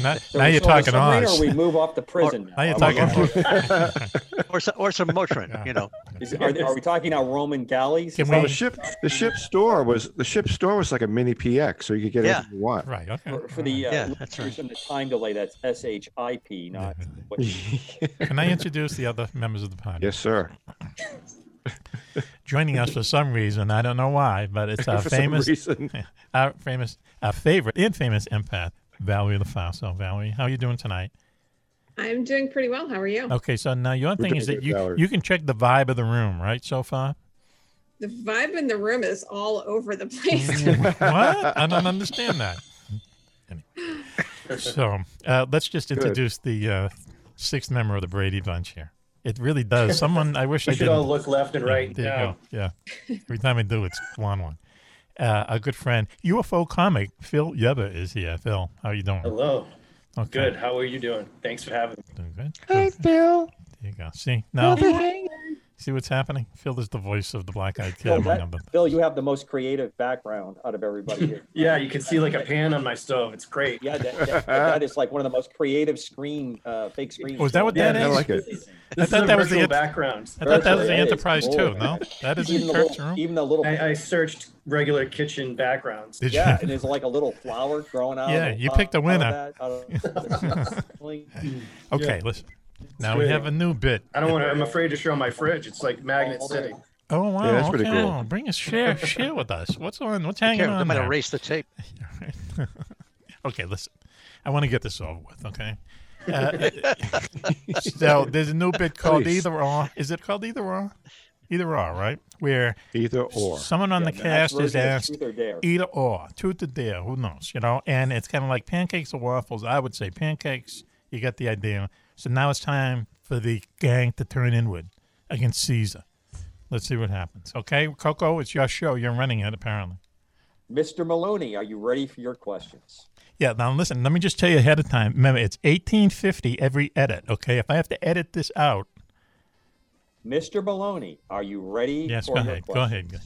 [SPEAKER 5] now,
[SPEAKER 26] So
[SPEAKER 5] now
[SPEAKER 26] we
[SPEAKER 5] you're
[SPEAKER 26] sold a
[SPEAKER 5] talking
[SPEAKER 26] submarine,
[SPEAKER 5] Oz.
[SPEAKER 26] Or we move off to prison.
[SPEAKER 5] now you're
[SPEAKER 26] Are we-
[SPEAKER 5] talking-
[SPEAKER 14] or some, or some Motrin, you know.
[SPEAKER 26] Is- are, are we talking now Roman galleys?
[SPEAKER 5] Can
[SPEAKER 9] Well, the ship the ship store was the ship store was like a mini PX, so you could get
[SPEAKER 26] Yeah.
[SPEAKER 9] everything you want.
[SPEAKER 5] Right.
[SPEAKER 26] For, for the uh,
[SPEAKER 5] Yeah,
[SPEAKER 26] listeners in the time delay, that's S H I P, not what
[SPEAKER 5] Can I introduce the other members of the panel?
[SPEAKER 9] Yes, sir.
[SPEAKER 5] Joining us for some reason, I don't know why, but it's our
[SPEAKER 9] For some
[SPEAKER 5] famous,
[SPEAKER 9] reason.
[SPEAKER 5] our famous, our favorite, infamous empath, Valerie LaFaso. Valerie, how are you doing tonight?
[SPEAKER 25] I'm doing pretty well. How are you?
[SPEAKER 5] Okay, so now your thing
[SPEAKER 9] doing
[SPEAKER 5] is that
[SPEAKER 9] good,
[SPEAKER 5] you
[SPEAKER 9] Valerie.
[SPEAKER 5] you can check the vibe of the room, right? So far,
[SPEAKER 25] The vibe in the room is all over the place.
[SPEAKER 5] what? I don't understand that. Anyway. So uh, let's just
[SPEAKER 25] Good.
[SPEAKER 5] introduce the uh, sixth member of the Brady Bunch here. It really does. Someone, I wish
[SPEAKER 1] We
[SPEAKER 5] I
[SPEAKER 1] should
[SPEAKER 5] didn't.
[SPEAKER 1] all look left and
[SPEAKER 5] Yeah,
[SPEAKER 1] right
[SPEAKER 5] There
[SPEAKER 1] now.
[SPEAKER 5] you go. Yeah. Every time I do, it's one one. Uh, a good friend, UFO comic Phil Yeba is here. Phil, how you doing?
[SPEAKER 1] Hello.
[SPEAKER 5] Okay.
[SPEAKER 1] Good. How are you doing? Thanks for having me.
[SPEAKER 5] Doing good.
[SPEAKER 1] Hey, Phil.
[SPEAKER 5] There you go. See now,
[SPEAKER 1] Phil the
[SPEAKER 5] see what's happening. Phil is the voice of the black eyed kid.
[SPEAKER 26] Bill,
[SPEAKER 5] among them.
[SPEAKER 26] that- Bill, you have the most creative background out of everybody here.
[SPEAKER 1] Yeah, you can see like a pan on my stove. It's great.
[SPEAKER 26] Yeah, that, that- that is like one of the most creative screen, uh, fake screen.
[SPEAKER 5] Oh, is that what that is? I
[SPEAKER 1] This
[SPEAKER 5] thought
[SPEAKER 1] is a
[SPEAKER 5] that was the
[SPEAKER 1] virtual
[SPEAKER 5] ent-
[SPEAKER 1] background.
[SPEAKER 5] I thought that
[SPEAKER 1] Virtual,
[SPEAKER 5] was the
[SPEAKER 1] it is.
[SPEAKER 5] Enterprise too.
[SPEAKER 1] Cool.
[SPEAKER 5] No, that is
[SPEAKER 26] Even the
[SPEAKER 5] Kirk's
[SPEAKER 26] little-
[SPEAKER 5] room.
[SPEAKER 26] Even the little.
[SPEAKER 1] I, I searched regular kitchen backgrounds.
[SPEAKER 5] Did
[SPEAKER 26] yeah,
[SPEAKER 5] you-
[SPEAKER 26] and there's like a little flower growing out. of
[SPEAKER 5] Yeah,
[SPEAKER 26] the
[SPEAKER 5] you
[SPEAKER 26] top-
[SPEAKER 5] picked
[SPEAKER 26] out
[SPEAKER 5] a
[SPEAKER 26] of
[SPEAKER 5] winner.
[SPEAKER 26] that, out of-
[SPEAKER 5] Okay,
[SPEAKER 1] Yeah.
[SPEAKER 5] listen.
[SPEAKER 1] It's
[SPEAKER 5] Now we
[SPEAKER 1] good.
[SPEAKER 5] have a new bit.
[SPEAKER 1] I don't want to. I'm afraid to show my fridge. It's like Magnet City.
[SPEAKER 5] Oh wow!
[SPEAKER 9] Yeah, that's pretty
[SPEAKER 5] okay.
[SPEAKER 9] cool.
[SPEAKER 5] Oh, Bring us share share with us. What's on? What's hanging
[SPEAKER 14] Careful,
[SPEAKER 5] on?
[SPEAKER 14] they might
[SPEAKER 5] there?
[SPEAKER 14] erase the tape.
[SPEAKER 5] okay, listen. I want to get this over with, okay? Uh, so there's a new bit called
[SPEAKER 9] Please.
[SPEAKER 5] Either Or. Is it called Either Or? Either Or, right? Where
[SPEAKER 9] Either or.
[SPEAKER 5] someone on
[SPEAKER 9] Yeah,
[SPEAKER 5] the
[SPEAKER 9] the
[SPEAKER 5] cast
[SPEAKER 9] actual
[SPEAKER 5] is
[SPEAKER 9] version is
[SPEAKER 5] asked E
[SPEAKER 9] truth or dare.
[SPEAKER 5] Either Or, Truth or Dare, who knows, you know? And it's kind of like pancakes or waffles. I would say pancakes. You got the idea. So now it's time for the gang to turn inward against Caesar. Let's see what happens. Okay, Coco, it's your show. You're running it apparently.
[SPEAKER 26] Mr. Maloney, are you ready for your questions?
[SPEAKER 5] Yeah, now listen, let me just tell you ahead of time. Remember, it's 1850 every edit, okay? If I have to edit this out,
[SPEAKER 11] Mr. Baloney, are you ready?
[SPEAKER 5] yes,
[SPEAKER 11] for
[SPEAKER 5] go
[SPEAKER 11] your
[SPEAKER 5] ahead. Go
[SPEAKER 11] question?
[SPEAKER 5] ahead. go-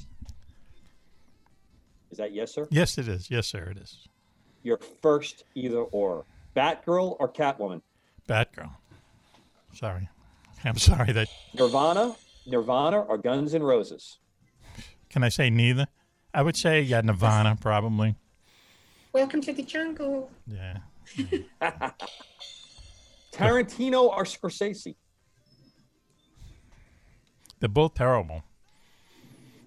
[SPEAKER 11] Is that yes, sir?
[SPEAKER 5] Yes, it is. Yes, sir, it is.
[SPEAKER 11] Your first either or. Batgirl or Catwoman?
[SPEAKER 5] Batgirl. Sorry. I'm sorry that
[SPEAKER 11] Nirvana, Nirvana or Guns N' Roses?
[SPEAKER 5] can I say neither? I would say yeah, Nirvana probably.
[SPEAKER 28] Welcome to the jungle.
[SPEAKER 5] Yeah.
[SPEAKER 11] Tarantino or Scorsese?
[SPEAKER 5] They're both terrible.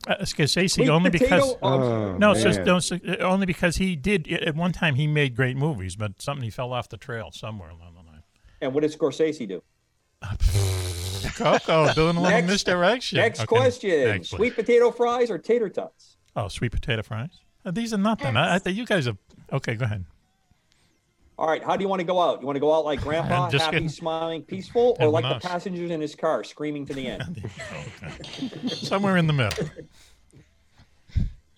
[SPEAKER 5] Uh, Scorsese
[SPEAKER 11] Sweet
[SPEAKER 5] only
[SPEAKER 11] potato
[SPEAKER 5] because
[SPEAKER 11] or-
[SPEAKER 5] no,
[SPEAKER 11] Oh,
[SPEAKER 5] it's just
[SPEAKER 11] man.
[SPEAKER 5] no, it's, uh, only because he did at one time he made great movies, but something he fell off the trail somewhere along the line.
[SPEAKER 11] And what did Scorsese do?
[SPEAKER 5] Coco doing a little
[SPEAKER 11] Next-
[SPEAKER 5] misdirection.
[SPEAKER 11] Next
[SPEAKER 5] Okay,
[SPEAKER 11] question.
[SPEAKER 5] next one.
[SPEAKER 11] Sweet potato fries or tater tots?
[SPEAKER 5] Oh, sweet potato fries. Uh, these are nothing. I, I think you guys are okay. Go ahead.
[SPEAKER 11] All right, how do you want to go out? You want to go out like grandpa,
[SPEAKER 5] I'm just
[SPEAKER 11] happy,
[SPEAKER 5] kidding.
[SPEAKER 11] smiling, peaceful, or
[SPEAKER 5] I'm
[SPEAKER 11] like
[SPEAKER 5] not.
[SPEAKER 11] the passengers in his car screaming to the end?
[SPEAKER 5] Somewhere in the middle.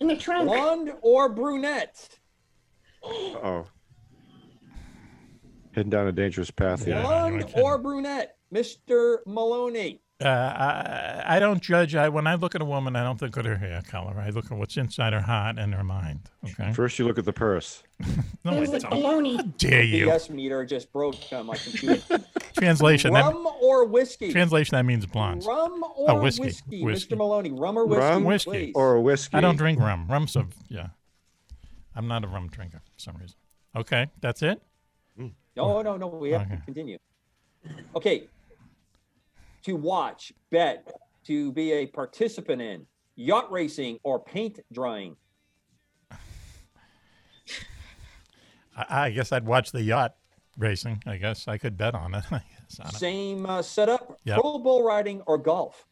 [SPEAKER 11] in the trunk. Blonde or brunette?
[SPEAKER 9] Oh, heading down a dangerous path here.
[SPEAKER 11] Blonde or brunette? Mr. Maloney.
[SPEAKER 5] Uh, I, I don't judge. I when I look at a woman, I don't look at her hair color. I look at what's inside her heart and her mind. Okay.
[SPEAKER 9] First, you look at the purse.
[SPEAKER 5] No, I don't. How dare
[SPEAKER 11] The
[SPEAKER 5] you?
[SPEAKER 11] yes meter just broke on my computer.
[SPEAKER 5] Translation. that-
[SPEAKER 11] Rum or whiskey?
[SPEAKER 5] translation. That means blonde.
[SPEAKER 11] Rum or
[SPEAKER 5] Oh,
[SPEAKER 11] whiskey.
[SPEAKER 5] whiskey, whiskey.
[SPEAKER 11] Mr. Maloney? Rum or whiskey?
[SPEAKER 9] Rum?
[SPEAKER 11] please?
[SPEAKER 9] or a whiskey.
[SPEAKER 5] I don't drink rum. Rum's a yeah. I'm not a rum drinker for some reason. Okay, that's it.
[SPEAKER 11] Oh, No, no, no. We have
[SPEAKER 5] Oh.
[SPEAKER 11] to
[SPEAKER 5] Okay.
[SPEAKER 11] continue. Okay. To watch, bet, to be a participant in yacht racing or paint drying.
[SPEAKER 5] I, I guess I'd watch the yacht racing. I guess I could bet on it. I guess. I don't-
[SPEAKER 11] Same uh, setup.
[SPEAKER 5] Yep.
[SPEAKER 11] Pro bowl riding or golf.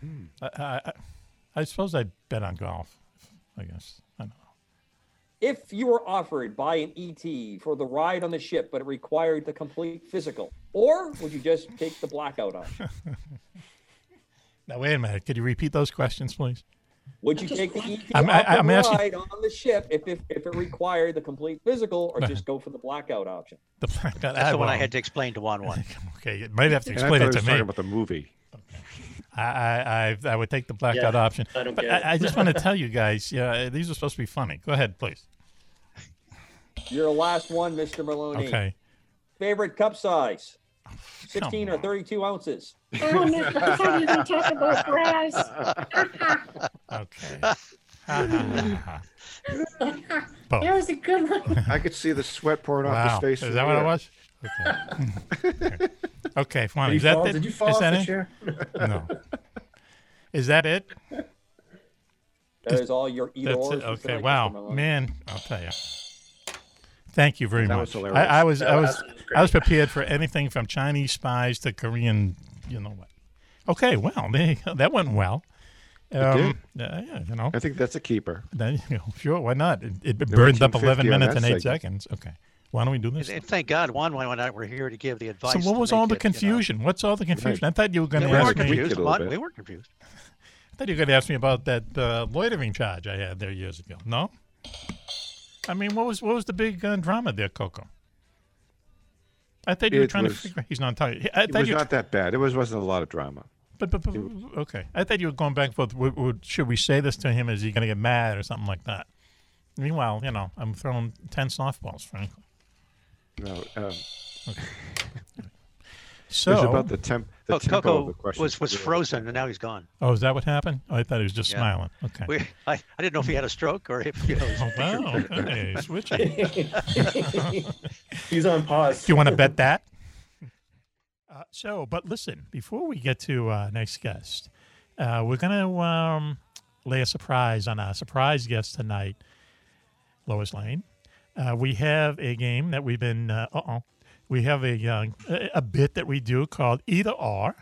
[SPEAKER 4] Hmm.
[SPEAKER 5] I, I, I- I suppose I'd bet on golf. I guess. I don't know.
[SPEAKER 11] If you were offered by an ET for the ride on the ship, but it required the complete physical, or would you just take the blackout option?
[SPEAKER 5] Now wait a minute. Could you repeat those questions, please?
[SPEAKER 11] Would you take the ET
[SPEAKER 5] I'm- I-
[SPEAKER 11] up and
[SPEAKER 5] I'm asking-
[SPEAKER 11] ride on the ship if, if, if it required the complete physical, or
[SPEAKER 5] Right.
[SPEAKER 11] just go for the blackout option?
[SPEAKER 5] The fact that
[SPEAKER 14] That's the one I
[SPEAKER 5] won't.
[SPEAKER 14] had to explain to Juan one.
[SPEAKER 5] Okay, you might have to
[SPEAKER 9] And I
[SPEAKER 5] explain
[SPEAKER 9] thought
[SPEAKER 5] it
[SPEAKER 9] he
[SPEAKER 5] to
[SPEAKER 9] was
[SPEAKER 5] me.
[SPEAKER 9] talking about the movie.
[SPEAKER 5] I, I, I, I would take the blackout
[SPEAKER 9] Yeah,
[SPEAKER 5] option.
[SPEAKER 9] I don't
[SPEAKER 5] but
[SPEAKER 9] get it.
[SPEAKER 5] I, I just want to tell you guys, yeah, these are supposed to be funny. Go ahead, please.
[SPEAKER 11] Your last one, Mr. Maloney.
[SPEAKER 5] Okay.
[SPEAKER 11] Favorite cup size? 16 or 32 ounces.
[SPEAKER 15] Oh, no, that's how you can talk about grass.
[SPEAKER 5] Okay.
[SPEAKER 15] that was a good one.
[SPEAKER 9] I could see the sweat pouring
[SPEAKER 5] Wow.
[SPEAKER 9] off his
[SPEAKER 5] Is
[SPEAKER 9] face.
[SPEAKER 5] that what it was? Okay. okay, fine.
[SPEAKER 4] Did
[SPEAKER 5] Is
[SPEAKER 4] you
[SPEAKER 5] that
[SPEAKER 4] fall-
[SPEAKER 5] it?
[SPEAKER 4] did you fall
[SPEAKER 5] Is
[SPEAKER 4] off
[SPEAKER 5] that
[SPEAKER 4] the
[SPEAKER 5] it?
[SPEAKER 4] chair?
[SPEAKER 5] No. Is that it?
[SPEAKER 11] That is all your either
[SPEAKER 5] That's
[SPEAKER 11] or.
[SPEAKER 5] it. Okay. Wow, man. I'll tell you. Thank you very
[SPEAKER 9] That
[SPEAKER 5] much.
[SPEAKER 9] was hilarious.
[SPEAKER 5] I, I was,
[SPEAKER 9] That
[SPEAKER 5] I
[SPEAKER 9] was-
[SPEAKER 5] was,
[SPEAKER 9] that was
[SPEAKER 5] I was
[SPEAKER 9] great.
[SPEAKER 5] prepared for anything from Chinese spies to Korean, you know what. Okay, well, there you go. that went well.
[SPEAKER 9] It did.
[SPEAKER 5] uh, yeah, you know.
[SPEAKER 9] I think that's a keeper.
[SPEAKER 5] Then, you know, sure, why not? It, it
[SPEAKER 9] There were
[SPEAKER 5] burned up 11
[SPEAKER 9] 250 on
[SPEAKER 5] minutes
[SPEAKER 9] that
[SPEAKER 5] and 8
[SPEAKER 9] segment.
[SPEAKER 5] seconds. Okay. Why don't we do this?
[SPEAKER 14] And thank God Juan went out. We're here to give the advice.
[SPEAKER 5] So what
[SPEAKER 14] to
[SPEAKER 5] was
[SPEAKER 14] make
[SPEAKER 5] all the
[SPEAKER 14] it, you know.
[SPEAKER 5] confusion? What's all the confusion? I thought you were going
[SPEAKER 14] Yeah,
[SPEAKER 5] to
[SPEAKER 14] we
[SPEAKER 5] ask
[SPEAKER 14] weren't
[SPEAKER 5] me.
[SPEAKER 14] confused. Juan, we weren't confused.
[SPEAKER 5] I thought you were going to ask me about that uh, loitering charge I had there years ago. No. I mean, what was what was the big uh, drama there, Coco? I thought you were
[SPEAKER 9] It
[SPEAKER 5] trying
[SPEAKER 9] was-
[SPEAKER 5] to figure. He's not talking. I
[SPEAKER 9] it
[SPEAKER 5] thought
[SPEAKER 9] was
[SPEAKER 5] you.
[SPEAKER 9] not that bad. It was wasn't a lot of drama.
[SPEAKER 5] but, but, but, okay, I thought you were going back and forth. W- w- should we say this to him? Is he going to get mad or something like that? Meanwhile, you know, I'm throwing ten softballs, frankly.
[SPEAKER 9] No. Um,
[SPEAKER 5] So
[SPEAKER 9] it was about the temp. The
[SPEAKER 14] Oh,
[SPEAKER 9] tempo of
[SPEAKER 14] Coco
[SPEAKER 9] the question
[SPEAKER 14] was was frozen, and now he's gone.
[SPEAKER 5] Oh, is that what happened? Oh, I thought he was just
[SPEAKER 14] Yeah.
[SPEAKER 5] smiling. Okay.
[SPEAKER 14] We, I, I didn't know if he had a stroke or if you know. his-
[SPEAKER 5] Oh, wow. Okay. Switching.
[SPEAKER 4] He's on pause.
[SPEAKER 5] Do you want to bet that? Uh, so, but listen, before we get to uh, next guest, uh, we're going to um, lay a surprise on our surprise guest tonight, Lois Lane. Uh, we have a game that we've been, uh oh, we have a, uh, a bit that we do called Either Or.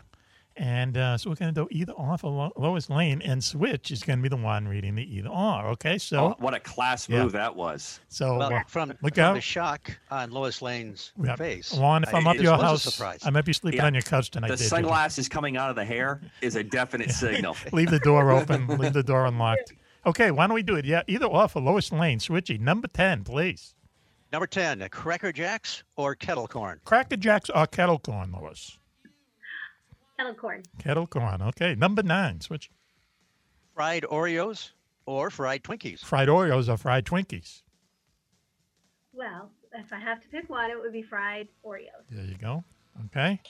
[SPEAKER 5] And uh, so we're going to do Either Or for Lo- Lois Lane, and Switch is going to be the one reading the Either Or. Okay. So,
[SPEAKER 29] Oh, what a class
[SPEAKER 5] Yeah.
[SPEAKER 29] move that was.
[SPEAKER 5] so
[SPEAKER 14] Well,
[SPEAKER 5] uh,
[SPEAKER 14] from,
[SPEAKER 5] look
[SPEAKER 14] from
[SPEAKER 5] out.
[SPEAKER 14] the shock on Lois Lane's
[SPEAKER 5] Yeah.
[SPEAKER 14] face.
[SPEAKER 5] Juan, if
[SPEAKER 14] I-
[SPEAKER 5] I'm up
[SPEAKER 14] this
[SPEAKER 5] your
[SPEAKER 14] was a
[SPEAKER 5] house,
[SPEAKER 14] surprise.
[SPEAKER 5] I might be sleeping
[SPEAKER 29] Yeah.
[SPEAKER 5] on your couch tonight.
[SPEAKER 29] The
[SPEAKER 5] Dave.
[SPEAKER 29] sunglasses coming out of the hair is a definite signal.
[SPEAKER 5] Leave the door open. leave the door unlocked. Okay, why don't we do it? Yeah, either or for Lois Lane, Switchy, number 10, please.
[SPEAKER 14] Number 10, uh, Cracker Jacks or Kettle Corn?
[SPEAKER 5] Cracker Jacks or kettle corn, Lois?
[SPEAKER 23] Kettle corn.
[SPEAKER 5] Kettle corn. Okay, number nine, Switchy.
[SPEAKER 14] Fried Oreos or fried Twinkies?
[SPEAKER 5] Fried Oreos or fried Twinkies?
[SPEAKER 23] Well, if I have to pick one, it would be fried Oreos.
[SPEAKER 5] There you go. Okay.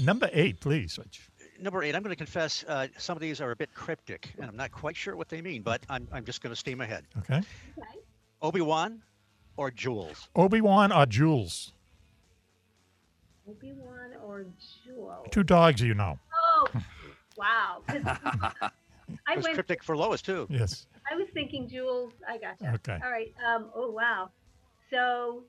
[SPEAKER 5] Number eight, please, Switch.
[SPEAKER 14] Number 8, I'm going to confess uh, some of these are a bit cryptic, and I'm not quite sure what they mean, but I'm, I'm just going to steam ahead.
[SPEAKER 5] Okay.
[SPEAKER 14] Obi-Wan or Jules?
[SPEAKER 5] Obi Wan or Jules?
[SPEAKER 23] Obi Wan or Jewel.
[SPEAKER 5] Two dogs, you know.
[SPEAKER 23] Oh, wow. 'Cause I
[SPEAKER 14] it was
[SPEAKER 23] went-
[SPEAKER 14] cryptic for Lois, too.
[SPEAKER 5] Yes.
[SPEAKER 23] I was thinking Jules. I gotcha.
[SPEAKER 14] Okay.
[SPEAKER 23] All right. Um. Oh wow. So,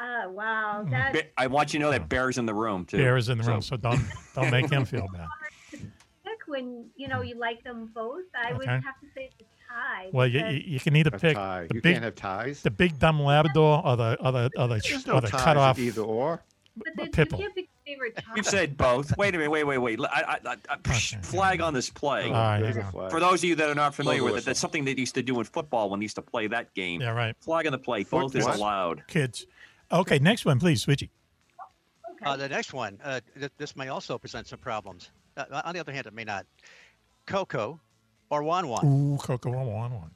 [SPEAKER 23] uh, wow.
[SPEAKER 14] Hmm.
[SPEAKER 23] That's
[SPEAKER 24] Ba- I want you to know that Bear's in the room too.
[SPEAKER 5] Bear is in the
[SPEAKER 24] So-
[SPEAKER 5] room, so don't don't make him feel bad.
[SPEAKER 23] sick when you know you like them both. I would
[SPEAKER 5] Hmm. Okay.
[SPEAKER 23] have to say it's a tie.
[SPEAKER 5] Well, you,
[SPEAKER 23] because-
[SPEAKER 5] you, you can either
[SPEAKER 9] A
[SPEAKER 5] pick
[SPEAKER 9] tie.
[SPEAKER 5] the
[SPEAKER 9] You
[SPEAKER 5] big
[SPEAKER 9] can't have ties.
[SPEAKER 5] the big dumb Labrador or the or the or the,
[SPEAKER 9] There's
[SPEAKER 5] or
[SPEAKER 9] no
[SPEAKER 5] the
[SPEAKER 9] ties
[SPEAKER 5] cut off
[SPEAKER 9] either or.
[SPEAKER 23] but then you
[SPEAKER 5] Pipple.
[SPEAKER 23] can't pick your favorite tie.
[SPEAKER 24] We've said both. Wait a minute. Wait, wait, wait. I, I, I, psh, flag on this play.
[SPEAKER 5] All right, There's
[SPEAKER 9] a flag.
[SPEAKER 24] For those of you that are not familiar
[SPEAKER 9] Blow the
[SPEAKER 24] with it, that's something they used to do in football when they used to play that game.
[SPEAKER 5] Yeah, right.
[SPEAKER 24] Flag on the play. Both is
[SPEAKER 5] What?
[SPEAKER 24] allowed.
[SPEAKER 5] kids. Okay, next one, please, Switchy.
[SPEAKER 14] Uh, the next one, uh, th- this may also present some problems. Uh, on the other hand, it may not. Coco or Wan Wan?
[SPEAKER 5] Ooh, Coco one one one.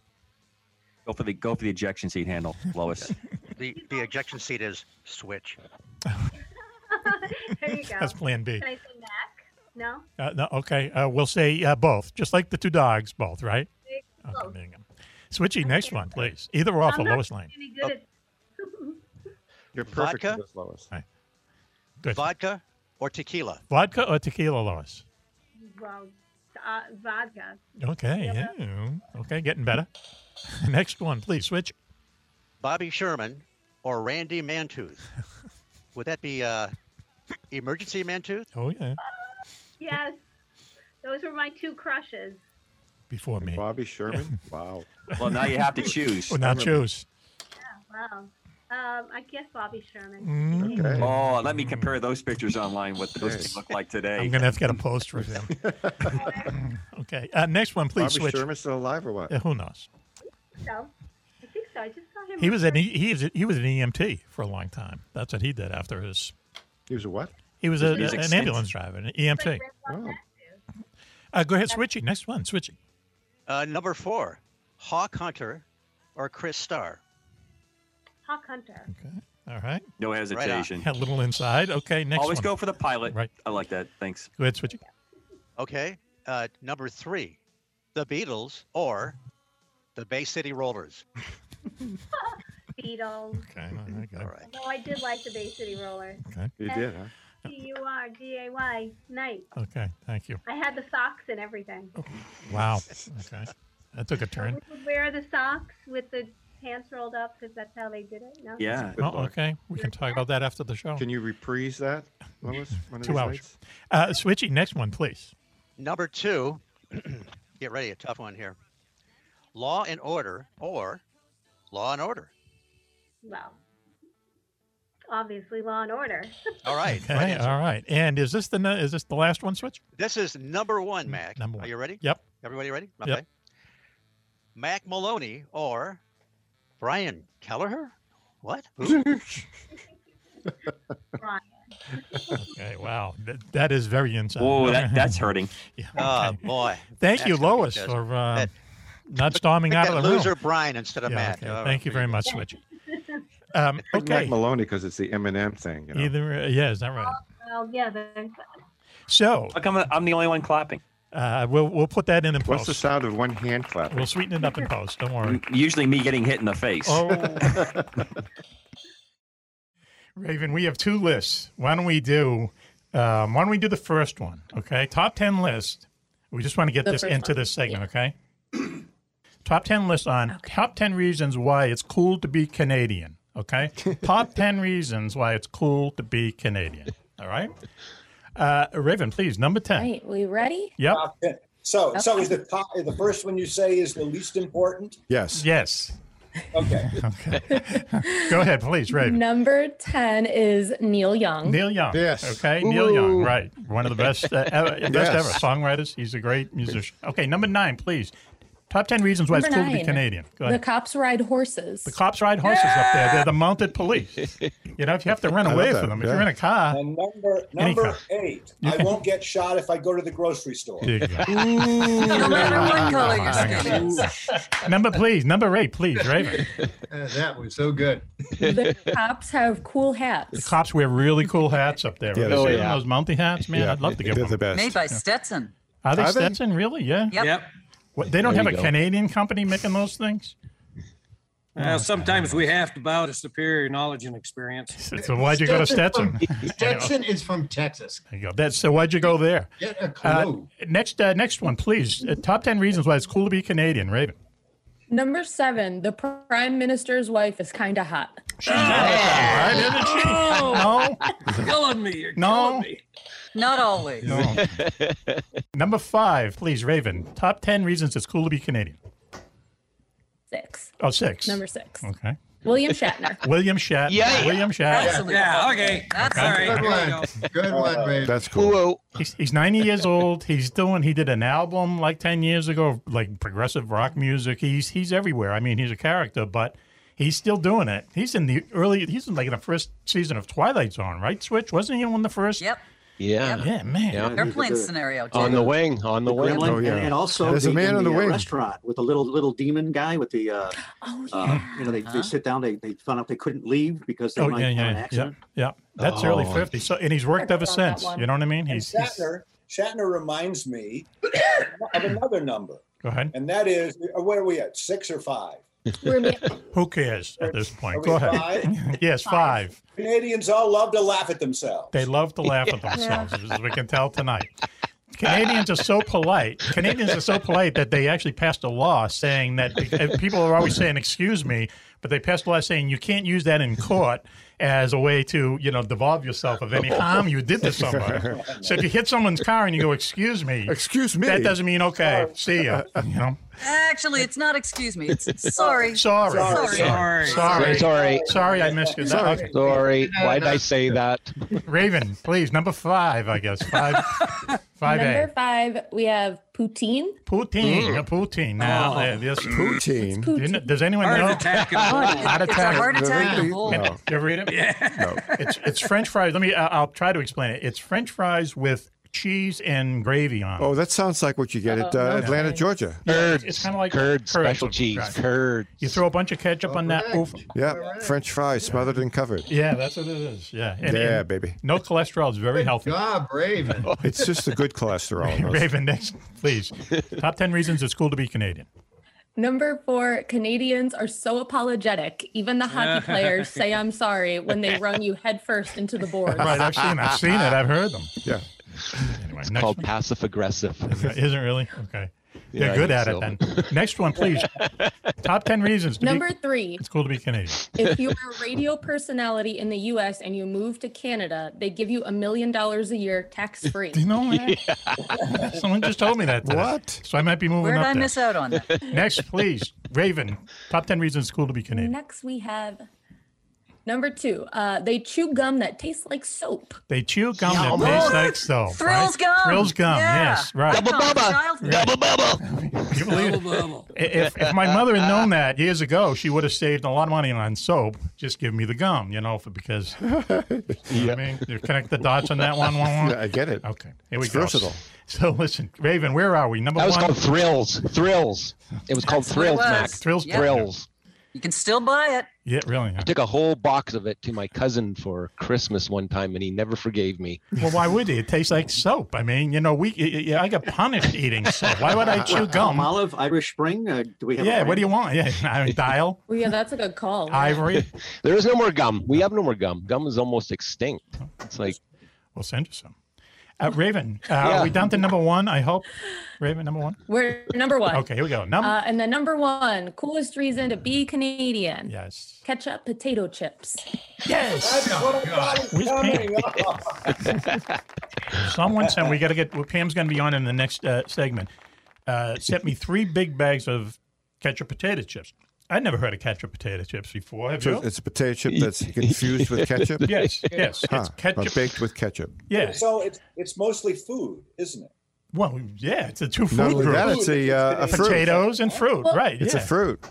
[SPEAKER 24] Go for the go for the ejection seat handle, Lois.
[SPEAKER 14] The the ejection seat is switch.
[SPEAKER 23] there you go.
[SPEAKER 5] That's Plan B.
[SPEAKER 23] Can I say Mac? No.
[SPEAKER 5] Uh, no, okay, uh, we'll say uh, both, just like the two dogs, both, right?
[SPEAKER 23] Close.
[SPEAKER 5] Switchy, next one, please. Either or for
[SPEAKER 23] I'm not
[SPEAKER 5] Lois Lane.
[SPEAKER 23] Any good at
[SPEAKER 9] You're
[SPEAKER 5] perfect for
[SPEAKER 14] Vodka,
[SPEAKER 9] this, Lois.
[SPEAKER 5] Good.
[SPEAKER 14] Vodka or tequila?
[SPEAKER 5] Vodka or tequila, Lois?
[SPEAKER 9] Oh.
[SPEAKER 23] well, uh, vodka.
[SPEAKER 5] Okay,
[SPEAKER 23] Yeah.
[SPEAKER 5] yeah. okay, getting better. next one, please, Switch.
[SPEAKER 14] Bobby Sherman or Randy Mantooth? Would that be uh, emergency Mantooth?
[SPEAKER 5] Oh yeah,
[SPEAKER 23] Yes. Those were my two crushes.
[SPEAKER 5] before me.
[SPEAKER 9] Bobby Sherman. wow.
[SPEAKER 24] Well, now you have to choose.
[SPEAKER 5] Well, now choose.
[SPEAKER 23] Yeah, Oh, wow. Um, I guess Bobby Sherman.
[SPEAKER 5] Mm-hmm.
[SPEAKER 24] Oh, let me compare those pictures online. What those
[SPEAKER 9] Yes.
[SPEAKER 24] two look like today?
[SPEAKER 5] I'm gonna have to get a post for them. okay, uh, next one, please,
[SPEAKER 9] Bobby
[SPEAKER 5] Switch.
[SPEAKER 9] Sherman's still alive or what?
[SPEAKER 5] Yeah, who knows?
[SPEAKER 23] So, I think so. I just saw him.
[SPEAKER 5] He was an
[SPEAKER 23] recently.
[SPEAKER 5] E- he was he was an EMT for a long time. That's what he did after his.
[SPEAKER 9] He was a what?
[SPEAKER 5] He was
[SPEAKER 9] His
[SPEAKER 5] a,
[SPEAKER 9] music
[SPEAKER 5] an
[SPEAKER 9] stint.
[SPEAKER 5] ambulance driver, an EMT. Uh, go ahead, Switchy. Next one, Switchy.
[SPEAKER 14] Uh, number four, Hawk Hunter or Chris Starr?
[SPEAKER 23] Hawk Hunter.
[SPEAKER 5] All right.
[SPEAKER 24] No hesitation.
[SPEAKER 5] A little inside. Okay, next
[SPEAKER 24] Always
[SPEAKER 5] one.
[SPEAKER 24] go for the pilot. Right. I like that. Thanks.
[SPEAKER 5] Go ahead, Switchy.
[SPEAKER 14] Okay. Uh, number three, The Beatles or the Bay City Rollers?
[SPEAKER 23] Beatles.
[SPEAKER 5] Okay. All right. All right.
[SPEAKER 23] Although I did like the Bay City Roller.
[SPEAKER 5] Okay.
[SPEAKER 9] You did, huh?
[SPEAKER 23] C U R D A Y. Night.
[SPEAKER 5] Okay. Thank you.
[SPEAKER 23] I had the socks and everything.
[SPEAKER 5] Wow. Okay. That took a turn.
[SPEAKER 23] We would wear the socks with the pants rolled up because that's how they did it. No?
[SPEAKER 9] Yeah. Good
[SPEAKER 5] Well,
[SPEAKER 9] luck.
[SPEAKER 5] Oh, okay. We can talk about that after the show.
[SPEAKER 9] Can you reprise that, Lois? One of
[SPEAKER 5] Two
[SPEAKER 9] these
[SPEAKER 5] hours.
[SPEAKER 9] nights?
[SPEAKER 5] Uh, Switchy, next one, please.
[SPEAKER 14] Number two, get ready, a tough one here. Law and Order or Law and Order?
[SPEAKER 23] Well, obviously Law and Order.
[SPEAKER 14] All right.
[SPEAKER 5] Okay.
[SPEAKER 14] right answer.
[SPEAKER 5] all right. And is this the nu- is this the last one, Switch?
[SPEAKER 14] This is number one, Mac.
[SPEAKER 5] Mm, number
[SPEAKER 14] Are
[SPEAKER 5] one.
[SPEAKER 14] you ready?
[SPEAKER 5] Yep.
[SPEAKER 14] Everybody ready?
[SPEAKER 5] Yep.
[SPEAKER 14] Mac Maloney or Brian Kelleher? What? Who?
[SPEAKER 23] Brian.
[SPEAKER 5] Okay. Wow. That, that is very inside.
[SPEAKER 24] Whoa, that, that's hurting.
[SPEAKER 14] Oh boy.
[SPEAKER 5] Thank
[SPEAKER 14] Mac's
[SPEAKER 5] you,
[SPEAKER 14] gonna beat
[SPEAKER 5] Lois,
[SPEAKER 14] this.
[SPEAKER 5] for uh, not storming
[SPEAKER 14] pick
[SPEAKER 5] out
[SPEAKER 14] that
[SPEAKER 5] of the
[SPEAKER 14] loser
[SPEAKER 5] room.
[SPEAKER 14] Brian instead of Mac.
[SPEAKER 5] okay.
[SPEAKER 14] All
[SPEAKER 5] Thank
[SPEAKER 14] right,
[SPEAKER 5] you
[SPEAKER 14] there
[SPEAKER 5] very
[SPEAKER 14] you
[SPEAKER 5] much, Switch. Um,
[SPEAKER 9] Like Mac
[SPEAKER 5] okay.
[SPEAKER 9] Maloney because it's the Eminem thing. You know?
[SPEAKER 5] Either uh, yeah, is that right?
[SPEAKER 23] Well, yeah, there's
[SPEAKER 5] So
[SPEAKER 24] How come I'm the only one clapping?
[SPEAKER 5] uh, we'll we'll put that in in
[SPEAKER 9] What's
[SPEAKER 5] post.
[SPEAKER 9] the sound of one hand clapping?
[SPEAKER 5] We'll sweeten it up in post. Don't worry.
[SPEAKER 24] Usually me getting hit in the face.
[SPEAKER 5] Oh. Raven, we have two lists. Why don't we do? Um, why don't we do the first one? Okay, top ten list. We just want to get
[SPEAKER 2] The
[SPEAKER 5] this
[SPEAKER 2] first
[SPEAKER 5] into
[SPEAKER 2] one,
[SPEAKER 5] this segment. Okay. top ten list on top ten reasons why it's cool to be Canadian. Okay. top ten reasons why it's cool to be Canadian. All right. Uh, Raven, please number ten.
[SPEAKER 21] Right, we ready?
[SPEAKER 5] Yep.
[SPEAKER 2] So, so is the top, the first one you say is the least important?
[SPEAKER 9] Yes.
[SPEAKER 5] Yes.
[SPEAKER 2] Okay.
[SPEAKER 5] Go ahead, please, Raven.
[SPEAKER 21] Number 10 is Neil Young.
[SPEAKER 5] Neil Young.
[SPEAKER 9] Yes.
[SPEAKER 5] Okay, Neil Young.
[SPEAKER 9] Ooh.
[SPEAKER 5] Right. One of the best uh, ever, best
[SPEAKER 9] Yes.
[SPEAKER 5] ever songwriters. He's a great musician. Okay, number nine, please. Top 10 reasons why it's
[SPEAKER 8] Number
[SPEAKER 5] cool to be
[SPEAKER 8] nine,
[SPEAKER 5] Canadian.
[SPEAKER 8] The
[SPEAKER 5] Go ahead.
[SPEAKER 8] cops ride horses.
[SPEAKER 5] The cops ride horses up there. They're the mounted police. You know, if you have to
[SPEAKER 9] I
[SPEAKER 5] run
[SPEAKER 9] love
[SPEAKER 5] away
[SPEAKER 9] that,
[SPEAKER 5] from them, if
[SPEAKER 9] yeah.
[SPEAKER 5] you're in a car,
[SPEAKER 4] And number
[SPEAKER 5] Any
[SPEAKER 4] number
[SPEAKER 5] car.
[SPEAKER 4] eight,
[SPEAKER 5] You
[SPEAKER 4] I
[SPEAKER 5] can-
[SPEAKER 4] won't get shot if I go to the grocery store.
[SPEAKER 5] There you go.
[SPEAKER 4] No matter what color your
[SPEAKER 5] Hang
[SPEAKER 4] skin
[SPEAKER 5] on.
[SPEAKER 4] is.
[SPEAKER 5] number, please. Number eight, please, Raven.
[SPEAKER 17] Uh, That was so good.
[SPEAKER 8] The cops have cool hats.
[SPEAKER 5] The cops wear really cool hats up there.
[SPEAKER 9] Yeah,
[SPEAKER 5] Have
[SPEAKER 9] they
[SPEAKER 5] you
[SPEAKER 9] do.
[SPEAKER 5] seen Those Mountie hats, man.
[SPEAKER 9] Yeah,
[SPEAKER 5] I'd love to get
[SPEAKER 9] they're
[SPEAKER 5] one.
[SPEAKER 9] the best.
[SPEAKER 15] Made by Stetson.
[SPEAKER 5] Are they
[SPEAKER 9] Are they?
[SPEAKER 5] Stetson? Really? Yeah.
[SPEAKER 15] Yep. Yep.
[SPEAKER 5] What, they don't
[SPEAKER 9] There
[SPEAKER 5] have a
[SPEAKER 9] you go.
[SPEAKER 5] Canadian company making those things.
[SPEAKER 11] Well, sometimes we have to bow to superior knowledge and experience.
[SPEAKER 5] So why'd you go to Stetson?
[SPEAKER 17] Stetson is from Texas.
[SPEAKER 5] There you go. That's so. Why'd you go there?
[SPEAKER 17] Get a
[SPEAKER 5] Uh,
[SPEAKER 17] clue.
[SPEAKER 5] next, uh, next one, please. Uh, top ten reasons why it's cool to be Canadian, Raven.
[SPEAKER 8] Number seven, the prime minister's wife is kind of hot.
[SPEAKER 5] No,
[SPEAKER 11] killing Oh! me. You're
[SPEAKER 5] no.
[SPEAKER 15] Not always.
[SPEAKER 5] No. Number five, please, Raven. Top ten reasons it's cool to be Canadian.
[SPEAKER 8] Six.
[SPEAKER 5] Oh, six.
[SPEAKER 8] Number six.
[SPEAKER 5] Okay.
[SPEAKER 8] William Shatner.
[SPEAKER 5] William Shatner.
[SPEAKER 8] Yeah.
[SPEAKER 5] William Shatner.
[SPEAKER 11] Yeah, okay.
[SPEAKER 15] That's
[SPEAKER 11] All right.
[SPEAKER 17] Good one. Good one, Ray.
[SPEAKER 9] Uh, That's cool.
[SPEAKER 5] He's, he's 90 years old. He's doing. He did an album like 10 years ago, of, like progressive rock music. He's he's everywhere. I mean, he's a character, but he's still doing it. He's in the early. He's in like in the first season of Twilight Zone, right? Switch wasn't he on the first?
[SPEAKER 15] Yep.
[SPEAKER 7] Yeah.
[SPEAKER 5] Yeah, man.
[SPEAKER 15] Airplane scenario. Too.
[SPEAKER 7] On the wing. On the, wing.
[SPEAKER 14] Gremlin,
[SPEAKER 5] Oh,
[SPEAKER 14] and, and also
[SPEAKER 9] There's a
[SPEAKER 14] the,
[SPEAKER 9] man
[SPEAKER 14] in
[SPEAKER 9] on the
[SPEAKER 14] uh,
[SPEAKER 9] wing.
[SPEAKER 14] restaurant with the little little demon guy with the uh, uh you know they, they sit down they, they found out they couldn't leave because they
[SPEAKER 5] Oh
[SPEAKER 14] might
[SPEAKER 5] yeah,
[SPEAKER 14] have an
[SPEAKER 5] yeah, yeah,
[SPEAKER 14] accident.
[SPEAKER 5] yeah. That's early
[SPEAKER 14] Oh.
[SPEAKER 5] 50s. So and he's worked ever since. You know what I mean?
[SPEAKER 4] And
[SPEAKER 5] He's, he's
[SPEAKER 4] Shatner, Shatner reminds me of another number,
[SPEAKER 5] go ahead.
[SPEAKER 4] and that is uh, where are we at? Six or five?
[SPEAKER 5] Who cares at this point?
[SPEAKER 4] we
[SPEAKER 5] Go ahead.
[SPEAKER 4] five?
[SPEAKER 5] yes, five.
[SPEAKER 4] Canadians all love
[SPEAKER 5] Oh,
[SPEAKER 4] to laugh at themselves.
[SPEAKER 5] They love to laugh at
[SPEAKER 4] Yeah.
[SPEAKER 5] themselves, as we can tell tonight. Canadians are so polite. Canadians are so polite that they actually passed a law saying that and people are always saying "excuse me," but they passed a law saying you can't use that in court as a way to you know devolve yourself of any harm you did to somebody. So if you hit someone's car and you go "excuse me,"
[SPEAKER 9] excuse me,
[SPEAKER 5] that doesn't mean okay, see ya. You know,
[SPEAKER 15] Actually, it's not. Excuse me. It's sorry.
[SPEAKER 5] sorry,
[SPEAKER 15] Sorry.
[SPEAKER 5] sorry, sorry,
[SPEAKER 7] Sorry.
[SPEAKER 5] Sorry, I missed you.
[SPEAKER 7] Sorry. Sorry. Why'd I say that?
[SPEAKER 5] Raven, please number five, I guess five, five A.
[SPEAKER 8] Number five, we have poutine.
[SPEAKER 5] Poutine, a poutine. Now, uh, yes,
[SPEAKER 9] poutine.
[SPEAKER 5] Do you kn- does anyone
[SPEAKER 11] Heart
[SPEAKER 5] know?
[SPEAKER 11] attack and a
[SPEAKER 5] Heart
[SPEAKER 11] bullet.
[SPEAKER 5] attack.
[SPEAKER 11] It's a heart attack and a
[SPEAKER 5] Can-
[SPEAKER 11] bullet.
[SPEAKER 5] You ever read it? Yeah. It's it's French fries. Let me. I- I'll try to explain it. It's French fries with cheese and gravy on. it.
[SPEAKER 9] Oh, that sounds like what you get at uh,
[SPEAKER 5] Uh-oh.
[SPEAKER 9] Atlanta, Georgia.
[SPEAKER 5] Yeah, it's- it's kind of like curd, special cheese,
[SPEAKER 7] curd.
[SPEAKER 5] You throw a bunch of ketchup on that. Oof.
[SPEAKER 9] Yeah, French fries smothered and covered.
[SPEAKER 5] Yeah, that's what it is. Yeah. And-
[SPEAKER 9] Yeah,
[SPEAKER 5] and
[SPEAKER 9] baby.
[SPEAKER 5] No cholesterol. It's very healthy.
[SPEAKER 17] God, Raven.
[SPEAKER 9] It's just the good cholesterol. in those.
[SPEAKER 5] Raven, next, please. Top ten reasons it's cool to be Canadian.
[SPEAKER 8] Number four, Canadians are so apologetic. Even the hockey players say I'm sorry when they run you headfirst into the boards.
[SPEAKER 5] Right. I've seen. I've seen it. I've heard them.
[SPEAKER 9] Yeah.
[SPEAKER 5] Anyway,
[SPEAKER 7] It's
[SPEAKER 5] next
[SPEAKER 7] called
[SPEAKER 5] one.
[SPEAKER 7] passive aggressive.
[SPEAKER 5] Is it really? Okay.
[SPEAKER 7] Yeah,
[SPEAKER 5] They're
[SPEAKER 7] I
[SPEAKER 5] good
[SPEAKER 7] think
[SPEAKER 5] at
[SPEAKER 7] so.
[SPEAKER 5] it then. Next one, please. Top 10 reasons to
[SPEAKER 8] Number
[SPEAKER 5] be,
[SPEAKER 8] three,
[SPEAKER 5] It's cool to be Canadian.
[SPEAKER 8] if you're a radio personality in the US and you move to Canada, they give you a million dollars a year tax free.
[SPEAKER 5] Do you know that? Someone just told me that. today.
[SPEAKER 9] What?
[SPEAKER 5] So I might be
[SPEAKER 15] Where
[SPEAKER 5] moving
[SPEAKER 15] did
[SPEAKER 5] up
[SPEAKER 15] I
[SPEAKER 5] there.
[SPEAKER 15] miss out on that?
[SPEAKER 5] Next, please. Raven, top 10 reasons it's cool to be Canadian.
[SPEAKER 8] Next, we have number two, uh, they chew gum that tastes like soap.
[SPEAKER 5] They chew gum
[SPEAKER 8] Yeah,
[SPEAKER 5] that
[SPEAKER 8] oh,
[SPEAKER 5] tastes
[SPEAKER 8] what?
[SPEAKER 5] like soap.
[SPEAKER 8] Thrills
[SPEAKER 5] right?
[SPEAKER 8] gum.
[SPEAKER 5] Thrills gum,
[SPEAKER 8] Yeah.
[SPEAKER 5] yes. Right.
[SPEAKER 8] Double Come on, bubble. child.
[SPEAKER 5] Double bubble. you believe it? if, if my mother had known that years ago, she would have saved a lot of money on soap. Just give me the gum, you know, for, because you know what I mean, you connect the dots on that one. one, one.
[SPEAKER 9] Yeah, I get it.
[SPEAKER 5] Okay, here we
[SPEAKER 9] It's
[SPEAKER 5] go.
[SPEAKER 9] versatile.
[SPEAKER 5] So listen, Raven, where are we? Number
[SPEAKER 7] That was
[SPEAKER 5] one.
[SPEAKER 7] called Thrills. Thrills. It was called
[SPEAKER 15] That's what it
[SPEAKER 7] Thrills, Mac.
[SPEAKER 15] was.
[SPEAKER 5] Thrills,
[SPEAKER 15] Yeah.
[SPEAKER 7] Thrills.
[SPEAKER 15] You can still buy it.
[SPEAKER 5] Yeah, really.
[SPEAKER 7] I took a whole box of it to my cousin for Christmas one time, and he never forgave me.
[SPEAKER 5] Well, why would he? It tastes like soap. I mean, you know, we I- I I got punished eating soap. Why would I chew
[SPEAKER 14] Palm
[SPEAKER 5] gum?
[SPEAKER 14] olive, Irish Spring. Uh, do we have?
[SPEAKER 5] Yeah,
[SPEAKER 14] a
[SPEAKER 5] what do you want? Yeah, I mean, dial,
[SPEAKER 8] Well, yeah, that's a good call.
[SPEAKER 5] ivory.
[SPEAKER 7] There is no more gum. We have no more gum. Gum is almost extinct. It's like
[SPEAKER 5] We'll send you some. Uh, Raven, uh,
[SPEAKER 7] Yeah.
[SPEAKER 5] are we down to number one? I hope. Raven, number one.
[SPEAKER 8] We're number one.
[SPEAKER 5] Okay, here we go. Number
[SPEAKER 8] Uh, and the number one coolest reason to be Canadian.
[SPEAKER 5] Yes.
[SPEAKER 8] Ketchup potato chips.
[SPEAKER 5] Yes.
[SPEAKER 17] Oh,
[SPEAKER 5] Where's
[SPEAKER 8] Oh,
[SPEAKER 5] Pam? Someone said we got to get. Well, Pam's going to be on in the next uh, segment. Uh, sent me three big bags of ketchup potato chips. I'd never heard of ketchup potato chips before. Have
[SPEAKER 9] So
[SPEAKER 5] you?
[SPEAKER 9] it's a potato chip that's confused with ketchup.
[SPEAKER 5] Yes, yes,
[SPEAKER 9] Huh,
[SPEAKER 5] it's ketchup.
[SPEAKER 9] Baked with ketchup.
[SPEAKER 5] Yeah.
[SPEAKER 4] So it's it's mostly food, isn't it?
[SPEAKER 5] Well, yeah, it's a two fruit.
[SPEAKER 9] Not only
[SPEAKER 5] group.
[SPEAKER 9] that, it's a, uh, a fruit.
[SPEAKER 5] potatoes and fruit,
[SPEAKER 21] Well-
[SPEAKER 5] right?
[SPEAKER 9] It's a
[SPEAKER 5] yeah.
[SPEAKER 9] fruit.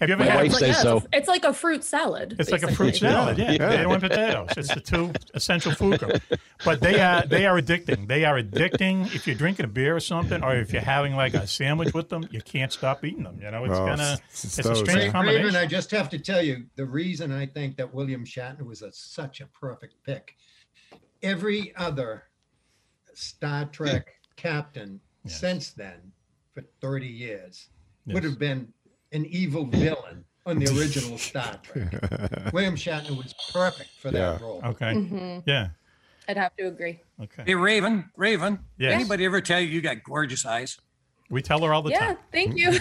[SPEAKER 5] Have you ever
[SPEAKER 9] My
[SPEAKER 5] had
[SPEAKER 9] wife
[SPEAKER 5] it?
[SPEAKER 9] says
[SPEAKER 21] Yeah, it's, a- it's like a fruit salad.
[SPEAKER 5] It's like a
[SPEAKER 21] basically.
[SPEAKER 5] fruit salad, yeah.
[SPEAKER 9] Yeah.
[SPEAKER 5] Potato and potatoes. It's the two essential food group. But they are they are addicting. They are addicting. If you're drinking a beer or something, or if you're having like a sandwich with them, you can't stop eating them. You know, it's
[SPEAKER 9] Oh,
[SPEAKER 5] gonna
[SPEAKER 9] it's-
[SPEAKER 5] it's,
[SPEAKER 9] it's
[SPEAKER 5] a
[SPEAKER 9] those.
[SPEAKER 5] strange
[SPEAKER 9] Raven,
[SPEAKER 5] combination.
[SPEAKER 17] Raven, I just have to tell you, the reason I think that William Shatner was a, such a perfect pick, every other Star Trek captain since then, for 30 years,
[SPEAKER 5] Yes.
[SPEAKER 17] would have been an evil villain on the original Star Trek. William Shatner was perfect for that role.
[SPEAKER 5] Okay.
[SPEAKER 8] Mm-hmm.
[SPEAKER 21] Mhm.
[SPEAKER 5] Yeah.
[SPEAKER 21] I'd have to agree.
[SPEAKER 5] Okay.
[SPEAKER 6] Hey, Raven, Raven.
[SPEAKER 5] Yes.
[SPEAKER 6] Anybody ever tell you you got gorgeous eyes?
[SPEAKER 5] We tell her all the
[SPEAKER 21] yeah,
[SPEAKER 5] time.
[SPEAKER 21] thank you.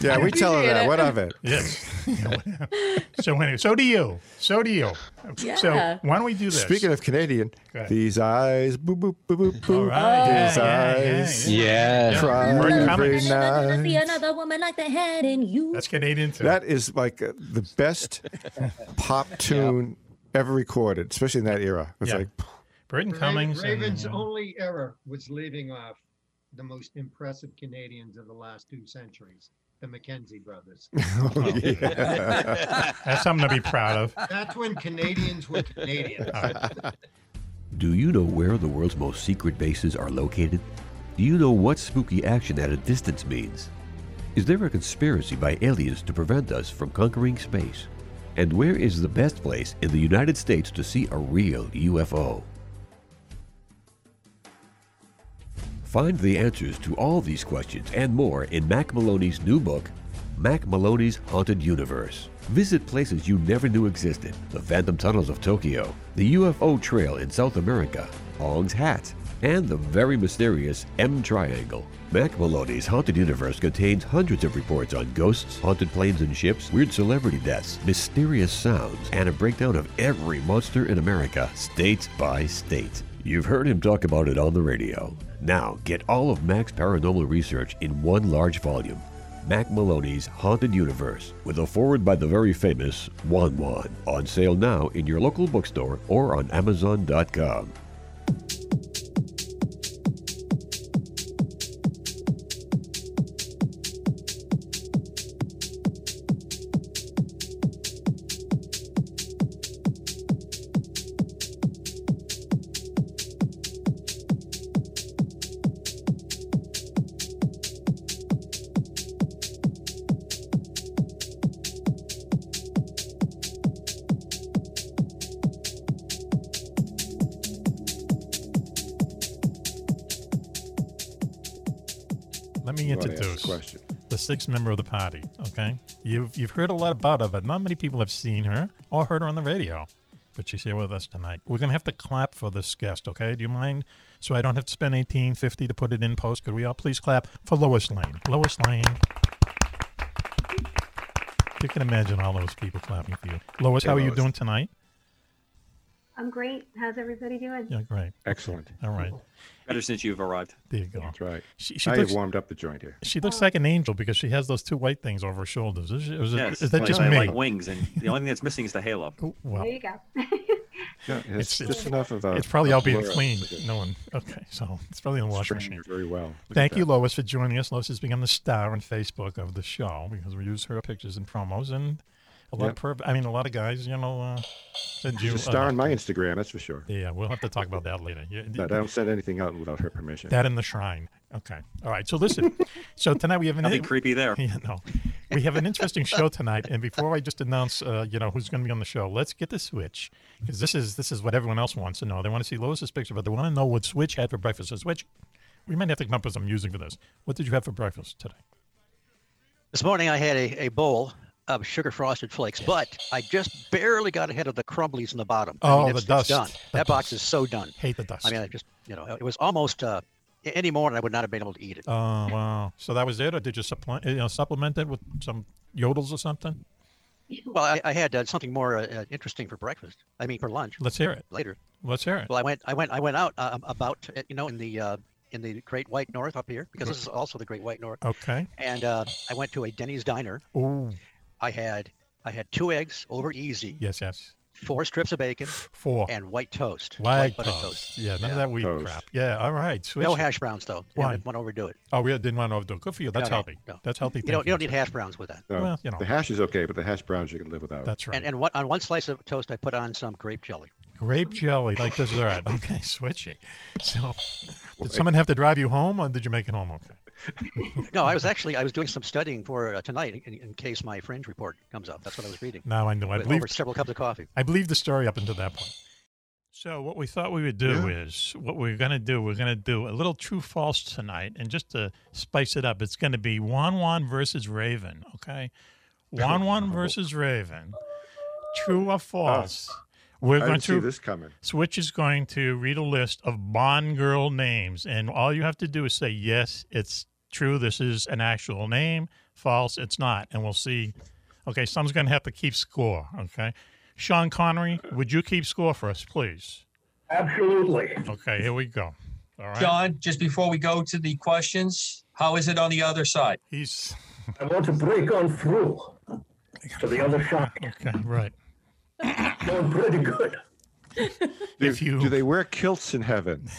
[SPEAKER 9] Yeah,
[SPEAKER 5] I
[SPEAKER 9] we tell her
[SPEAKER 5] appreciate
[SPEAKER 9] that.
[SPEAKER 5] it.
[SPEAKER 9] What of it?
[SPEAKER 5] Yes. So anyway, so do you. So do you. So
[SPEAKER 21] Yeah.
[SPEAKER 5] why don't we do this?
[SPEAKER 9] Speaking of Canadian,
[SPEAKER 5] Go ahead.
[SPEAKER 9] these eyes, boop, boop, boop, boop, boop.
[SPEAKER 5] right. Yeah,
[SPEAKER 9] These
[SPEAKER 5] yeah, yeah,
[SPEAKER 9] eyes.
[SPEAKER 27] yeah. Yeah.
[SPEAKER 9] Cry
[SPEAKER 5] Word
[SPEAKER 9] every
[SPEAKER 5] comments.
[SPEAKER 9] night.
[SPEAKER 21] another woman like the head in you.
[SPEAKER 5] that's Canadian too.
[SPEAKER 9] That is like uh, the best pop tune ever recorded, especially in that era. It's
[SPEAKER 5] Yeah.
[SPEAKER 9] like,
[SPEAKER 5] Britain
[SPEAKER 17] Raven-
[SPEAKER 5] Cummings. and,
[SPEAKER 17] Raven's
[SPEAKER 5] you know,
[SPEAKER 17] only error was leaving off the most impressive Canadians of the last two centuries, the Mackenzie brothers.
[SPEAKER 9] oh, yeah.
[SPEAKER 5] That's something to be proud of.
[SPEAKER 17] That's when Canadians were Canadians.
[SPEAKER 7] Do you know where the world's most secret bases are located? Do you know what spooky action at a distance means? Is there a conspiracy by aliens to prevent us from conquering space? And where is the best place in the United States to see a real UFO? Find the answers to all these questions and more in Mac Maloney's new book, Mac Maloney's Haunted Universe. Visit places you never knew existed the Phantom Tunnels of Tokyo, the UFO Trail in South America, Ong's Hat, and the very mysterious M Triangle. Mac Maloney's Haunted Universe contains hundreds of reports on ghosts, haunted planes and ships, weird celebrity deaths, mysterious sounds, and a breakdown of every monster in America, state by state. You've heard him talk about it on the radio. Now, get all of Mac's paranormal research in one large volume Mac Maloney's Haunted Universe, with a forward by the very famous Juan Juan. On sale now in your local bookstore or on Amazon.com.
[SPEAKER 5] Let me
[SPEAKER 9] You wanna ask a
[SPEAKER 5] introduce
[SPEAKER 9] question.
[SPEAKER 5] the sixth member of the party. Okay, you've you've heard a lot about her, but not many people have seen her or heard her on the radio. But she's here with us tonight. We're gonna have to clap for this guest. Okay, do you mind? So I don't have to spend eighteen fifty to put it in post. Could we all please clap for Lois Lane? Lois Lane. You can imagine all those people clapping for you. Lois,
[SPEAKER 9] Hey,
[SPEAKER 5] how are you
[SPEAKER 9] Lois.
[SPEAKER 5] doing tonight?
[SPEAKER 23] I'm great. How's everybody doing?
[SPEAKER 5] Yeah, great.
[SPEAKER 24] Excellent.
[SPEAKER 5] All right.
[SPEAKER 24] Better since you've arrived.
[SPEAKER 5] There you go.
[SPEAKER 24] That's right.
[SPEAKER 5] She- she
[SPEAKER 24] I
[SPEAKER 5] looks-
[SPEAKER 24] have warmed up the joint here.
[SPEAKER 5] She looks like an angel because she has those two white things over her shoulders. Is, is- is
[SPEAKER 24] yes,
[SPEAKER 5] that
[SPEAKER 24] like-
[SPEAKER 5] just
[SPEAKER 24] I
[SPEAKER 5] me? Oh,
[SPEAKER 24] like wings, and the only thing that's missing is the halo.
[SPEAKER 5] Well,
[SPEAKER 23] There you go.
[SPEAKER 9] Yeah, it's,
[SPEAKER 5] It's-
[SPEAKER 9] just enough of a.
[SPEAKER 5] it's probably all being
[SPEAKER 9] blur.
[SPEAKER 5] cleaned. No one. Okay, so it's probably in the washing
[SPEAKER 9] Stringing
[SPEAKER 5] machine.
[SPEAKER 9] very well. Look at
[SPEAKER 5] Thank you,
[SPEAKER 9] that.
[SPEAKER 5] Lois, for joining us. Lois has become the star on Facebook of the show because we use her pictures and promos and a lot
[SPEAKER 9] Yep.
[SPEAKER 5] of perv- I mean, a lot of guys, you know, uh, send
[SPEAKER 9] She's
[SPEAKER 5] you.
[SPEAKER 9] a star
[SPEAKER 5] uh,
[SPEAKER 9] on my Instagram, that's for sure.
[SPEAKER 5] yeah, we'll have to talk about that later. Yeah,
[SPEAKER 9] But I don't send anything out without her permission.
[SPEAKER 5] That in the shrine. Okay. All right. So listen. so tonight we have an
[SPEAKER 24] Nothing creepy there.
[SPEAKER 5] Yeah, no. We have an interesting show tonight. And before I just announce, uh, you know, who's going to be on the show, let's get the switch because this is this is what everyone else wants to know. They want to see Lois's picture, but they want to know what Switch had for breakfast. So Switch, we might have to come up with some music for this. What did you have for breakfast today?
[SPEAKER 14] This morning I had a, a bowl of sugar frosted flakes, but I just barely got ahead of the crumblies in the bottom. I mean,
[SPEAKER 5] Oh, the
[SPEAKER 14] it's- it's
[SPEAKER 5] dust.
[SPEAKER 14] done.
[SPEAKER 5] The
[SPEAKER 14] that box is so done.
[SPEAKER 5] Hate the dust.
[SPEAKER 14] I mean, I just, you know, it was almost uh, a- any morning I would not have been able to eat it.
[SPEAKER 5] Oh wow! So that was it, or did you supplement you know, supplement it with some yodels or something?
[SPEAKER 14] Well, I, I had uh, something more uh, uh, interesting for breakfast. I mean, for lunch.
[SPEAKER 5] Let's hear it.
[SPEAKER 14] later.
[SPEAKER 5] Let's hear it.
[SPEAKER 14] Well, I went, I went, I went out uh, about, uh, you know, in the uh, in the Great White North up here because this is also the Great White North.
[SPEAKER 5] Okay.
[SPEAKER 14] And uh, I went to a Denny's diner.
[SPEAKER 5] Oh
[SPEAKER 14] I had I had two eggs over easy.
[SPEAKER 5] yes, yes.
[SPEAKER 30] four strips of bacon,
[SPEAKER 5] Four.
[SPEAKER 30] and white toast,
[SPEAKER 5] Lag
[SPEAKER 30] white butter
[SPEAKER 5] toast.
[SPEAKER 30] toast.
[SPEAKER 5] Yeah, none of that wheat crap. Yeah, all right. Switch
[SPEAKER 30] No
[SPEAKER 5] it.
[SPEAKER 30] hash browns though.
[SPEAKER 5] Why?
[SPEAKER 30] Yeah, want to overdo it.
[SPEAKER 5] Oh, we didn't want to overdo it. Good for you. That's
[SPEAKER 30] No, no,
[SPEAKER 5] healthy.
[SPEAKER 30] no.
[SPEAKER 5] That's healthy.
[SPEAKER 30] You don't, you
[SPEAKER 5] thinking.
[SPEAKER 30] don't need hash browns with that.
[SPEAKER 9] Uh,
[SPEAKER 31] So
[SPEAKER 5] Well, you know.
[SPEAKER 31] The hash is okay, but the hash browns you can live without.
[SPEAKER 5] That's right.
[SPEAKER 30] And, and one, on one slice of toast, I put on some grape jelly.
[SPEAKER 5] Grape jelly, like this is all right. Okay, switching. So, did someone have to drive you home, or did you make it home okay?
[SPEAKER 30] No, I was actually I was doing some studying for uh, tonight in, in case my fringe report comes up. That's what I was reading.
[SPEAKER 5] Now I know. I
[SPEAKER 30] With-
[SPEAKER 5] believe
[SPEAKER 30] over several cups of coffee.
[SPEAKER 5] I believe the story up until that point. So what we thought we would do is what we're going to do. We're going to do a little true false tonight, and just to spice it up, it's going to be Juan Juan versus Raven. Okay,
[SPEAKER 31] Oh,
[SPEAKER 5] Juan Juan versus Raven. True or false? We're
[SPEAKER 31] I
[SPEAKER 5] going
[SPEAKER 31] didn't see
[SPEAKER 5] to
[SPEAKER 31] this coming.
[SPEAKER 5] Switch is going to read a list of Bond girl names, and all you have to do is say yes, it's true. This is an actual name. False, it's not, and we'll see. Okay, someone's going to have to keep score. Okay, Sean Connery, would you keep score for us, please?
[SPEAKER 32] Absolutely.
[SPEAKER 5] Okay, here we go. All right.
[SPEAKER 11] John, just before we go to the questions, how is it on the other side?
[SPEAKER 5] He's.
[SPEAKER 32] I want to break on through to the other side.
[SPEAKER 5] Okay, right.
[SPEAKER 32] Doing pretty good.
[SPEAKER 9] Do, do they wear kilts in heaven?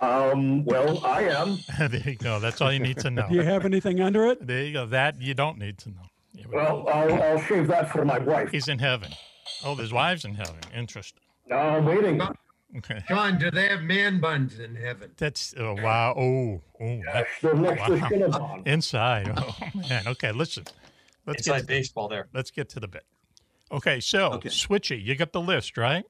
[SPEAKER 32] Um, well, I am.
[SPEAKER 5] there you go. That's all you need to know.
[SPEAKER 19] Do you have anything under it?
[SPEAKER 5] There you go. That you don't need to know.
[SPEAKER 32] Well, I'll, I'll shave that for my wife.
[SPEAKER 5] He's in heaven. Oh, there's wives in heaven. Interesting.
[SPEAKER 32] No, I'm waiting.
[SPEAKER 5] Okay.
[SPEAKER 17] John, do they have man buns in heaven?
[SPEAKER 5] That's oh, wow. Oh, oh, that-
[SPEAKER 17] the next is
[SPEAKER 5] wow.
[SPEAKER 17] Cinnabon.
[SPEAKER 5] inside. Oh man. Okay, listen. Let's
[SPEAKER 11] Inside
[SPEAKER 5] get
[SPEAKER 11] baseball there.
[SPEAKER 5] Let's get to the bit. Okay, so Switchy, you got the list right?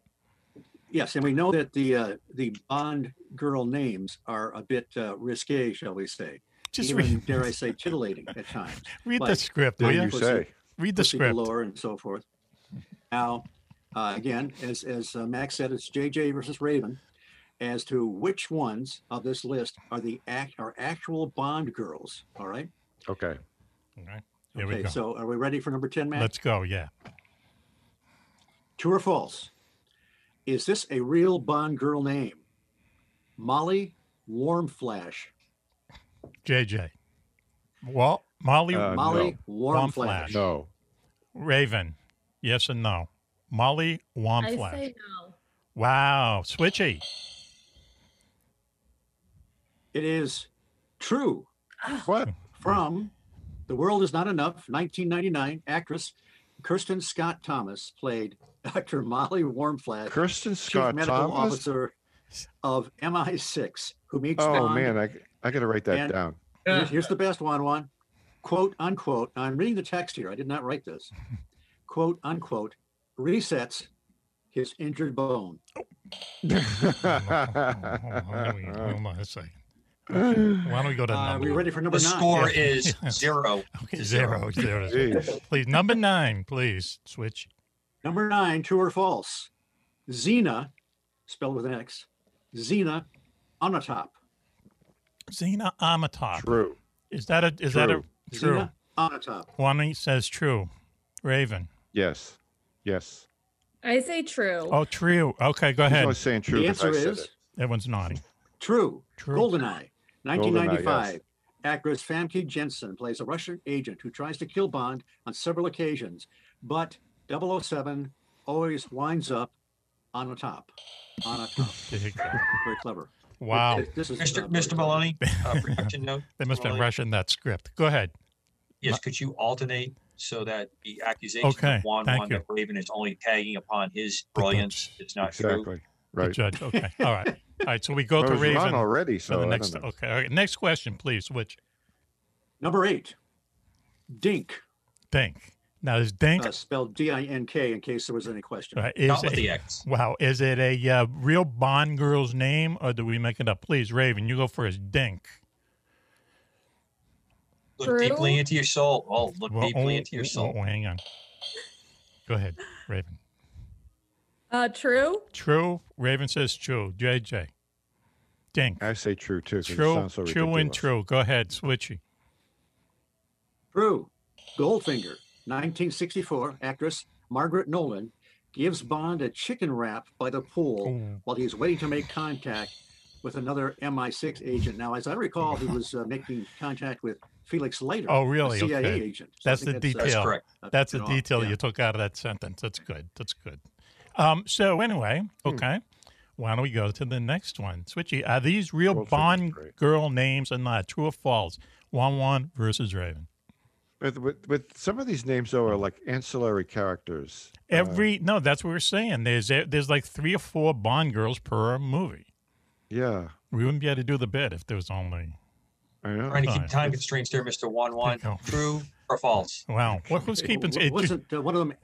[SPEAKER 14] Yes, and we know that the uh, the Bond girl names are a bit uh, risque, shall we say?
[SPEAKER 5] Just
[SPEAKER 14] Even
[SPEAKER 5] read-
[SPEAKER 14] dare I say titillating at times.
[SPEAKER 5] Read the
[SPEAKER 14] like
[SPEAKER 5] script, will
[SPEAKER 14] Pussy-
[SPEAKER 5] ya? You say. Read the
[SPEAKER 14] Pussy
[SPEAKER 5] script.
[SPEAKER 14] Galore and so forth. Now, uh, again, as as uh, Max said, it's JJ versus Raven. As to which ones of this list are the act are actual Bond girls? All right.
[SPEAKER 31] Okay.
[SPEAKER 5] Okay. Here
[SPEAKER 14] okay.
[SPEAKER 5] we go.
[SPEAKER 14] So, are we ready for number ten, Max?
[SPEAKER 5] let's go. Yeah.
[SPEAKER 14] True or false? Is this a real Bond girl name? Molly Warm Flash.
[SPEAKER 5] JJ. Walt Molly
[SPEAKER 14] Uh, Molly no. Warmflash.
[SPEAKER 5] No. Raven. Yes and no. Molly
[SPEAKER 8] I
[SPEAKER 5] Warmflash.
[SPEAKER 8] say no.
[SPEAKER 5] wow. Switchy.
[SPEAKER 14] It is true. What? From The World Is Not Enough, 1999, actress Kirsten Scott Thomas played Dr. Molly Warmflash,
[SPEAKER 9] Kirsten Scott
[SPEAKER 14] Chief Medical
[SPEAKER 9] Thomas?
[SPEAKER 14] Officer of MI6, who meets
[SPEAKER 9] Oh
[SPEAKER 14] Bond
[SPEAKER 9] man, I I gotta write that
[SPEAKER 14] And-
[SPEAKER 9] down.
[SPEAKER 14] Here's, here's the best one, Juan. Quote unquote. Now I'm reading the text here. I did not write this. Quote unquote resets his injured bone.
[SPEAKER 5] Hold on a second. Okay, Why don't we go to
[SPEAKER 14] Uh,
[SPEAKER 5] number?
[SPEAKER 14] we ready for number The nine?
[SPEAKER 11] score is zero.
[SPEAKER 5] Okay, zero, zero.
[SPEAKER 14] Jeez.
[SPEAKER 5] Please, number nine, please switch.
[SPEAKER 14] Number nine, true or false? Xena, spelled with an X, Xena Onatop.
[SPEAKER 5] Xena Amatop.
[SPEAKER 9] True.
[SPEAKER 5] Is that a? Is that a? True.
[SPEAKER 14] Xena Onatop.
[SPEAKER 5] One says true. Raven.
[SPEAKER 9] Yes. Yes.
[SPEAKER 8] I say true.
[SPEAKER 5] Oh, true. Okay, go ahead.
[SPEAKER 9] only saying true The 'cause I answer said is- it.
[SPEAKER 5] Everyone's nodding.
[SPEAKER 14] True. Goldeneye,
[SPEAKER 9] Goldeneye,
[SPEAKER 14] 1995.
[SPEAKER 9] yes.
[SPEAKER 14] Actress Famke Jensen plays a Russian agent who tries to kill Bond on several occasions, but 007 always winds up on the top. On a top. Very clever.
[SPEAKER 5] Wow.
[SPEAKER 14] This is,
[SPEAKER 11] Mr.
[SPEAKER 14] uh,
[SPEAKER 11] Mr. Maloney, uh, production note.
[SPEAKER 5] They must have
[SPEAKER 11] Maloney.
[SPEAKER 5] been rushing that script. Go ahead.
[SPEAKER 11] Yes, could you alternate so that the accusation
[SPEAKER 5] Okay,
[SPEAKER 11] of Juan
[SPEAKER 5] thank
[SPEAKER 11] Juan
[SPEAKER 5] you.
[SPEAKER 11] that Raven is only tagging upon his brilliance is not true?
[SPEAKER 5] Exactly, The judge. Okay. All right. All right. So we go
[SPEAKER 9] I
[SPEAKER 5] to
[SPEAKER 9] was wrong
[SPEAKER 5] Raven
[SPEAKER 9] already,
[SPEAKER 5] for
[SPEAKER 9] so I
[SPEAKER 5] the
[SPEAKER 9] don't
[SPEAKER 5] next.
[SPEAKER 9] know.
[SPEAKER 5] Okay. All right. Next question, please. Switch.
[SPEAKER 14] Number eight, Dink,
[SPEAKER 5] Dink. Now is Dink
[SPEAKER 14] uh, spelled D I N K, in case there was any question.
[SPEAKER 5] Uh, is it- Wow, is it a uh, real Bond girl's name, or do we make it up? Please, Raven, you go first. Dink.
[SPEAKER 11] Look deeply into your soul. Oh, look
[SPEAKER 5] Well,
[SPEAKER 11] deeply
[SPEAKER 5] oh,
[SPEAKER 11] into your
[SPEAKER 5] oh,
[SPEAKER 11] soul.
[SPEAKER 5] oh, hang on. Go ahead, Raven.
[SPEAKER 8] Uh, true.
[SPEAKER 5] True. Raven says true. JJ. Dink.
[SPEAKER 9] I say true too. 'cause it
[SPEAKER 5] True.
[SPEAKER 9] sounds so
[SPEAKER 5] true and
[SPEAKER 9] ridiculous.
[SPEAKER 5] true. Go ahead, Switchy.
[SPEAKER 14] True. Goldfinger, 1964, actress Margaret
[SPEAKER 5] Oh.
[SPEAKER 14] Nolan gives Bond a chicken wrap by the pool while he's waiting to make contact with another MI6 agent. Now, as I recall, he was uh, making contact with Felix Leiter.
[SPEAKER 5] Oh,
[SPEAKER 14] a
[SPEAKER 5] really?
[SPEAKER 14] CIA
[SPEAKER 5] okay.
[SPEAKER 14] agent. So I
[SPEAKER 5] That's the
[SPEAKER 14] think
[SPEAKER 5] detail.
[SPEAKER 14] uh, uh,
[SPEAKER 5] That's the
[SPEAKER 14] been off.
[SPEAKER 5] detail
[SPEAKER 14] Yeah.
[SPEAKER 5] you took out of that sentence. That's good. That's good. Um, so anyway,
[SPEAKER 14] Hmm.
[SPEAKER 5] okay. Why don't we go to the next one? Switchy, are these real Bond girl names or not? True or false? One one versus Raven.
[SPEAKER 9] With, with, with some of these names though are like ancillary characters.
[SPEAKER 5] Every no, that's what we're saying. There's there's like three or four Bond girls per movie.
[SPEAKER 9] Yeah,
[SPEAKER 5] We wouldn't be able to do the bid if there was only.
[SPEAKER 9] I know.
[SPEAKER 11] Trying to keep time constraints there, Mr. One One. True or false?
[SPEAKER 5] Wow, what, who's keeping?
[SPEAKER 14] W- Wasn't uh, one of them?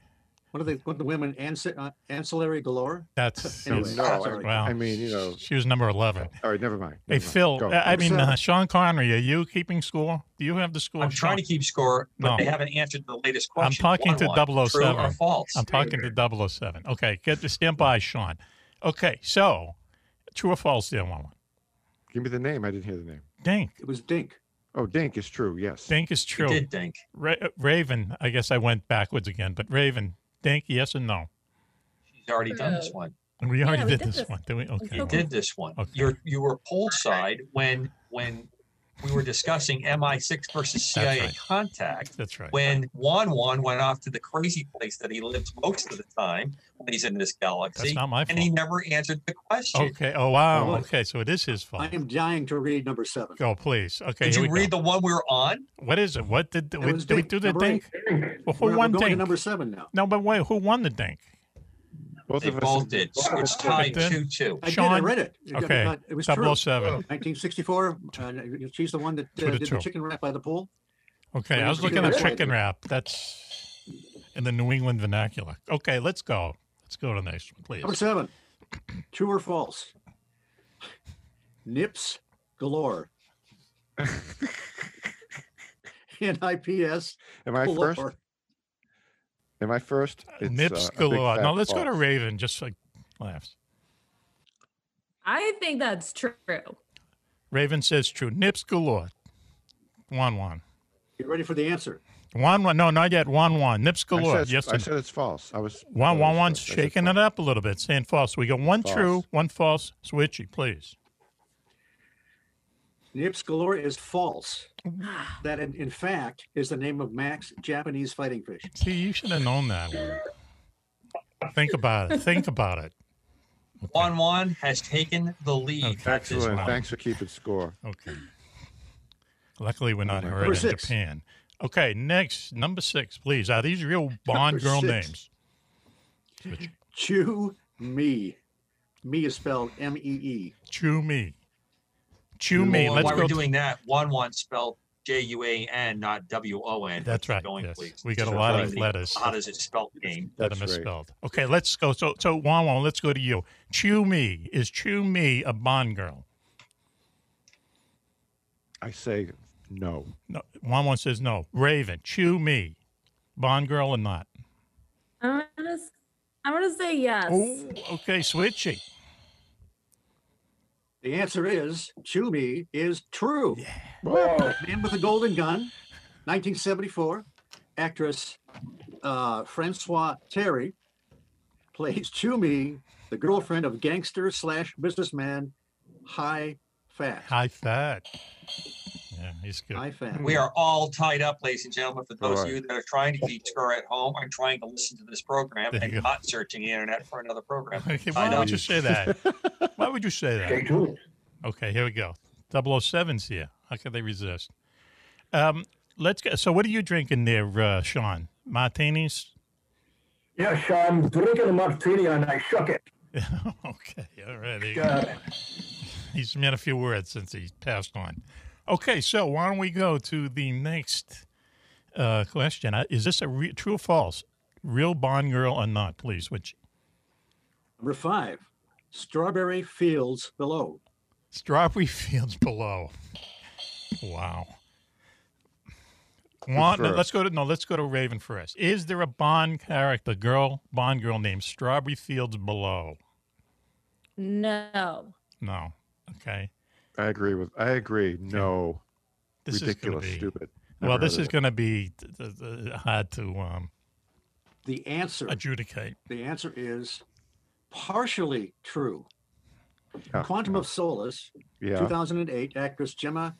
[SPEAKER 14] One of the one of the women anci- uh, ancillary galore.
[SPEAKER 5] That's
[SPEAKER 14] Anyway,
[SPEAKER 5] that's-
[SPEAKER 14] no, I-
[SPEAKER 5] wow.
[SPEAKER 14] I
[SPEAKER 9] mean, you know,
[SPEAKER 5] she was number eleven.
[SPEAKER 9] All right, never mind.
[SPEAKER 5] Hey,
[SPEAKER 9] never mind.
[SPEAKER 5] Phil.
[SPEAKER 9] Go.
[SPEAKER 5] uh, I mean,
[SPEAKER 9] Seven.
[SPEAKER 5] uh, Sean Connery. Are you keeping score? Do you have the score?
[SPEAKER 11] I'm trying to keep score, but
[SPEAKER 5] No.
[SPEAKER 11] they haven't answered the latest
[SPEAKER 5] I'm
[SPEAKER 11] question.
[SPEAKER 5] talking to
[SPEAKER 11] 1-1,
[SPEAKER 5] 007.
[SPEAKER 11] True or false?
[SPEAKER 5] I'm talking to 007. Okay, get the stand by, Sean. Okay, so true or false, there, one one.
[SPEAKER 9] Give me the name. I didn't hear the name.
[SPEAKER 5] Dink.
[SPEAKER 14] It was Dink.
[SPEAKER 9] Oh, Dink is true. Yes.
[SPEAKER 5] Dink is true.
[SPEAKER 11] did Dink.
[SPEAKER 5] Ra- uh, Raven. I guess I went backwards again, but Raven. Dink, yes or no?
[SPEAKER 11] He's already done this one.
[SPEAKER 5] And we already
[SPEAKER 11] we
[SPEAKER 5] did,
[SPEAKER 11] did
[SPEAKER 5] this,
[SPEAKER 11] this.
[SPEAKER 5] one, did we? Okay.
[SPEAKER 11] You did this one. You're, you were poolside when, when we were discussing MI6 versus CIA
[SPEAKER 5] right.
[SPEAKER 11] contact.
[SPEAKER 5] That's right.
[SPEAKER 11] When Juan Juan went off to the crazy place that he lives most of the time when he's in this galaxy.
[SPEAKER 5] That's not my
[SPEAKER 11] And he never answered the question.
[SPEAKER 5] Okay. Oh wow.
[SPEAKER 14] Well,
[SPEAKER 5] Okay, so it is his fault.
[SPEAKER 14] I am dying to read number seven.
[SPEAKER 5] Go, Oh, please. Okay.
[SPEAKER 11] Did
[SPEAKER 5] here
[SPEAKER 11] you
[SPEAKER 5] we
[SPEAKER 11] read
[SPEAKER 5] go.
[SPEAKER 11] the one we were on?
[SPEAKER 5] What is it? What did, we,
[SPEAKER 11] was
[SPEAKER 5] did we
[SPEAKER 11] Dink,
[SPEAKER 5] do the
[SPEAKER 11] number
[SPEAKER 5] dink?
[SPEAKER 11] eight.
[SPEAKER 5] Well, who
[SPEAKER 11] We're- we're
[SPEAKER 5] won
[SPEAKER 11] going to
[SPEAKER 5] dink?
[SPEAKER 11] number
[SPEAKER 14] seven now.
[SPEAKER 5] No, but wait, who won the dink?
[SPEAKER 11] They of us- both did. So it's tied
[SPEAKER 5] Then-
[SPEAKER 11] 2-2.
[SPEAKER 14] I
[SPEAKER 5] Sean,
[SPEAKER 14] did. I read it. It got-
[SPEAKER 5] Okay.
[SPEAKER 14] It was true.
[SPEAKER 5] 007.
[SPEAKER 14] 1964. Uh, she's the one that
[SPEAKER 5] Two
[SPEAKER 14] uh,
[SPEAKER 5] to
[SPEAKER 14] did
[SPEAKER 5] two.
[SPEAKER 14] the chicken wrap by the pool.
[SPEAKER 5] Okay, I
[SPEAKER 14] Well,
[SPEAKER 5] was
[SPEAKER 14] you can
[SPEAKER 5] looking
[SPEAKER 14] do
[SPEAKER 5] at
[SPEAKER 14] it.
[SPEAKER 5] chicken wrap. That's in the New England vernacular. Okay, let's go. Let's go to the next one,
[SPEAKER 14] Number
[SPEAKER 5] please.
[SPEAKER 14] seven. True or false? Nips galore. NIPS.
[SPEAKER 9] Am I first?
[SPEAKER 14] galore.
[SPEAKER 9] Am I first? It's,
[SPEAKER 5] Nips
[SPEAKER 9] uh, a big
[SPEAKER 5] galore.
[SPEAKER 9] fat
[SPEAKER 5] No, let's go to
[SPEAKER 9] false.
[SPEAKER 5] Raven. Just like laughs.
[SPEAKER 8] I think that's true.
[SPEAKER 5] Raven says true. Nips galore. One one.
[SPEAKER 14] You ready for the answer?
[SPEAKER 5] One one. No, not yet. One one. Nips
[SPEAKER 9] I
[SPEAKER 5] galore.
[SPEAKER 9] said,
[SPEAKER 5] Yes.
[SPEAKER 9] it's- I said it's false. I was
[SPEAKER 5] One one one's
[SPEAKER 9] I said
[SPEAKER 5] shaking it up a little bit, saying false. We got one
[SPEAKER 9] False.
[SPEAKER 5] true, one false. Switchy, please.
[SPEAKER 14] Nips galore is false. That in, in fact is the name of Max Japanese fighting fish.
[SPEAKER 5] See, you should have known that one. Think about it. Think about it.
[SPEAKER 11] Juan Juan has taken the lead. at this
[SPEAKER 9] excellent.
[SPEAKER 11] round.
[SPEAKER 9] Thanks for keeping score.
[SPEAKER 5] Okay. Luckily, we're not
[SPEAKER 9] Number
[SPEAKER 5] heard in
[SPEAKER 9] six.
[SPEAKER 5] Japan. Okay, next number six, please. Are these real Bond
[SPEAKER 14] Number
[SPEAKER 5] girl
[SPEAKER 14] six.
[SPEAKER 5] names?
[SPEAKER 14] Chew me. Me is spelled M E E.
[SPEAKER 5] Chew me. Chew me.
[SPEAKER 11] Well,
[SPEAKER 5] Let's
[SPEAKER 11] while
[SPEAKER 5] go.
[SPEAKER 11] we're doing that, Juan Juan spelled J U A N, not W O N.
[SPEAKER 5] That's right,
[SPEAKER 11] Going,
[SPEAKER 5] yes.
[SPEAKER 11] please.
[SPEAKER 5] We got a
[SPEAKER 11] Just
[SPEAKER 5] lot of
[SPEAKER 11] playing the
[SPEAKER 5] letters.
[SPEAKER 11] How does it spell game?
[SPEAKER 5] that I misspelled. Okay, let's go. So, so Wan Wan, let's go to you. Chew me is Chew me a Bond girl?
[SPEAKER 9] I say no.
[SPEAKER 5] No, Wan Wan says no. Raven, Chew me, Bond girl or not?
[SPEAKER 8] I'm gonna, s- I'm gonna say yes.
[SPEAKER 5] Oh, okay, switchy.
[SPEAKER 14] The answer is Chew Me is true.
[SPEAKER 9] Whoa.
[SPEAKER 14] Man with a Golden Gun, 1974. Actress uh, Francois Terry plays Chew Me, the girlfriend of gangster slash businessman High Fat.
[SPEAKER 5] High fat. Yeah, he's good.
[SPEAKER 14] High Fat.
[SPEAKER 11] We are all tied up, ladies and gentlemen. For those
[SPEAKER 5] Right.
[SPEAKER 11] of you that are trying to keep score at home and trying to listen to this program
[SPEAKER 5] There you go.
[SPEAKER 11] and not searching the internet for another program. Uh,
[SPEAKER 5] Okay,
[SPEAKER 11] Tied
[SPEAKER 5] why
[SPEAKER 11] up.
[SPEAKER 5] would you say that? Why would you say that?
[SPEAKER 11] Stay tuned.
[SPEAKER 5] Okay, here we go. 007's here. How can they resist? Um, let's go. So, what are you drinking there, uh, Sean? Martinis?
[SPEAKER 33] Yes, I'm drinking a martini and I shook it.
[SPEAKER 5] okay, all right. There you go. He's meant a few words since he passed on. Okay, so why don't we go to the next uh, question? Uh, Is this a re- true or false? Real Bond girl or not, please? Which
[SPEAKER 14] Number five, Strawberry Fields Below.
[SPEAKER 5] strawberry fields below? Wow. Juan, no,
[SPEAKER 9] first?
[SPEAKER 5] let's go to no. Let's go to Raven first. Is there a Bond character, girl, Bond girl named Strawberry Fields Below?
[SPEAKER 8] No.
[SPEAKER 5] No. Okay.
[SPEAKER 9] I agree with. I agree. No.
[SPEAKER 5] This is gonna
[SPEAKER 9] Ridiculous.
[SPEAKER 5] be-
[SPEAKER 9] Stupid.
[SPEAKER 5] well,
[SPEAKER 9] Never
[SPEAKER 5] this
[SPEAKER 9] heard of
[SPEAKER 5] is
[SPEAKER 9] it.
[SPEAKER 5] going to be t- t- t- hard to um,
[SPEAKER 14] The answer.
[SPEAKER 5] adjudicate.
[SPEAKER 14] The answer is partially true. Quantum of Solace,
[SPEAKER 9] Yeah.
[SPEAKER 14] 2008, actress Gemma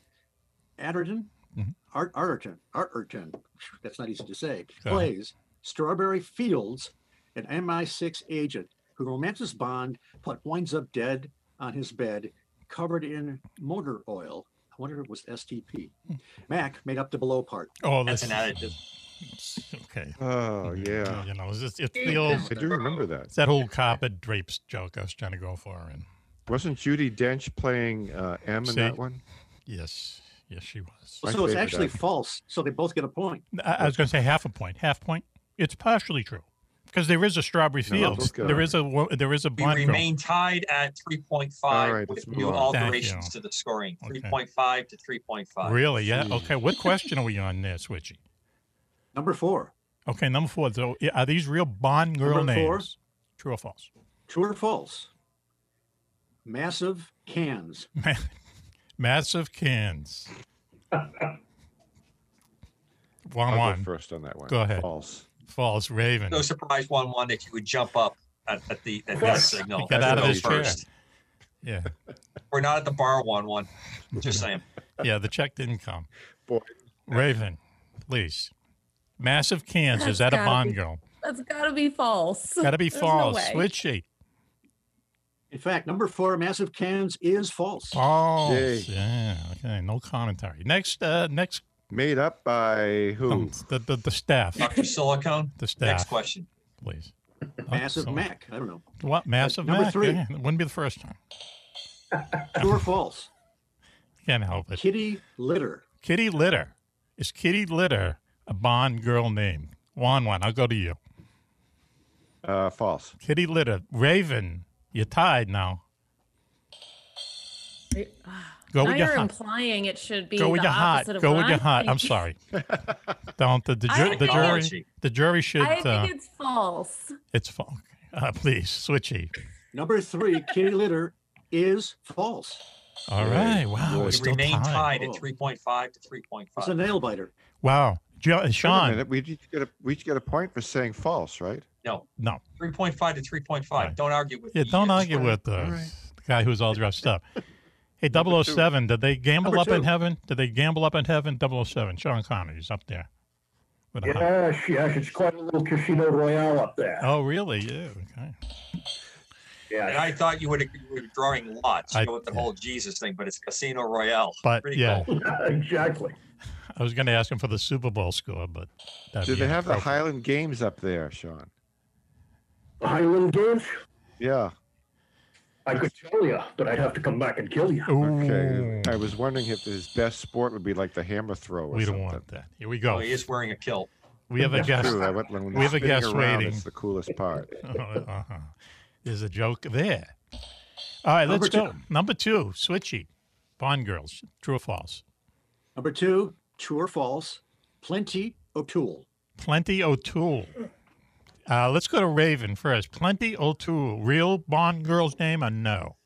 [SPEAKER 14] Arterton,
[SPEAKER 5] Mm-hmm.
[SPEAKER 9] Mhm.
[SPEAKER 14] Art Arterton, Arterton, that's not easy to say,
[SPEAKER 9] Okay.
[SPEAKER 14] plays Strawberry Fields, an MI6 agent who romances Bond but winds up dead on his bed covered in motor oil. I wonder if it was STP. Mac made up the below part.
[SPEAKER 5] Hmm. Oh, That's this- an
[SPEAKER 14] additive.
[SPEAKER 5] Okay.
[SPEAKER 9] Oh
[SPEAKER 5] Mm-hmm.
[SPEAKER 9] yeah.
[SPEAKER 5] You know, it's, just- it's the old.
[SPEAKER 9] I do remember that.
[SPEAKER 5] It's that old carpet drapes joke I was trying to go for. And
[SPEAKER 9] Wasn't Judy Dench playing uh, M in
[SPEAKER 5] See?
[SPEAKER 9] that one?
[SPEAKER 5] yes, yes, she was.
[SPEAKER 9] My
[SPEAKER 14] so it's
[SPEAKER 9] favorite
[SPEAKER 14] actually
[SPEAKER 9] actor.
[SPEAKER 14] false. So they both get a point.
[SPEAKER 5] I, I was going to say half a point, half point. It's partially true because there is a strawberry
[SPEAKER 11] No,
[SPEAKER 5] fields.
[SPEAKER 11] okay.
[SPEAKER 5] there is a wo- there is a
[SPEAKER 11] We
[SPEAKER 5] blonde girl.
[SPEAKER 11] remain tied at three point
[SPEAKER 5] All
[SPEAKER 11] five
[SPEAKER 5] right,
[SPEAKER 11] with
[SPEAKER 5] let's move
[SPEAKER 11] new
[SPEAKER 5] on. Thank
[SPEAKER 11] alterations
[SPEAKER 5] you.
[SPEAKER 11] to the scoring, three point five to three point five.
[SPEAKER 5] Really? Yeah. Okay. What question are we on there, Switchy?
[SPEAKER 14] Number four.
[SPEAKER 5] Okay, number four. So, i- are these real Bond girl
[SPEAKER 14] Number
[SPEAKER 5] names?
[SPEAKER 14] four.
[SPEAKER 5] True or false?
[SPEAKER 14] True or false? Massive cans.
[SPEAKER 5] Massive cans. One
[SPEAKER 9] I'll go
[SPEAKER 5] one.
[SPEAKER 9] first on that one.
[SPEAKER 5] Go ahead.
[SPEAKER 9] False.
[SPEAKER 5] False. Raven.
[SPEAKER 11] No surprise, one one that you would jump up at, at the at that signal.
[SPEAKER 5] Get out of
[SPEAKER 11] Go
[SPEAKER 5] this chair.
[SPEAKER 11] first.
[SPEAKER 5] Yeah.
[SPEAKER 11] We're not at the bar one one. Just saying.
[SPEAKER 5] Yeah. The check didn't come. Raven, please. Massive cans. Is that a
[SPEAKER 8] That's gotta
[SPEAKER 5] Bond
[SPEAKER 8] be-
[SPEAKER 5] girl?
[SPEAKER 8] That's gotta be false.
[SPEAKER 5] Gotta be
[SPEAKER 8] There's no
[SPEAKER 5] false.
[SPEAKER 8] way.
[SPEAKER 5] Switchy.
[SPEAKER 14] In fact, number four, massive cans is false.
[SPEAKER 5] False. Yeah. Okay. No commentary. Next. Uh, next. Um,
[SPEAKER 9] Made up by who?
[SPEAKER 5] the, the the staff.
[SPEAKER 11] Dr. Silicone.
[SPEAKER 5] The staff.
[SPEAKER 11] Next question.
[SPEAKER 5] Please.
[SPEAKER 14] Massive
[SPEAKER 5] so-
[SPEAKER 14] Mac. I don't know.
[SPEAKER 5] What massive
[SPEAKER 14] number
[SPEAKER 5] Mac?
[SPEAKER 14] three.
[SPEAKER 5] yeah, it wouldn't be the first time.
[SPEAKER 14] True or false?
[SPEAKER 5] Can't help it.
[SPEAKER 14] Kitty litter.
[SPEAKER 5] Kitty litter. Is Kitty litter a Bond girl name? Juan, Juan, I'll go to you.
[SPEAKER 9] Uh, false.
[SPEAKER 5] Kitty litter. Raven, you're tied now. Go
[SPEAKER 8] now
[SPEAKER 5] with your
[SPEAKER 8] you're
[SPEAKER 5] heart.
[SPEAKER 8] implying it should be
[SPEAKER 5] go with
[SPEAKER 8] the
[SPEAKER 5] your heart.
[SPEAKER 8] opposite of
[SPEAKER 5] Go
[SPEAKER 8] what
[SPEAKER 5] with your
[SPEAKER 8] I'm
[SPEAKER 5] heart. I'm
[SPEAKER 8] thinking.
[SPEAKER 5] sorry. Don't the, the,
[SPEAKER 8] I
[SPEAKER 5] ju- the
[SPEAKER 8] think
[SPEAKER 5] jury
[SPEAKER 8] it's-
[SPEAKER 5] the jury should
[SPEAKER 8] I think
[SPEAKER 5] uh,
[SPEAKER 8] it's false.
[SPEAKER 5] it's fun. Uh, please, switchy.
[SPEAKER 14] Number three, kitty litter is false.
[SPEAKER 5] All right. Wow.
[SPEAKER 11] We
[SPEAKER 5] We're still
[SPEAKER 11] remain tied at
[SPEAKER 9] Oh.
[SPEAKER 14] Whoa.
[SPEAKER 11] three point five to three point
[SPEAKER 14] It's a
[SPEAKER 11] five.
[SPEAKER 14] nail biter.
[SPEAKER 5] Wow. Jo- uh,
[SPEAKER 9] Wait a
[SPEAKER 5] Sean.
[SPEAKER 9] minute, we each get a we each get a point for saying false, right?
[SPEAKER 11] No.
[SPEAKER 5] No.
[SPEAKER 11] Three point five to three point five. Don't argue with
[SPEAKER 5] Yeah,
[SPEAKER 11] me.
[SPEAKER 5] don't argue with uh,
[SPEAKER 11] All
[SPEAKER 5] the guy who's all dressed up. Hey, 007, did they gamble
[SPEAKER 11] Number
[SPEAKER 5] up in
[SPEAKER 11] two.
[SPEAKER 5] heaven? Did they gamble up in heaven? 007, Sean Connery's up there. with a hot-
[SPEAKER 19] Yeah, yes, it's quite a little casino royale up there.
[SPEAKER 5] Oh, really? Yeah. Okay.
[SPEAKER 11] And I thought you would have you were drawing lots,
[SPEAKER 5] I-
[SPEAKER 11] you know, with the whole Jesus thing, but it's Casino Royale.
[SPEAKER 5] But,
[SPEAKER 11] Pretty
[SPEAKER 5] yeah.
[SPEAKER 11] cool.
[SPEAKER 19] exactly.
[SPEAKER 5] I was going to ask him for the Super Bowl score, but that'd
[SPEAKER 9] Do
[SPEAKER 5] be
[SPEAKER 9] they have the
[SPEAKER 5] inappropriate.
[SPEAKER 9] Highland Games up there, Sean?
[SPEAKER 19] The Highland Games?
[SPEAKER 9] Yeah.
[SPEAKER 19] I could tell you, but I'd have to come back and kill you.
[SPEAKER 9] Okay. I was wondering if his best sport would be like the hammer throw. Or
[SPEAKER 5] We don't
[SPEAKER 9] something.
[SPEAKER 5] want that. Here we
[SPEAKER 14] Oh,
[SPEAKER 5] go.
[SPEAKER 11] Well, Oh, he is wearing a kilt.
[SPEAKER 5] We have a
[SPEAKER 9] That's
[SPEAKER 5] guest.
[SPEAKER 9] true, I went- when
[SPEAKER 5] we have a
[SPEAKER 9] spinning
[SPEAKER 5] guest
[SPEAKER 9] around,
[SPEAKER 5] waiting.
[SPEAKER 9] It's the coolest part.
[SPEAKER 5] Uh-huh. There's a joke there. All right,
[SPEAKER 14] Number
[SPEAKER 5] let's go.
[SPEAKER 14] two.
[SPEAKER 5] Number two, Switchy, Bond girls, true or false?
[SPEAKER 14] Number two, true or false? Plenty O'Toole.
[SPEAKER 5] Plenty O'Toole. Uh, let's go to Raven first. Plenty O'Toole, real Bond girl's name or no?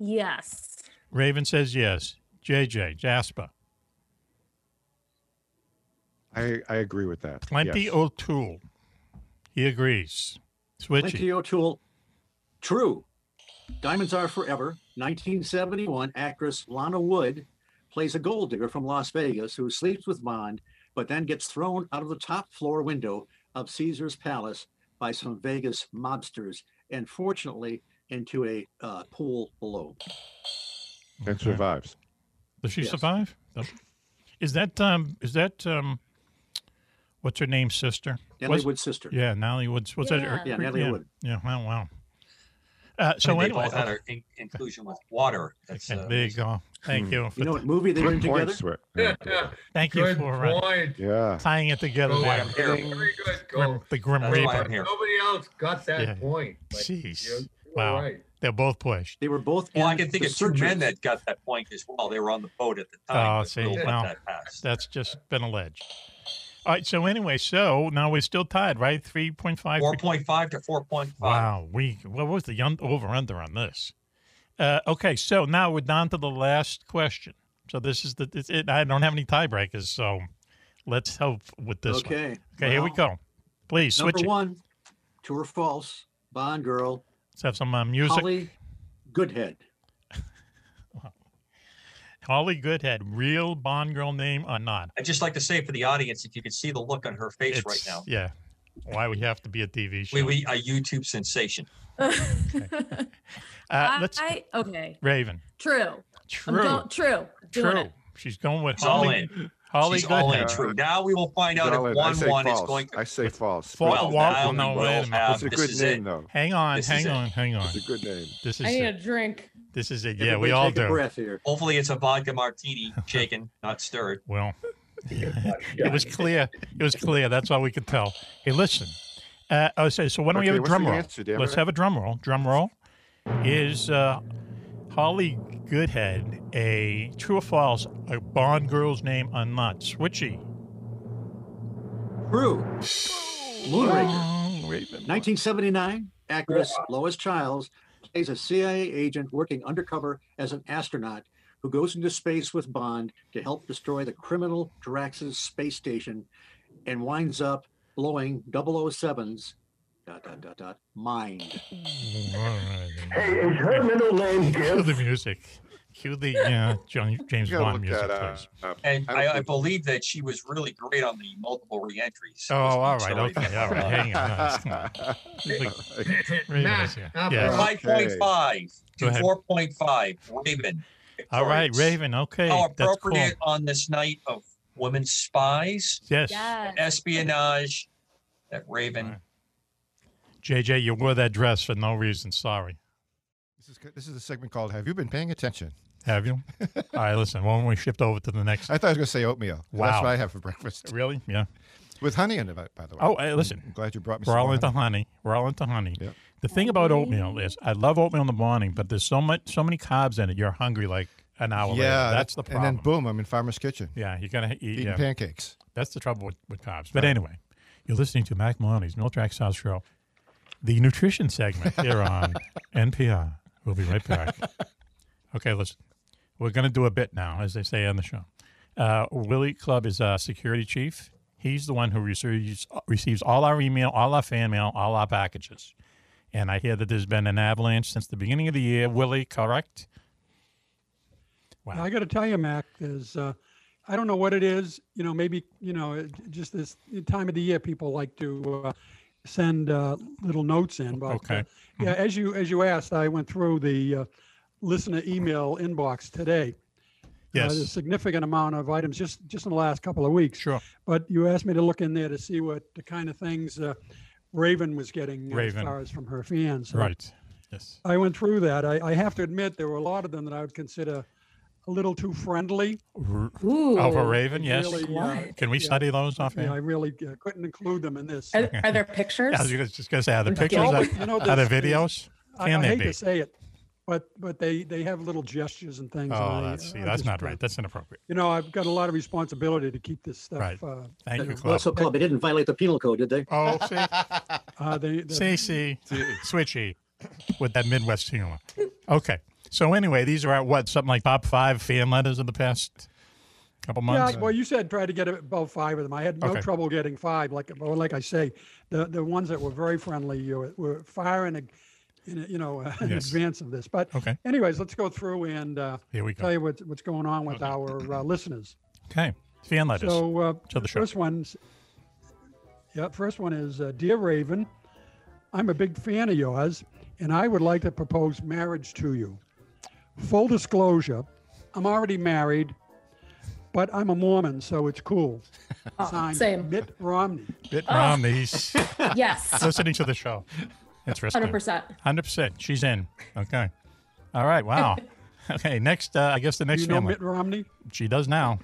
[SPEAKER 8] Yes.
[SPEAKER 5] Raven says yes. JJ, Jasper,
[SPEAKER 9] I, I agree with that.
[SPEAKER 5] Plenty
[SPEAKER 9] yes.
[SPEAKER 5] O'Toole. He agrees. Switchy.
[SPEAKER 14] Plenty O'Toole. True. Diamonds Are Forever, 1971, actress Lana Wood plays a gold digger from Las Vegas who sleeps with Bond, but then gets thrown out of the top floor window of Caesar's Palace by some Vegas mobsters and fortunately into a uh, pool below.
[SPEAKER 9] And survives.
[SPEAKER 5] Does she survive? Does she? Is that um? Is that um? What's her name? Sister.
[SPEAKER 14] Natalie
[SPEAKER 5] Was-
[SPEAKER 14] Wood's sister.
[SPEAKER 5] Yeah, Natalie Wood's. Was that her?
[SPEAKER 14] Yeah, Natalie
[SPEAKER 5] yeah.
[SPEAKER 14] Wood.
[SPEAKER 5] Yeah. Wow. Wow. Uh,
[SPEAKER 11] So
[SPEAKER 5] so
[SPEAKER 11] they
[SPEAKER 5] anyway,
[SPEAKER 11] both had
[SPEAKER 5] okay,
[SPEAKER 11] an in- inclusion with water. That's uh,
[SPEAKER 5] there you go. Thank you. For
[SPEAKER 14] You know what movie they were in
[SPEAKER 9] Good
[SPEAKER 14] together?
[SPEAKER 9] points, Rick.
[SPEAKER 5] Thank you
[SPEAKER 17] Good
[SPEAKER 5] for uh,
[SPEAKER 17] point.
[SPEAKER 9] Yeah.
[SPEAKER 5] tying it together.
[SPEAKER 17] Go
[SPEAKER 5] there.
[SPEAKER 17] ahead. Very good.
[SPEAKER 5] Grim,
[SPEAKER 17] Go.
[SPEAKER 5] the Grim
[SPEAKER 17] Oh, That's why
[SPEAKER 5] Reaper.
[SPEAKER 17] I'm here. Nobody else got that
[SPEAKER 5] Yeah.
[SPEAKER 17] point. Like,
[SPEAKER 5] Jeez.
[SPEAKER 17] you're- you're
[SPEAKER 5] Wow.
[SPEAKER 17] right.
[SPEAKER 5] They're both pushed.
[SPEAKER 14] They were both.
[SPEAKER 11] Well, I
[SPEAKER 14] in
[SPEAKER 11] can think
[SPEAKER 14] The
[SPEAKER 11] of two men
[SPEAKER 14] Searchers.
[SPEAKER 11] that got that point as well. They were on the boat at the time.
[SPEAKER 5] Oh,
[SPEAKER 11] but
[SPEAKER 5] see,
[SPEAKER 11] we'll let
[SPEAKER 5] now
[SPEAKER 11] that pass.
[SPEAKER 5] that's just been alleged. All right. So anyway, so now we're still tied, right? Three point five.
[SPEAKER 11] Four point five to four point five.
[SPEAKER 5] Wow, we what was the un- over under on this? Uh, okay, so now we're down to the last question. So this is the this, it, I don't have any tiebreakers, so let's help with this. one.
[SPEAKER 14] Okay,
[SPEAKER 5] Okay, here we
[SPEAKER 14] well,
[SPEAKER 5] go. Please switch
[SPEAKER 14] Number
[SPEAKER 5] it.
[SPEAKER 14] one, true or false? Bond girl
[SPEAKER 5] Let's have some uh, music.
[SPEAKER 13] Holly Goodhead.
[SPEAKER 5] Holly Goodhead, real Bond girl name or not?
[SPEAKER 11] I'd just like to say for the audience, if you could see the look on her face right now,
[SPEAKER 5] Yeah. Why we have to be a TV show?
[SPEAKER 11] we, we a YouTube sensation.
[SPEAKER 5] uh, let's
[SPEAKER 21] I, okay.
[SPEAKER 5] Raven.
[SPEAKER 21] True. I'm
[SPEAKER 5] True.
[SPEAKER 21] go- true. Doing
[SPEAKER 5] True.
[SPEAKER 21] it.
[SPEAKER 5] She's going with
[SPEAKER 11] It's all
[SPEAKER 5] Holly.
[SPEAKER 11] in.
[SPEAKER 5] Holly
[SPEAKER 11] She's all in
[SPEAKER 5] Goodhead.
[SPEAKER 11] true. Now we will find out
[SPEAKER 5] All
[SPEAKER 11] if
[SPEAKER 5] in. I
[SPEAKER 11] one
[SPEAKER 5] say
[SPEAKER 11] one is
[SPEAKER 5] false.
[SPEAKER 11] going to.
[SPEAKER 5] I
[SPEAKER 9] say false.
[SPEAKER 5] Fall-
[SPEAKER 11] Well,
[SPEAKER 5] well,
[SPEAKER 11] now
[SPEAKER 5] no,
[SPEAKER 11] we
[SPEAKER 5] wait a
[SPEAKER 11] will
[SPEAKER 5] minute.
[SPEAKER 11] have-
[SPEAKER 5] It's a
[SPEAKER 11] this
[SPEAKER 5] good
[SPEAKER 11] is
[SPEAKER 5] name,
[SPEAKER 11] it.
[SPEAKER 5] though. Hang on,
[SPEAKER 11] This is
[SPEAKER 5] hang
[SPEAKER 11] it.
[SPEAKER 5] on, hang on. It's a good name. This is
[SPEAKER 21] I need a
[SPEAKER 5] it.
[SPEAKER 21] drink.
[SPEAKER 5] This is it. Yeah, we all do.
[SPEAKER 11] Hopefully, it's a vodka martini, shaken, not stirred.
[SPEAKER 5] Well, it was clear. It was clear. That's all we could tell. Hey, listen. Uh, I say, so why don't
[SPEAKER 9] Okay,
[SPEAKER 5] we have a
[SPEAKER 9] what's the
[SPEAKER 5] drum roll?
[SPEAKER 9] answer, David?
[SPEAKER 5] Let's have a drum roll. Drum roll is uh, Holly Goodhead a true or false? A Bond girl's name or not? Switchy.
[SPEAKER 13] True.
[SPEAKER 5] Moonraker.
[SPEAKER 13] 1979, actress Lois Childs plays a CIA agent working undercover as an astronaut who goes into space with Bond to help destroy the criminal Drax's space station and winds up blowing 007's dot, dot, dot, dot, mind.
[SPEAKER 16] Hey, is her middle name
[SPEAKER 5] Cue the
[SPEAKER 16] Gibbs?
[SPEAKER 5] music. Cue the uh, John, James
[SPEAKER 16] gotta
[SPEAKER 5] Bond
[SPEAKER 16] look
[SPEAKER 5] music,
[SPEAKER 16] that
[SPEAKER 5] please.
[SPEAKER 11] And I, I believe that she was really great on the multiple reentries.
[SPEAKER 5] Oh, all right,
[SPEAKER 11] Sorry.
[SPEAKER 5] okay, all right. Hang on, nice, come on. Raven is here. Yeah.
[SPEAKER 11] Five point five
[SPEAKER 5] Go
[SPEAKER 11] to
[SPEAKER 5] ahead.
[SPEAKER 11] four point five. Raven.
[SPEAKER 5] All right,
[SPEAKER 11] victorious.
[SPEAKER 5] Raven. Okay,
[SPEAKER 11] How
[SPEAKER 5] that's cool.
[SPEAKER 11] appropriate on this night of women spies,
[SPEAKER 5] Yes.
[SPEAKER 11] espionage. That Raven.
[SPEAKER 5] JJ, you wore that dress for no reason. Sorry.
[SPEAKER 9] This is, this is a segment called Have You Been Paying Attention?
[SPEAKER 5] Have you? All right, listen. Why don't we shift over to the next?
[SPEAKER 9] I thought I was going to say oatmeal.
[SPEAKER 5] Wow.
[SPEAKER 9] That's what I have for breakfast.
[SPEAKER 5] Really? Yeah.
[SPEAKER 9] With honey in it, by by the way.
[SPEAKER 5] Oh, hey, listen.
[SPEAKER 9] I'm glad you brought me
[SPEAKER 5] We're
[SPEAKER 9] some
[SPEAKER 5] all
[SPEAKER 9] honey.
[SPEAKER 5] into honey. We're all into honey. The thing about oatmeal is, I love oatmeal in the morning, but there's so much, so many carbs in it. You're hungry like an hour later.
[SPEAKER 9] Yeah,
[SPEAKER 5] That's the problem.
[SPEAKER 9] And then boom, I'm in Farmer's Kitchen.
[SPEAKER 5] yeah, you're gonna eat
[SPEAKER 9] Eating
[SPEAKER 5] yeah.
[SPEAKER 9] pancakes.
[SPEAKER 5] That's the trouble with, with carbs. But anyway, you're listening to Mac Maloney's Milk Track South Show, the nutrition segment here on NPR. We'll be right back. Okay, listen. We're going to do a bit now, as they say on the show. Uh, Willie Club is uh, security chief. He's the one who receives, receives all our email, all our fan mail, all our packages. And I hear that there's been an avalanche since the beginning of the year. Willie, correct?
[SPEAKER 19] I got to tell you, Mac, there's, uh, I don't know what it is. You know, maybe, you know, it- just this time of the year, people like to uh, send uh, little notes in. But, uh,
[SPEAKER 5] Okay.
[SPEAKER 19] yeah, as you as you asked, I went through the uh, listener email inbox today. Uh,
[SPEAKER 5] Yes.
[SPEAKER 19] there's a significant amount of items just just in the last couple of weeks.
[SPEAKER 5] Sure.
[SPEAKER 19] But you asked me to look in there to see what the kind of things uh, Raven was getting
[SPEAKER 5] Raven.
[SPEAKER 19] as far as from her fans. So
[SPEAKER 5] Right. Yes.
[SPEAKER 19] I went through that. I, I have to admit there were a lot of them that I would consider a little too friendly.
[SPEAKER 5] Ooh. Alpha Raven, yes.
[SPEAKER 19] Really, uh,
[SPEAKER 5] Can we
[SPEAKER 19] yeah.
[SPEAKER 5] study those off
[SPEAKER 19] Yeah, I really uh, couldn't include them in this.
[SPEAKER 5] Are- are there
[SPEAKER 19] pictures?
[SPEAKER 5] I was just- just gonna say, are there pictures?
[SPEAKER 19] No,
[SPEAKER 5] Are-
[SPEAKER 19] but, you know,
[SPEAKER 5] are there
[SPEAKER 19] there's- there's-
[SPEAKER 5] videos?
[SPEAKER 19] I,
[SPEAKER 5] Can
[SPEAKER 19] I
[SPEAKER 5] there
[SPEAKER 19] hate
[SPEAKER 5] be?
[SPEAKER 19] to say it, but but they they have little gestures and things. and
[SPEAKER 5] Oh,
[SPEAKER 19] I-
[SPEAKER 5] that's, see,
[SPEAKER 19] I
[SPEAKER 5] that's
[SPEAKER 19] just
[SPEAKER 5] not
[SPEAKER 19] don't-
[SPEAKER 5] right. That's inappropriate.
[SPEAKER 19] You know, I've got a lot of responsibility to keep this stuff.
[SPEAKER 5] Right.
[SPEAKER 19] Uh,
[SPEAKER 5] Thank you,
[SPEAKER 13] Well,
[SPEAKER 5] Club.
[SPEAKER 13] so club, they didn't violate the penal code, did they?
[SPEAKER 5] Oh, see,
[SPEAKER 19] uh, they,
[SPEAKER 5] see, see, switchy with that Midwest humor. Okay. So anyway, these are our, what something like top five fan letters of the past couple months.
[SPEAKER 19] Yeah, well, you said try to get about five of them. I had no
[SPEAKER 5] Okay.
[SPEAKER 19] trouble getting five. Like, well, like I say, the the ones that were very friendly you were, were far in, a, in a, you know, uh, in
[SPEAKER 5] Yes.
[SPEAKER 19] advance of this. But
[SPEAKER 5] Okay.
[SPEAKER 19] anyways, let's go through and uh,
[SPEAKER 5] Here we go.
[SPEAKER 19] tell you what's what's going on with our uh, listeners.
[SPEAKER 5] okay. Fan letters
[SPEAKER 19] So uh,
[SPEAKER 5] to the show.
[SPEAKER 19] First one's, yeah, first one is uh, Dear Raven, I'm a big fan of yours, and I would like to propose marriage to you. Full disclosure, I'm already married, but I'm a Mormon, so it's cool.
[SPEAKER 7] Oh,
[SPEAKER 19] Signed,
[SPEAKER 21] same.
[SPEAKER 19] Mitt Romney.
[SPEAKER 5] Mitt Romney, he's
[SPEAKER 21] Yes.
[SPEAKER 5] listening to the show. That's risky.
[SPEAKER 21] 100%.
[SPEAKER 5] Hundred percent. She's in. Okay. All right. Wow. okay. Next, uh, I guess the next
[SPEAKER 19] you know
[SPEAKER 5] family.
[SPEAKER 19] Mitt Romney?
[SPEAKER 5] She does now.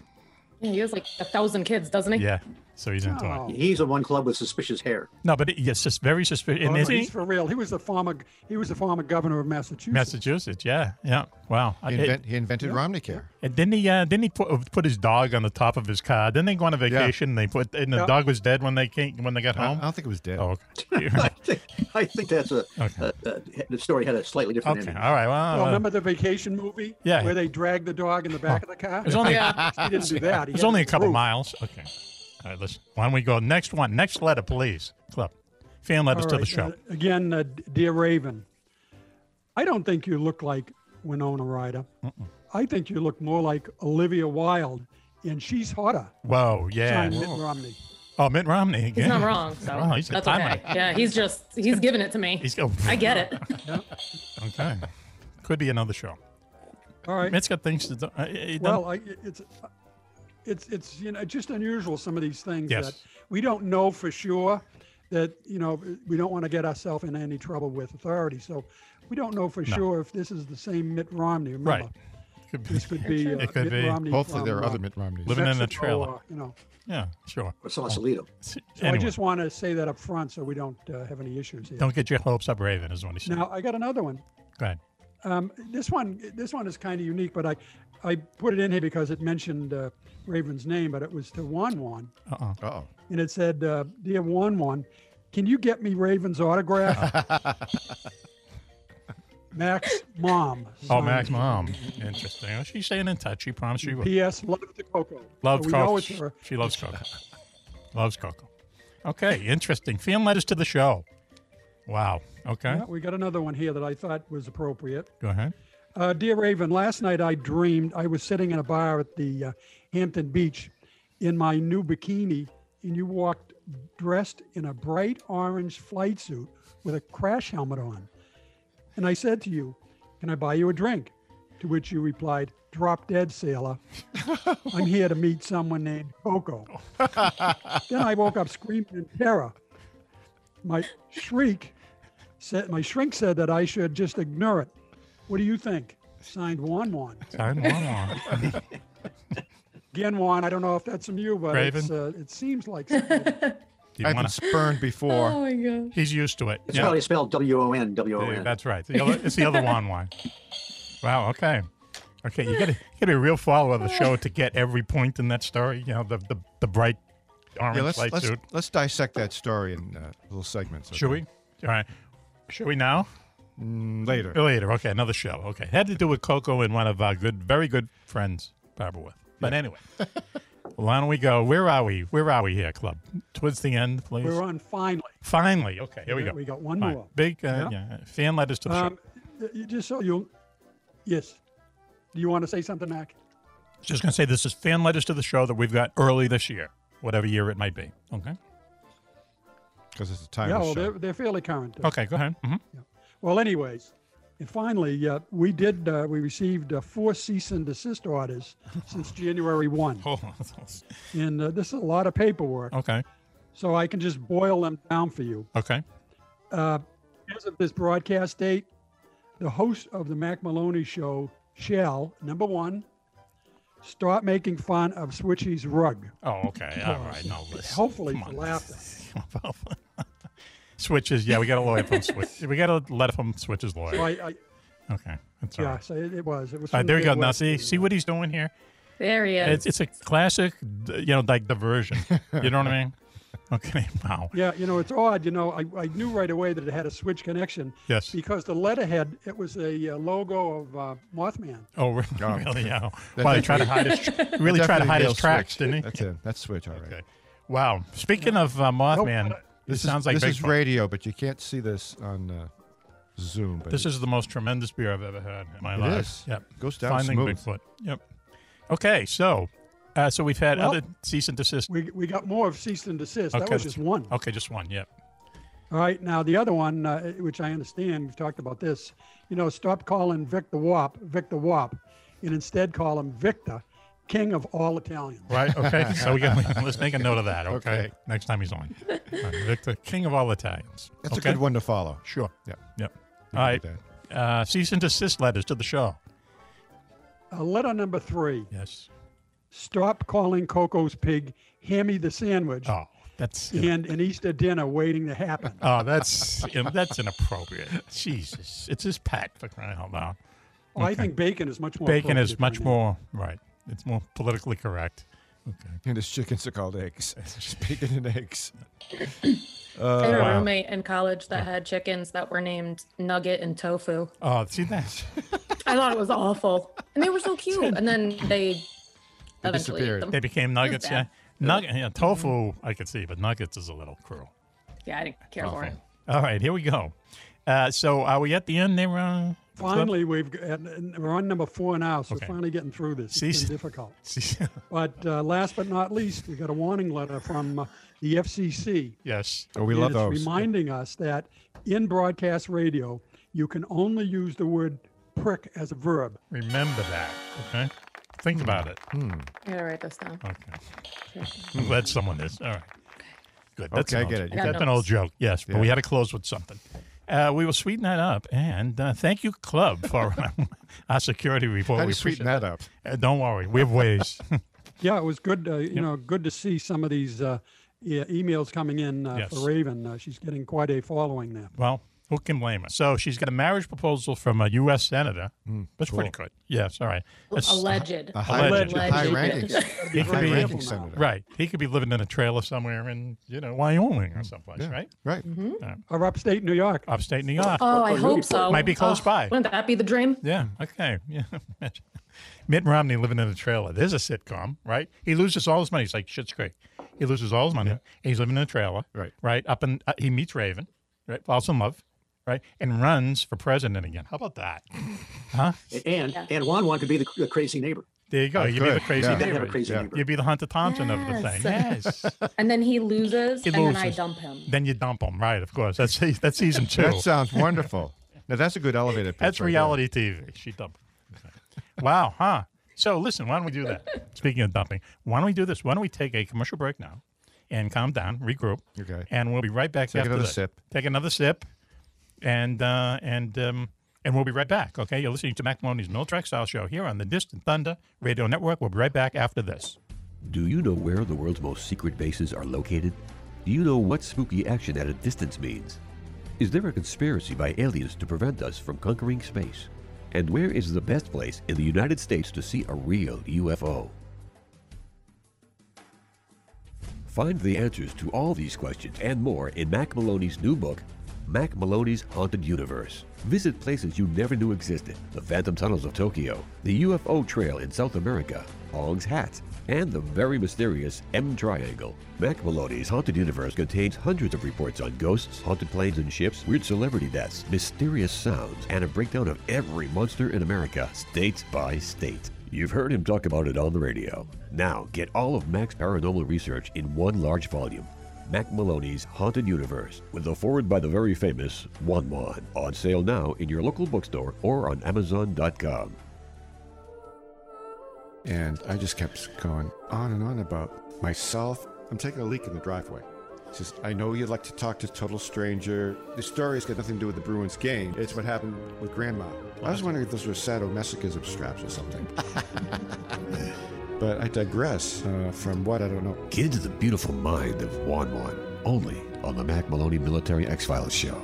[SPEAKER 21] Yeah, Mm, He has like a thousand kids, doesn't he?
[SPEAKER 5] Yeah. So he's into
[SPEAKER 19] Oh.
[SPEAKER 5] it.
[SPEAKER 13] He's the one club with suspicious hair.
[SPEAKER 5] No, but it, yes, it's very suspicious.
[SPEAKER 19] Oh, he's for real. He was the former he was the former governor of Massachusetts.
[SPEAKER 5] Massachusetts. Yeah, yeah. Wow.
[SPEAKER 9] He,
[SPEAKER 5] It-
[SPEAKER 9] invent, he invented
[SPEAKER 19] Yeah.
[SPEAKER 9] Romney Care.
[SPEAKER 5] and didn't he? Uh, didn't he put, put his dog on the top of his car? Didn't they go on a vacation? And they put and the
[SPEAKER 9] Yeah.
[SPEAKER 5] dog was dead when they came when they got
[SPEAKER 9] I-
[SPEAKER 5] home.
[SPEAKER 9] I don't think it was dead.
[SPEAKER 5] Oh, okay.
[SPEAKER 13] I think that's a, a- a- the story had a slightly different
[SPEAKER 5] Okay,
[SPEAKER 13] ending.
[SPEAKER 5] All right. Well, uh,
[SPEAKER 19] Well, remember the vacation movie?
[SPEAKER 5] Yeah. Oh.
[SPEAKER 19] Where they dragged the dog in the back of the car?
[SPEAKER 5] it was only
[SPEAKER 19] he didn't do that. He
[SPEAKER 5] It was
[SPEAKER 19] had
[SPEAKER 5] only a
[SPEAKER 19] his
[SPEAKER 5] couple
[SPEAKER 19] roof.
[SPEAKER 5] miles. Okay. All right. Listen. Why don't we go next one? Next letter, please. Club fan letters
[SPEAKER 19] All
[SPEAKER 5] to the
[SPEAKER 19] right,
[SPEAKER 5] show.
[SPEAKER 19] uh, again, uh, Dear Raven, I don't think you look like Winona Ryder. I think you look more like Olivia Wilde, and she's hotter.
[SPEAKER 5] Whoa, yeah.
[SPEAKER 19] Sign Mitt Romney.
[SPEAKER 5] Oh, Mitt Romney
[SPEAKER 21] He's
[SPEAKER 5] again.
[SPEAKER 21] not wrong, Oh, so
[SPEAKER 5] Wow, he's a
[SPEAKER 21] that's
[SPEAKER 5] timer.
[SPEAKER 21] okay. Yeah, he's just he's giving it to me.
[SPEAKER 5] He's go-
[SPEAKER 21] I get it.
[SPEAKER 5] Okay. Could be another show.
[SPEAKER 19] All right.
[SPEAKER 5] Mitt's got things to do. Uh, he done-
[SPEAKER 19] well, I, it's uh, it's it's you know just unusual some of these things
[SPEAKER 5] Yes.
[SPEAKER 19] that we don't know for sure that you know we don't want to get ourselves in any trouble with authority. So we don't know for
[SPEAKER 5] No.
[SPEAKER 19] sure if this is the same Mitt Romney. Remember,
[SPEAKER 5] Right. Could be.
[SPEAKER 19] this could be uh,
[SPEAKER 5] It could
[SPEAKER 19] Mitt
[SPEAKER 5] be.
[SPEAKER 19] Romney
[SPEAKER 9] Hopefully there are
[SPEAKER 19] from,
[SPEAKER 9] other
[SPEAKER 19] uh,
[SPEAKER 9] Mitt Romneys.
[SPEAKER 5] Living in a
[SPEAKER 19] Mexico,
[SPEAKER 5] trailer.
[SPEAKER 19] uh, you know.
[SPEAKER 5] yeah, sure.
[SPEAKER 13] Or Sausalito.
[SPEAKER 5] So
[SPEAKER 19] So
[SPEAKER 5] anyway,
[SPEAKER 19] I just want to say that up front so we don't uh, have any issues here.
[SPEAKER 5] don't get your hopes up, Raven, is what he said.
[SPEAKER 19] Now I got another one.
[SPEAKER 5] Go ahead.
[SPEAKER 19] Um, this one, this one is kind of unique, but I, I put it in here because it mentioned uh, Raven's name, but it was to Juan Juan,
[SPEAKER 5] Uh oh.
[SPEAKER 19] and it said, uh, "Dear Juan Juan, can you get me Raven's autograph?" Max mom.
[SPEAKER 5] Oh,
[SPEAKER 19] signed.
[SPEAKER 5] Max mom. Interesting. Well, She's staying in touch. She promised she would.
[SPEAKER 19] P.S. Love the Coco.
[SPEAKER 5] Loves
[SPEAKER 19] So we know
[SPEAKER 5] Coco.
[SPEAKER 19] it's uh, her.
[SPEAKER 5] She loves Coco. loves Coco. Okay, interesting. Fan letters to the show. Wow. Okay.
[SPEAKER 19] Yeah, we got another one here that I thought was appropriate.
[SPEAKER 5] Go ahead.
[SPEAKER 19] Uh, Dear Raven, last night I dreamed I was sitting in a bar at the uh, Hampton Beach in my new bikini, and you walked dressed in a bright orange flight suit with a crash helmet on. And I said to you, Can I buy you a drink? To which you replied, Drop dead, sailor. I'm here to meet someone named Coco. then I woke up screaming in terror. My shriek said, My shrink said that I should just ignore it. What do you think? Signed Juan Juan.
[SPEAKER 5] Signed Juan Juan.
[SPEAKER 19] Again, Juan, I don't know if that's from you, but it's, uh,
[SPEAKER 5] Raven?
[SPEAKER 19] it seems like something.
[SPEAKER 5] You
[SPEAKER 19] I've
[SPEAKER 5] wanna-
[SPEAKER 19] been spurned before. Oh, my gosh.
[SPEAKER 5] He's used to it.
[SPEAKER 13] It's probably spelled W O N W O
[SPEAKER 5] Yeah,
[SPEAKER 13] N.
[SPEAKER 5] That's right. The other, it's the other one one. Wow. Okay. Okay. You got to get a real follower of the show to get every point in that story. You know, the the, the bright orange
[SPEAKER 9] Yeah, let's,
[SPEAKER 5] light
[SPEAKER 9] let's,
[SPEAKER 5] suit.
[SPEAKER 9] let's dissect that story in uh, little segments.
[SPEAKER 5] Should we? All right. Should we now?
[SPEAKER 9] Mm,
[SPEAKER 5] Oh,
[SPEAKER 9] later.
[SPEAKER 5] Later. Okay. Another show. Okay. Had to do with Coco and one of our good, very good friends, Barbara with. But anyway, why don't we go? Where are we? Where are we here, club? Towards the end, please.
[SPEAKER 19] We're on finally.
[SPEAKER 5] Finally. Okay. Here we
[SPEAKER 19] Yeah,
[SPEAKER 5] go.
[SPEAKER 19] we got one
[SPEAKER 5] All right.
[SPEAKER 19] more.
[SPEAKER 5] Big uh,
[SPEAKER 19] Yeah.
[SPEAKER 5] yeah. fan letters to the show.
[SPEAKER 19] Um, y- y- just so you, yes. Do you want to say something, Mac?
[SPEAKER 5] Just going to say this is fan letters to the show that we've got early this year, whatever year it might be. Okay.
[SPEAKER 9] Because it's a
[SPEAKER 19] yeah,
[SPEAKER 9] timeless
[SPEAKER 19] well,
[SPEAKER 9] show.
[SPEAKER 19] they're, they're fairly current. uh,
[SPEAKER 5] Okay, go ahead. Mhm.
[SPEAKER 19] Well, anyways, and finally, uh, we did uh, we received uh, four cease and desist orders since January one, and uh, this is a lot of paperwork.
[SPEAKER 5] Oh, Okay.
[SPEAKER 19] So I can just boil them down for you.
[SPEAKER 5] Okay.
[SPEAKER 19] Uh, as of this broadcast date, the host of the Mac Maloney Show shall number one start making fun of Switchy's rug.
[SPEAKER 5] Oh, okay. All right. No, listen.
[SPEAKER 19] Hopefully,
[SPEAKER 5] Come
[SPEAKER 19] for
[SPEAKER 5] on.
[SPEAKER 19] laughter.
[SPEAKER 5] Switches. Yeah, we got a lawyer from Switch. We got a letter from Switch's lawyer.
[SPEAKER 19] So I, I,
[SPEAKER 5] Okay. That's all
[SPEAKER 19] yeah,
[SPEAKER 5] right.
[SPEAKER 19] so it, it was. It was. from
[SPEAKER 5] All right, there we
[SPEAKER 19] Dave
[SPEAKER 5] go. Now
[SPEAKER 19] West.
[SPEAKER 5] see, see what he's doing here.
[SPEAKER 21] There he
[SPEAKER 5] It's,
[SPEAKER 21] is.
[SPEAKER 5] it's a classic, d- you know, like diversion. You know what I mean? Okay. Wow.
[SPEAKER 19] Yeah, you know, it's odd. You know, I, I knew right away that it had a switch connection.
[SPEAKER 5] Yes.
[SPEAKER 19] Because the letterhead, it was a uh, logo of uh, Mothman.
[SPEAKER 5] Oh, really?
[SPEAKER 9] Oh.
[SPEAKER 5] really? Yeah.
[SPEAKER 9] That
[SPEAKER 5] Wow, he
[SPEAKER 9] definitely-
[SPEAKER 5] tried to hide his.
[SPEAKER 9] that
[SPEAKER 5] Really tried
[SPEAKER 9] definitely
[SPEAKER 5] to hide his
[SPEAKER 9] nailed
[SPEAKER 5] tracks,
[SPEAKER 9] Switch.
[SPEAKER 5] didn't he?
[SPEAKER 9] That's him. That's Switch. All right.
[SPEAKER 5] Wow. Speaking of uh, Mothman, this
[SPEAKER 9] This is,
[SPEAKER 5] sounds like
[SPEAKER 9] this is
[SPEAKER 5] Bigfoot.
[SPEAKER 9] radio, but you can't see this on uh, Zoom. But
[SPEAKER 5] This is the most tremendous beer I've ever had in my
[SPEAKER 9] It
[SPEAKER 5] life.
[SPEAKER 9] is.
[SPEAKER 5] Yep.
[SPEAKER 9] Goes down
[SPEAKER 5] Finding
[SPEAKER 9] smooth.
[SPEAKER 5] Bigfoot. Yep. Okay, so uh, so we've had
[SPEAKER 19] Well,
[SPEAKER 5] other cease and desist.
[SPEAKER 19] We, we got more of cease and desist.
[SPEAKER 5] okay,
[SPEAKER 19] that was
[SPEAKER 5] that's-
[SPEAKER 19] just one.
[SPEAKER 5] Okay, just one. Yep.
[SPEAKER 19] All right. Now, the other one, uh, which I understand, we've talked about this, you know, stop calling Vic the Wop, Vic the Wop, and instead call him Victor, king of all Italians.
[SPEAKER 5] Right. Okay. so we got, let's make a note of that. Okay. Next time he's on, All right, Victor, king of all Italians.
[SPEAKER 9] That's
[SPEAKER 5] Okay?
[SPEAKER 9] a good one to follow.
[SPEAKER 5] Sure.
[SPEAKER 9] Yeah.
[SPEAKER 5] Yep.
[SPEAKER 9] We
[SPEAKER 5] All
[SPEAKER 9] can
[SPEAKER 5] right.
[SPEAKER 9] do
[SPEAKER 5] Uh, cease and desist letters to the show.
[SPEAKER 19] Uh, letter number three.
[SPEAKER 5] Yes.
[SPEAKER 19] Stop calling Coco's pig Hammy the Sandwich.
[SPEAKER 5] Oh, that's.
[SPEAKER 19] And an Easter dinner waiting to happen.
[SPEAKER 5] Oh, that's yeah, that's inappropriate. Jesus, it's his pet for crying out loud.
[SPEAKER 19] Oh, I think bacon is much more
[SPEAKER 5] Bacon
[SPEAKER 19] appropriate
[SPEAKER 5] is
[SPEAKER 19] for
[SPEAKER 5] much
[SPEAKER 19] me.
[SPEAKER 5] more Oh, right. It's more politically correct. Okay.
[SPEAKER 9] And his chickens are called eggs. Just bacon and eggs. Uh,
[SPEAKER 21] I had a
[SPEAKER 9] wow.
[SPEAKER 21] roommate in college that had chickens that were named Nugget and Tofu.
[SPEAKER 5] Oh, see that?
[SPEAKER 21] I thought it was awful, and they were so cute. And then they eventually ate them.
[SPEAKER 5] They became
[SPEAKER 21] It was
[SPEAKER 5] nuggets. Yeah,
[SPEAKER 21] bad.
[SPEAKER 5] nugget. Yeah, tofu. I could see, but nuggets is a little cruel.
[SPEAKER 21] Yeah, I didn't care for it.
[SPEAKER 5] All right, here we go. Uh, so are we at the end there, uh,
[SPEAKER 19] Finally, we've g- and- and we're on number four now, so
[SPEAKER 5] Okay.
[SPEAKER 19] we're finally getting through this. It's
[SPEAKER 5] Cease-
[SPEAKER 19] been difficult.
[SPEAKER 5] cease-
[SPEAKER 19] But uh, last but not least, we got a warning letter from uh, the FCC.
[SPEAKER 5] Yes. Oh, we love
[SPEAKER 19] and it's
[SPEAKER 5] those.
[SPEAKER 19] reminding us that in broadcast radio, you can only use the word prick as a verb.
[SPEAKER 5] Remember that. Okay. Think about it.
[SPEAKER 21] I gotta write this down. Okay.
[SPEAKER 5] I'm glad someone is. All right. Good. That's
[SPEAKER 9] Okay,
[SPEAKER 5] an
[SPEAKER 9] I
[SPEAKER 5] old-
[SPEAKER 9] get it. You
[SPEAKER 5] That's
[SPEAKER 9] got
[SPEAKER 5] an old
[SPEAKER 9] notes.
[SPEAKER 5] joke. Yes, but we
[SPEAKER 9] Yeah.
[SPEAKER 5] had to close with something. Uh, we will sweeten that up, and uh, thank you, Club, for our security report.
[SPEAKER 19] How do
[SPEAKER 5] we
[SPEAKER 19] you sweeten
[SPEAKER 5] appreciate
[SPEAKER 19] that up?
[SPEAKER 5] it. Uh, don't worry, we have ways.
[SPEAKER 19] Yeah, it was good. Uh, you know, good to see some of these uh, e- emails coming in uh,
[SPEAKER 5] Yes.
[SPEAKER 19] for Raven. Uh, she's getting quite a following there.
[SPEAKER 5] well, who can blame her? So she's got a marriage proposal from a U.S. senator. That's pretty
[SPEAKER 19] cool.
[SPEAKER 5] good. Yes, all right. That's-
[SPEAKER 21] Alleged. A high-
[SPEAKER 5] Alleged.
[SPEAKER 21] Alleged. High ranking-
[SPEAKER 5] He could be-
[SPEAKER 21] high-ranking
[SPEAKER 9] senator.
[SPEAKER 5] Right. He could be living in a trailer somewhere in you know Wyoming or someplace. Right.
[SPEAKER 9] Right.
[SPEAKER 19] Or upstate New York.
[SPEAKER 5] Upstate New York.
[SPEAKER 21] Mm-hmm. Oh, I hope so.
[SPEAKER 5] Might be close
[SPEAKER 21] Oh,
[SPEAKER 5] by.
[SPEAKER 21] Wouldn't that be the dream?
[SPEAKER 5] Yeah. Okay. Yeah. Mitt Romney living in a trailer. There's a sitcom, right? He loses all his money. He's like shit's great. He loses all his money. and He's living in a trailer. Right. Right. Up and uh, he meets Raven. Right. Falls in love. Right. And runs for president again. How about that? Huh?
[SPEAKER 13] And and Juan Juan could be the, the crazy neighbor.
[SPEAKER 5] There you go.
[SPEAKER 13] Oh,
[SPEAKER 5] You'd be
[SPEAKER 13] good.
[SPEAKER 5] the crazy
[SPEAKER 13] Yeah. They have a
[SPEAKER 5] neighbor.
[SPEAKER 13] crazy neighbor.
[SPEAKER 5] You'd be the Hunter Thompson of the thing. Yes.
[SPEAKER 21] and then he loses,
[SPEAKER 5] He
[SPEAKER 21] and then I
[SPEAKER 5] loses.
[SPEAKER 21] dump him.
[SPEAKER 5] Then you dump him. Right. Of course. That's that's season two.
[SPEAKER 9] That sounds wonderful. Now that's a good elevator pitch.
[SPEAKER 5] That's
[SPEAKER 9] right there.
[SPEAKER 5] reality TV. She dumped. wow, huh? So listen, why don't we do that? Speaking of dumping, why don't we do this? Why don't we take a commercial break now and calm down, regroup,
[SPEAKER 9] Okay.
[SPEAKER 5] and we'll be right back.
[SPEAKER 9] Take
[SPEAKER 5] after
[SPEAKER 9] another
[SPEAKER 5] this.
[SPEAKER 9] sip.
[SPEAKER 5] Take another sip, and uh, and um, and we'll be right back. Okay, you're listening to Mac Maloney's Military Style Show here on the Distant Thunder Radio Network. We'll be right back after this.
[SPEAKER 7] Do you know where the world's most secret bases are located? Do you know what spooky action at a distance means? Is there a conspiracy by aliens to prevent us from conquering space? And where is the best place in the United States to see a real UFO? Find the answers to all these questions and more in Mac Maloney's new book, Mac Maloney's Haunted Universe. Visit places you never knew existed the Phantom Tunnels of Tokyo, the UFO Trail in South America, Ong's Hat, and the very mysterious M Triangle. Mac Maloney's Haunted Universe contains hundreds of reports on ghosts, haunted planes and ships, weird celebrity deaths, mysterious sounds, and a breakdown of every monster in America, state by state. You've heard him talk about it on the radio. Now, get all of Mac's paranormal research in one large volume. Mac Maloney's Haunted Universe, with a forward by the very famous Juan Juan. On sale now in your local bookstore or on Amazon.com.
[SPEAKER 9] And I just kept going on and on about myself. I'm taking a leak in the driveway. It's just, I know you'd like to talk to a total stranger. The story's got nothing to do with the Bruins game. It's what happened with Grandma. I was wondering if those were sadomasochism straps or something. but I digress uh, from what I don't know.
[SPEAKER 7] Get into the beautiful mind of Juan Juan, only on the Mac Maloney Military X Files Show.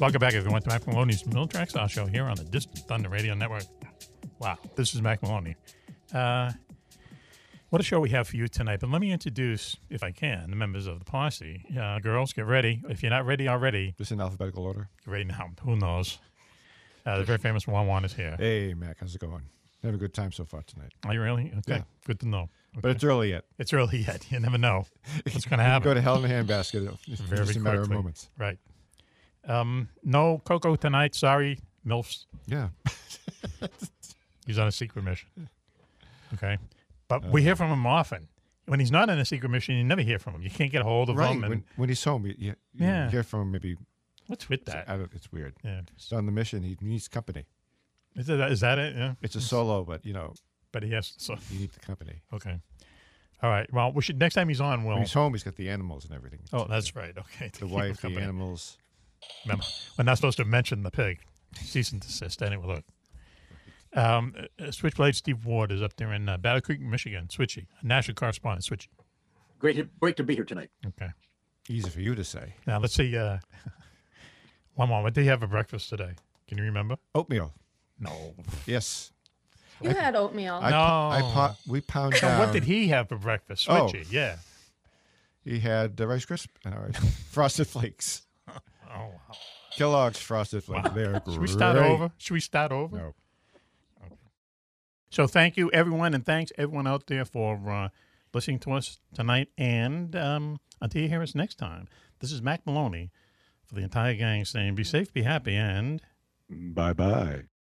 [SPEAKER 5] Welcome back, everyone, to Mac Maloney's Military Style Show here on the Distant Thunder Radio Network. Wow, this is Mac Maloney. Uh, what a show we have for you tonight. But let me introduce, if I can, the members of the posse. Uh, girls, get ready. If you're not ready already,
[SPEAKER 9] just in alphabetical order.
[SPEAKER 5] Get ready now. Who knows? Uh, the very famous Juan Juan is here.
[SPEAKER 9] Hey, Mac, how's it going? Having a good time so far tonight.
[SPEAKER 5] Are you really? Okay,
[SPEAKER 9] Yeah.
[SPEAKER 5] good to know.
[SPEAKER 9] But it's early yet.
[SPEAKER 5] It's early yet. You never know what's going to
[SPEAKER 9] You can
[SPEAKER 5] happen.
[SPEAKER 9] Go to hell in a handbasket. It's
[SPEAKER 5] Very
[SPEAKER 9] just a matter of
[SPEAKER 5] quickly.
[SPEAKER 9] moments.
[SPEAKER 5] Right. Um, no Coco tonight. Sorry, MILFs.
[SPEAKER 9] Yeah.
[SPEAKER 5] he's on a secret mission. Okay.
[SPEAKER 9] Uh,
[SPEAKER 5] But we hear from him often. When he's not on a secret mission, you never hear from him. You can't get a hold of
[SPEAKER 9] right.
[SPEAKER 5] him. And
[SPEAKER 9] when, when he's home, you, you, you
[SPEAKER 5] Yeah.
[SPEAKER 9] hear from him maybe.
[SPEAKER 5] What's with
[SPEAKER 9] it's-
[SPEAKER 5] that?
[SPEAKER 9] I don't, it's weird.
[SPEAKER 5] Yeah.
[SPEAKER 9] He's on the mission. He needs company.
[SPEAKER 5] is, that, is that it? Yeah.
[SPEAKER 9] It's a solo, but you know,
[SPEAKER 5] But he has. So.
[SPEAKER 9] you need the company.
[SPEAKER 5] Okay. All right. Well, we should next time he's on, we'll.
[SPEAKER 9] When he's home, he's got the animals and everything.
[SPEAKER 5] Oh, that's right. Okay.
[SPEAKER 9] The wife, the
[SPEAKER 5] company.
[SPEAKER 9] animals.
[SPEAKER 5] Remember, we're not supposed to mention the pig. Cease and desist. Anyway, look. Um, uh, Switchblade Steve Ward is up there in uh, Battle Creek, Michigan. Switchy, national correspondent. Switchy.
[SPEAKER 13] Great, great to be here tonight.
[SPEAKER 5] Okay.
[SPEAKER 9] Easy for you to say.
[SPEAKER 5] Now let's see. Uh, one more. What did you have for breakfast today? Can you remember?
[SPEAKER 9] Oatmeal.
[SPEAKER 5] No.
[SPEAKER 9] Yes.
[SPEAKER 21] You had oatmeal.
[SPEAKER 9] I, po- I po- we pound
[SPEAKER 5] So
[SPEAKER 9] down.
[SPEAKER 5] Oh. what did he have for breakfast?
[SPEAKER 9] Oh.
[SPEAKER 5] Richie, yeah.
[SPEAKER 9] He had uh, Rice Crisp and uh, Frosted Flakes.
[SPEAKER 5] Oh, wow.
[SPEAKER 9] Kellogg's Frosted Flakes. They're
[SPEAKER 5] Should we start
[SPEAKER 9] great.
[SPEAKER 5] over? Should we start over?
[SPEAKER 9] No.
[SPEAKER 5] So thank you, everyone, and thanks everyone out there for uh, listening to us tonight. And um, until you hear us next time, this is Mac Maloney for the entire gang saying, "Be safe, be happy, and
[SPEAKER 9] Bye bye.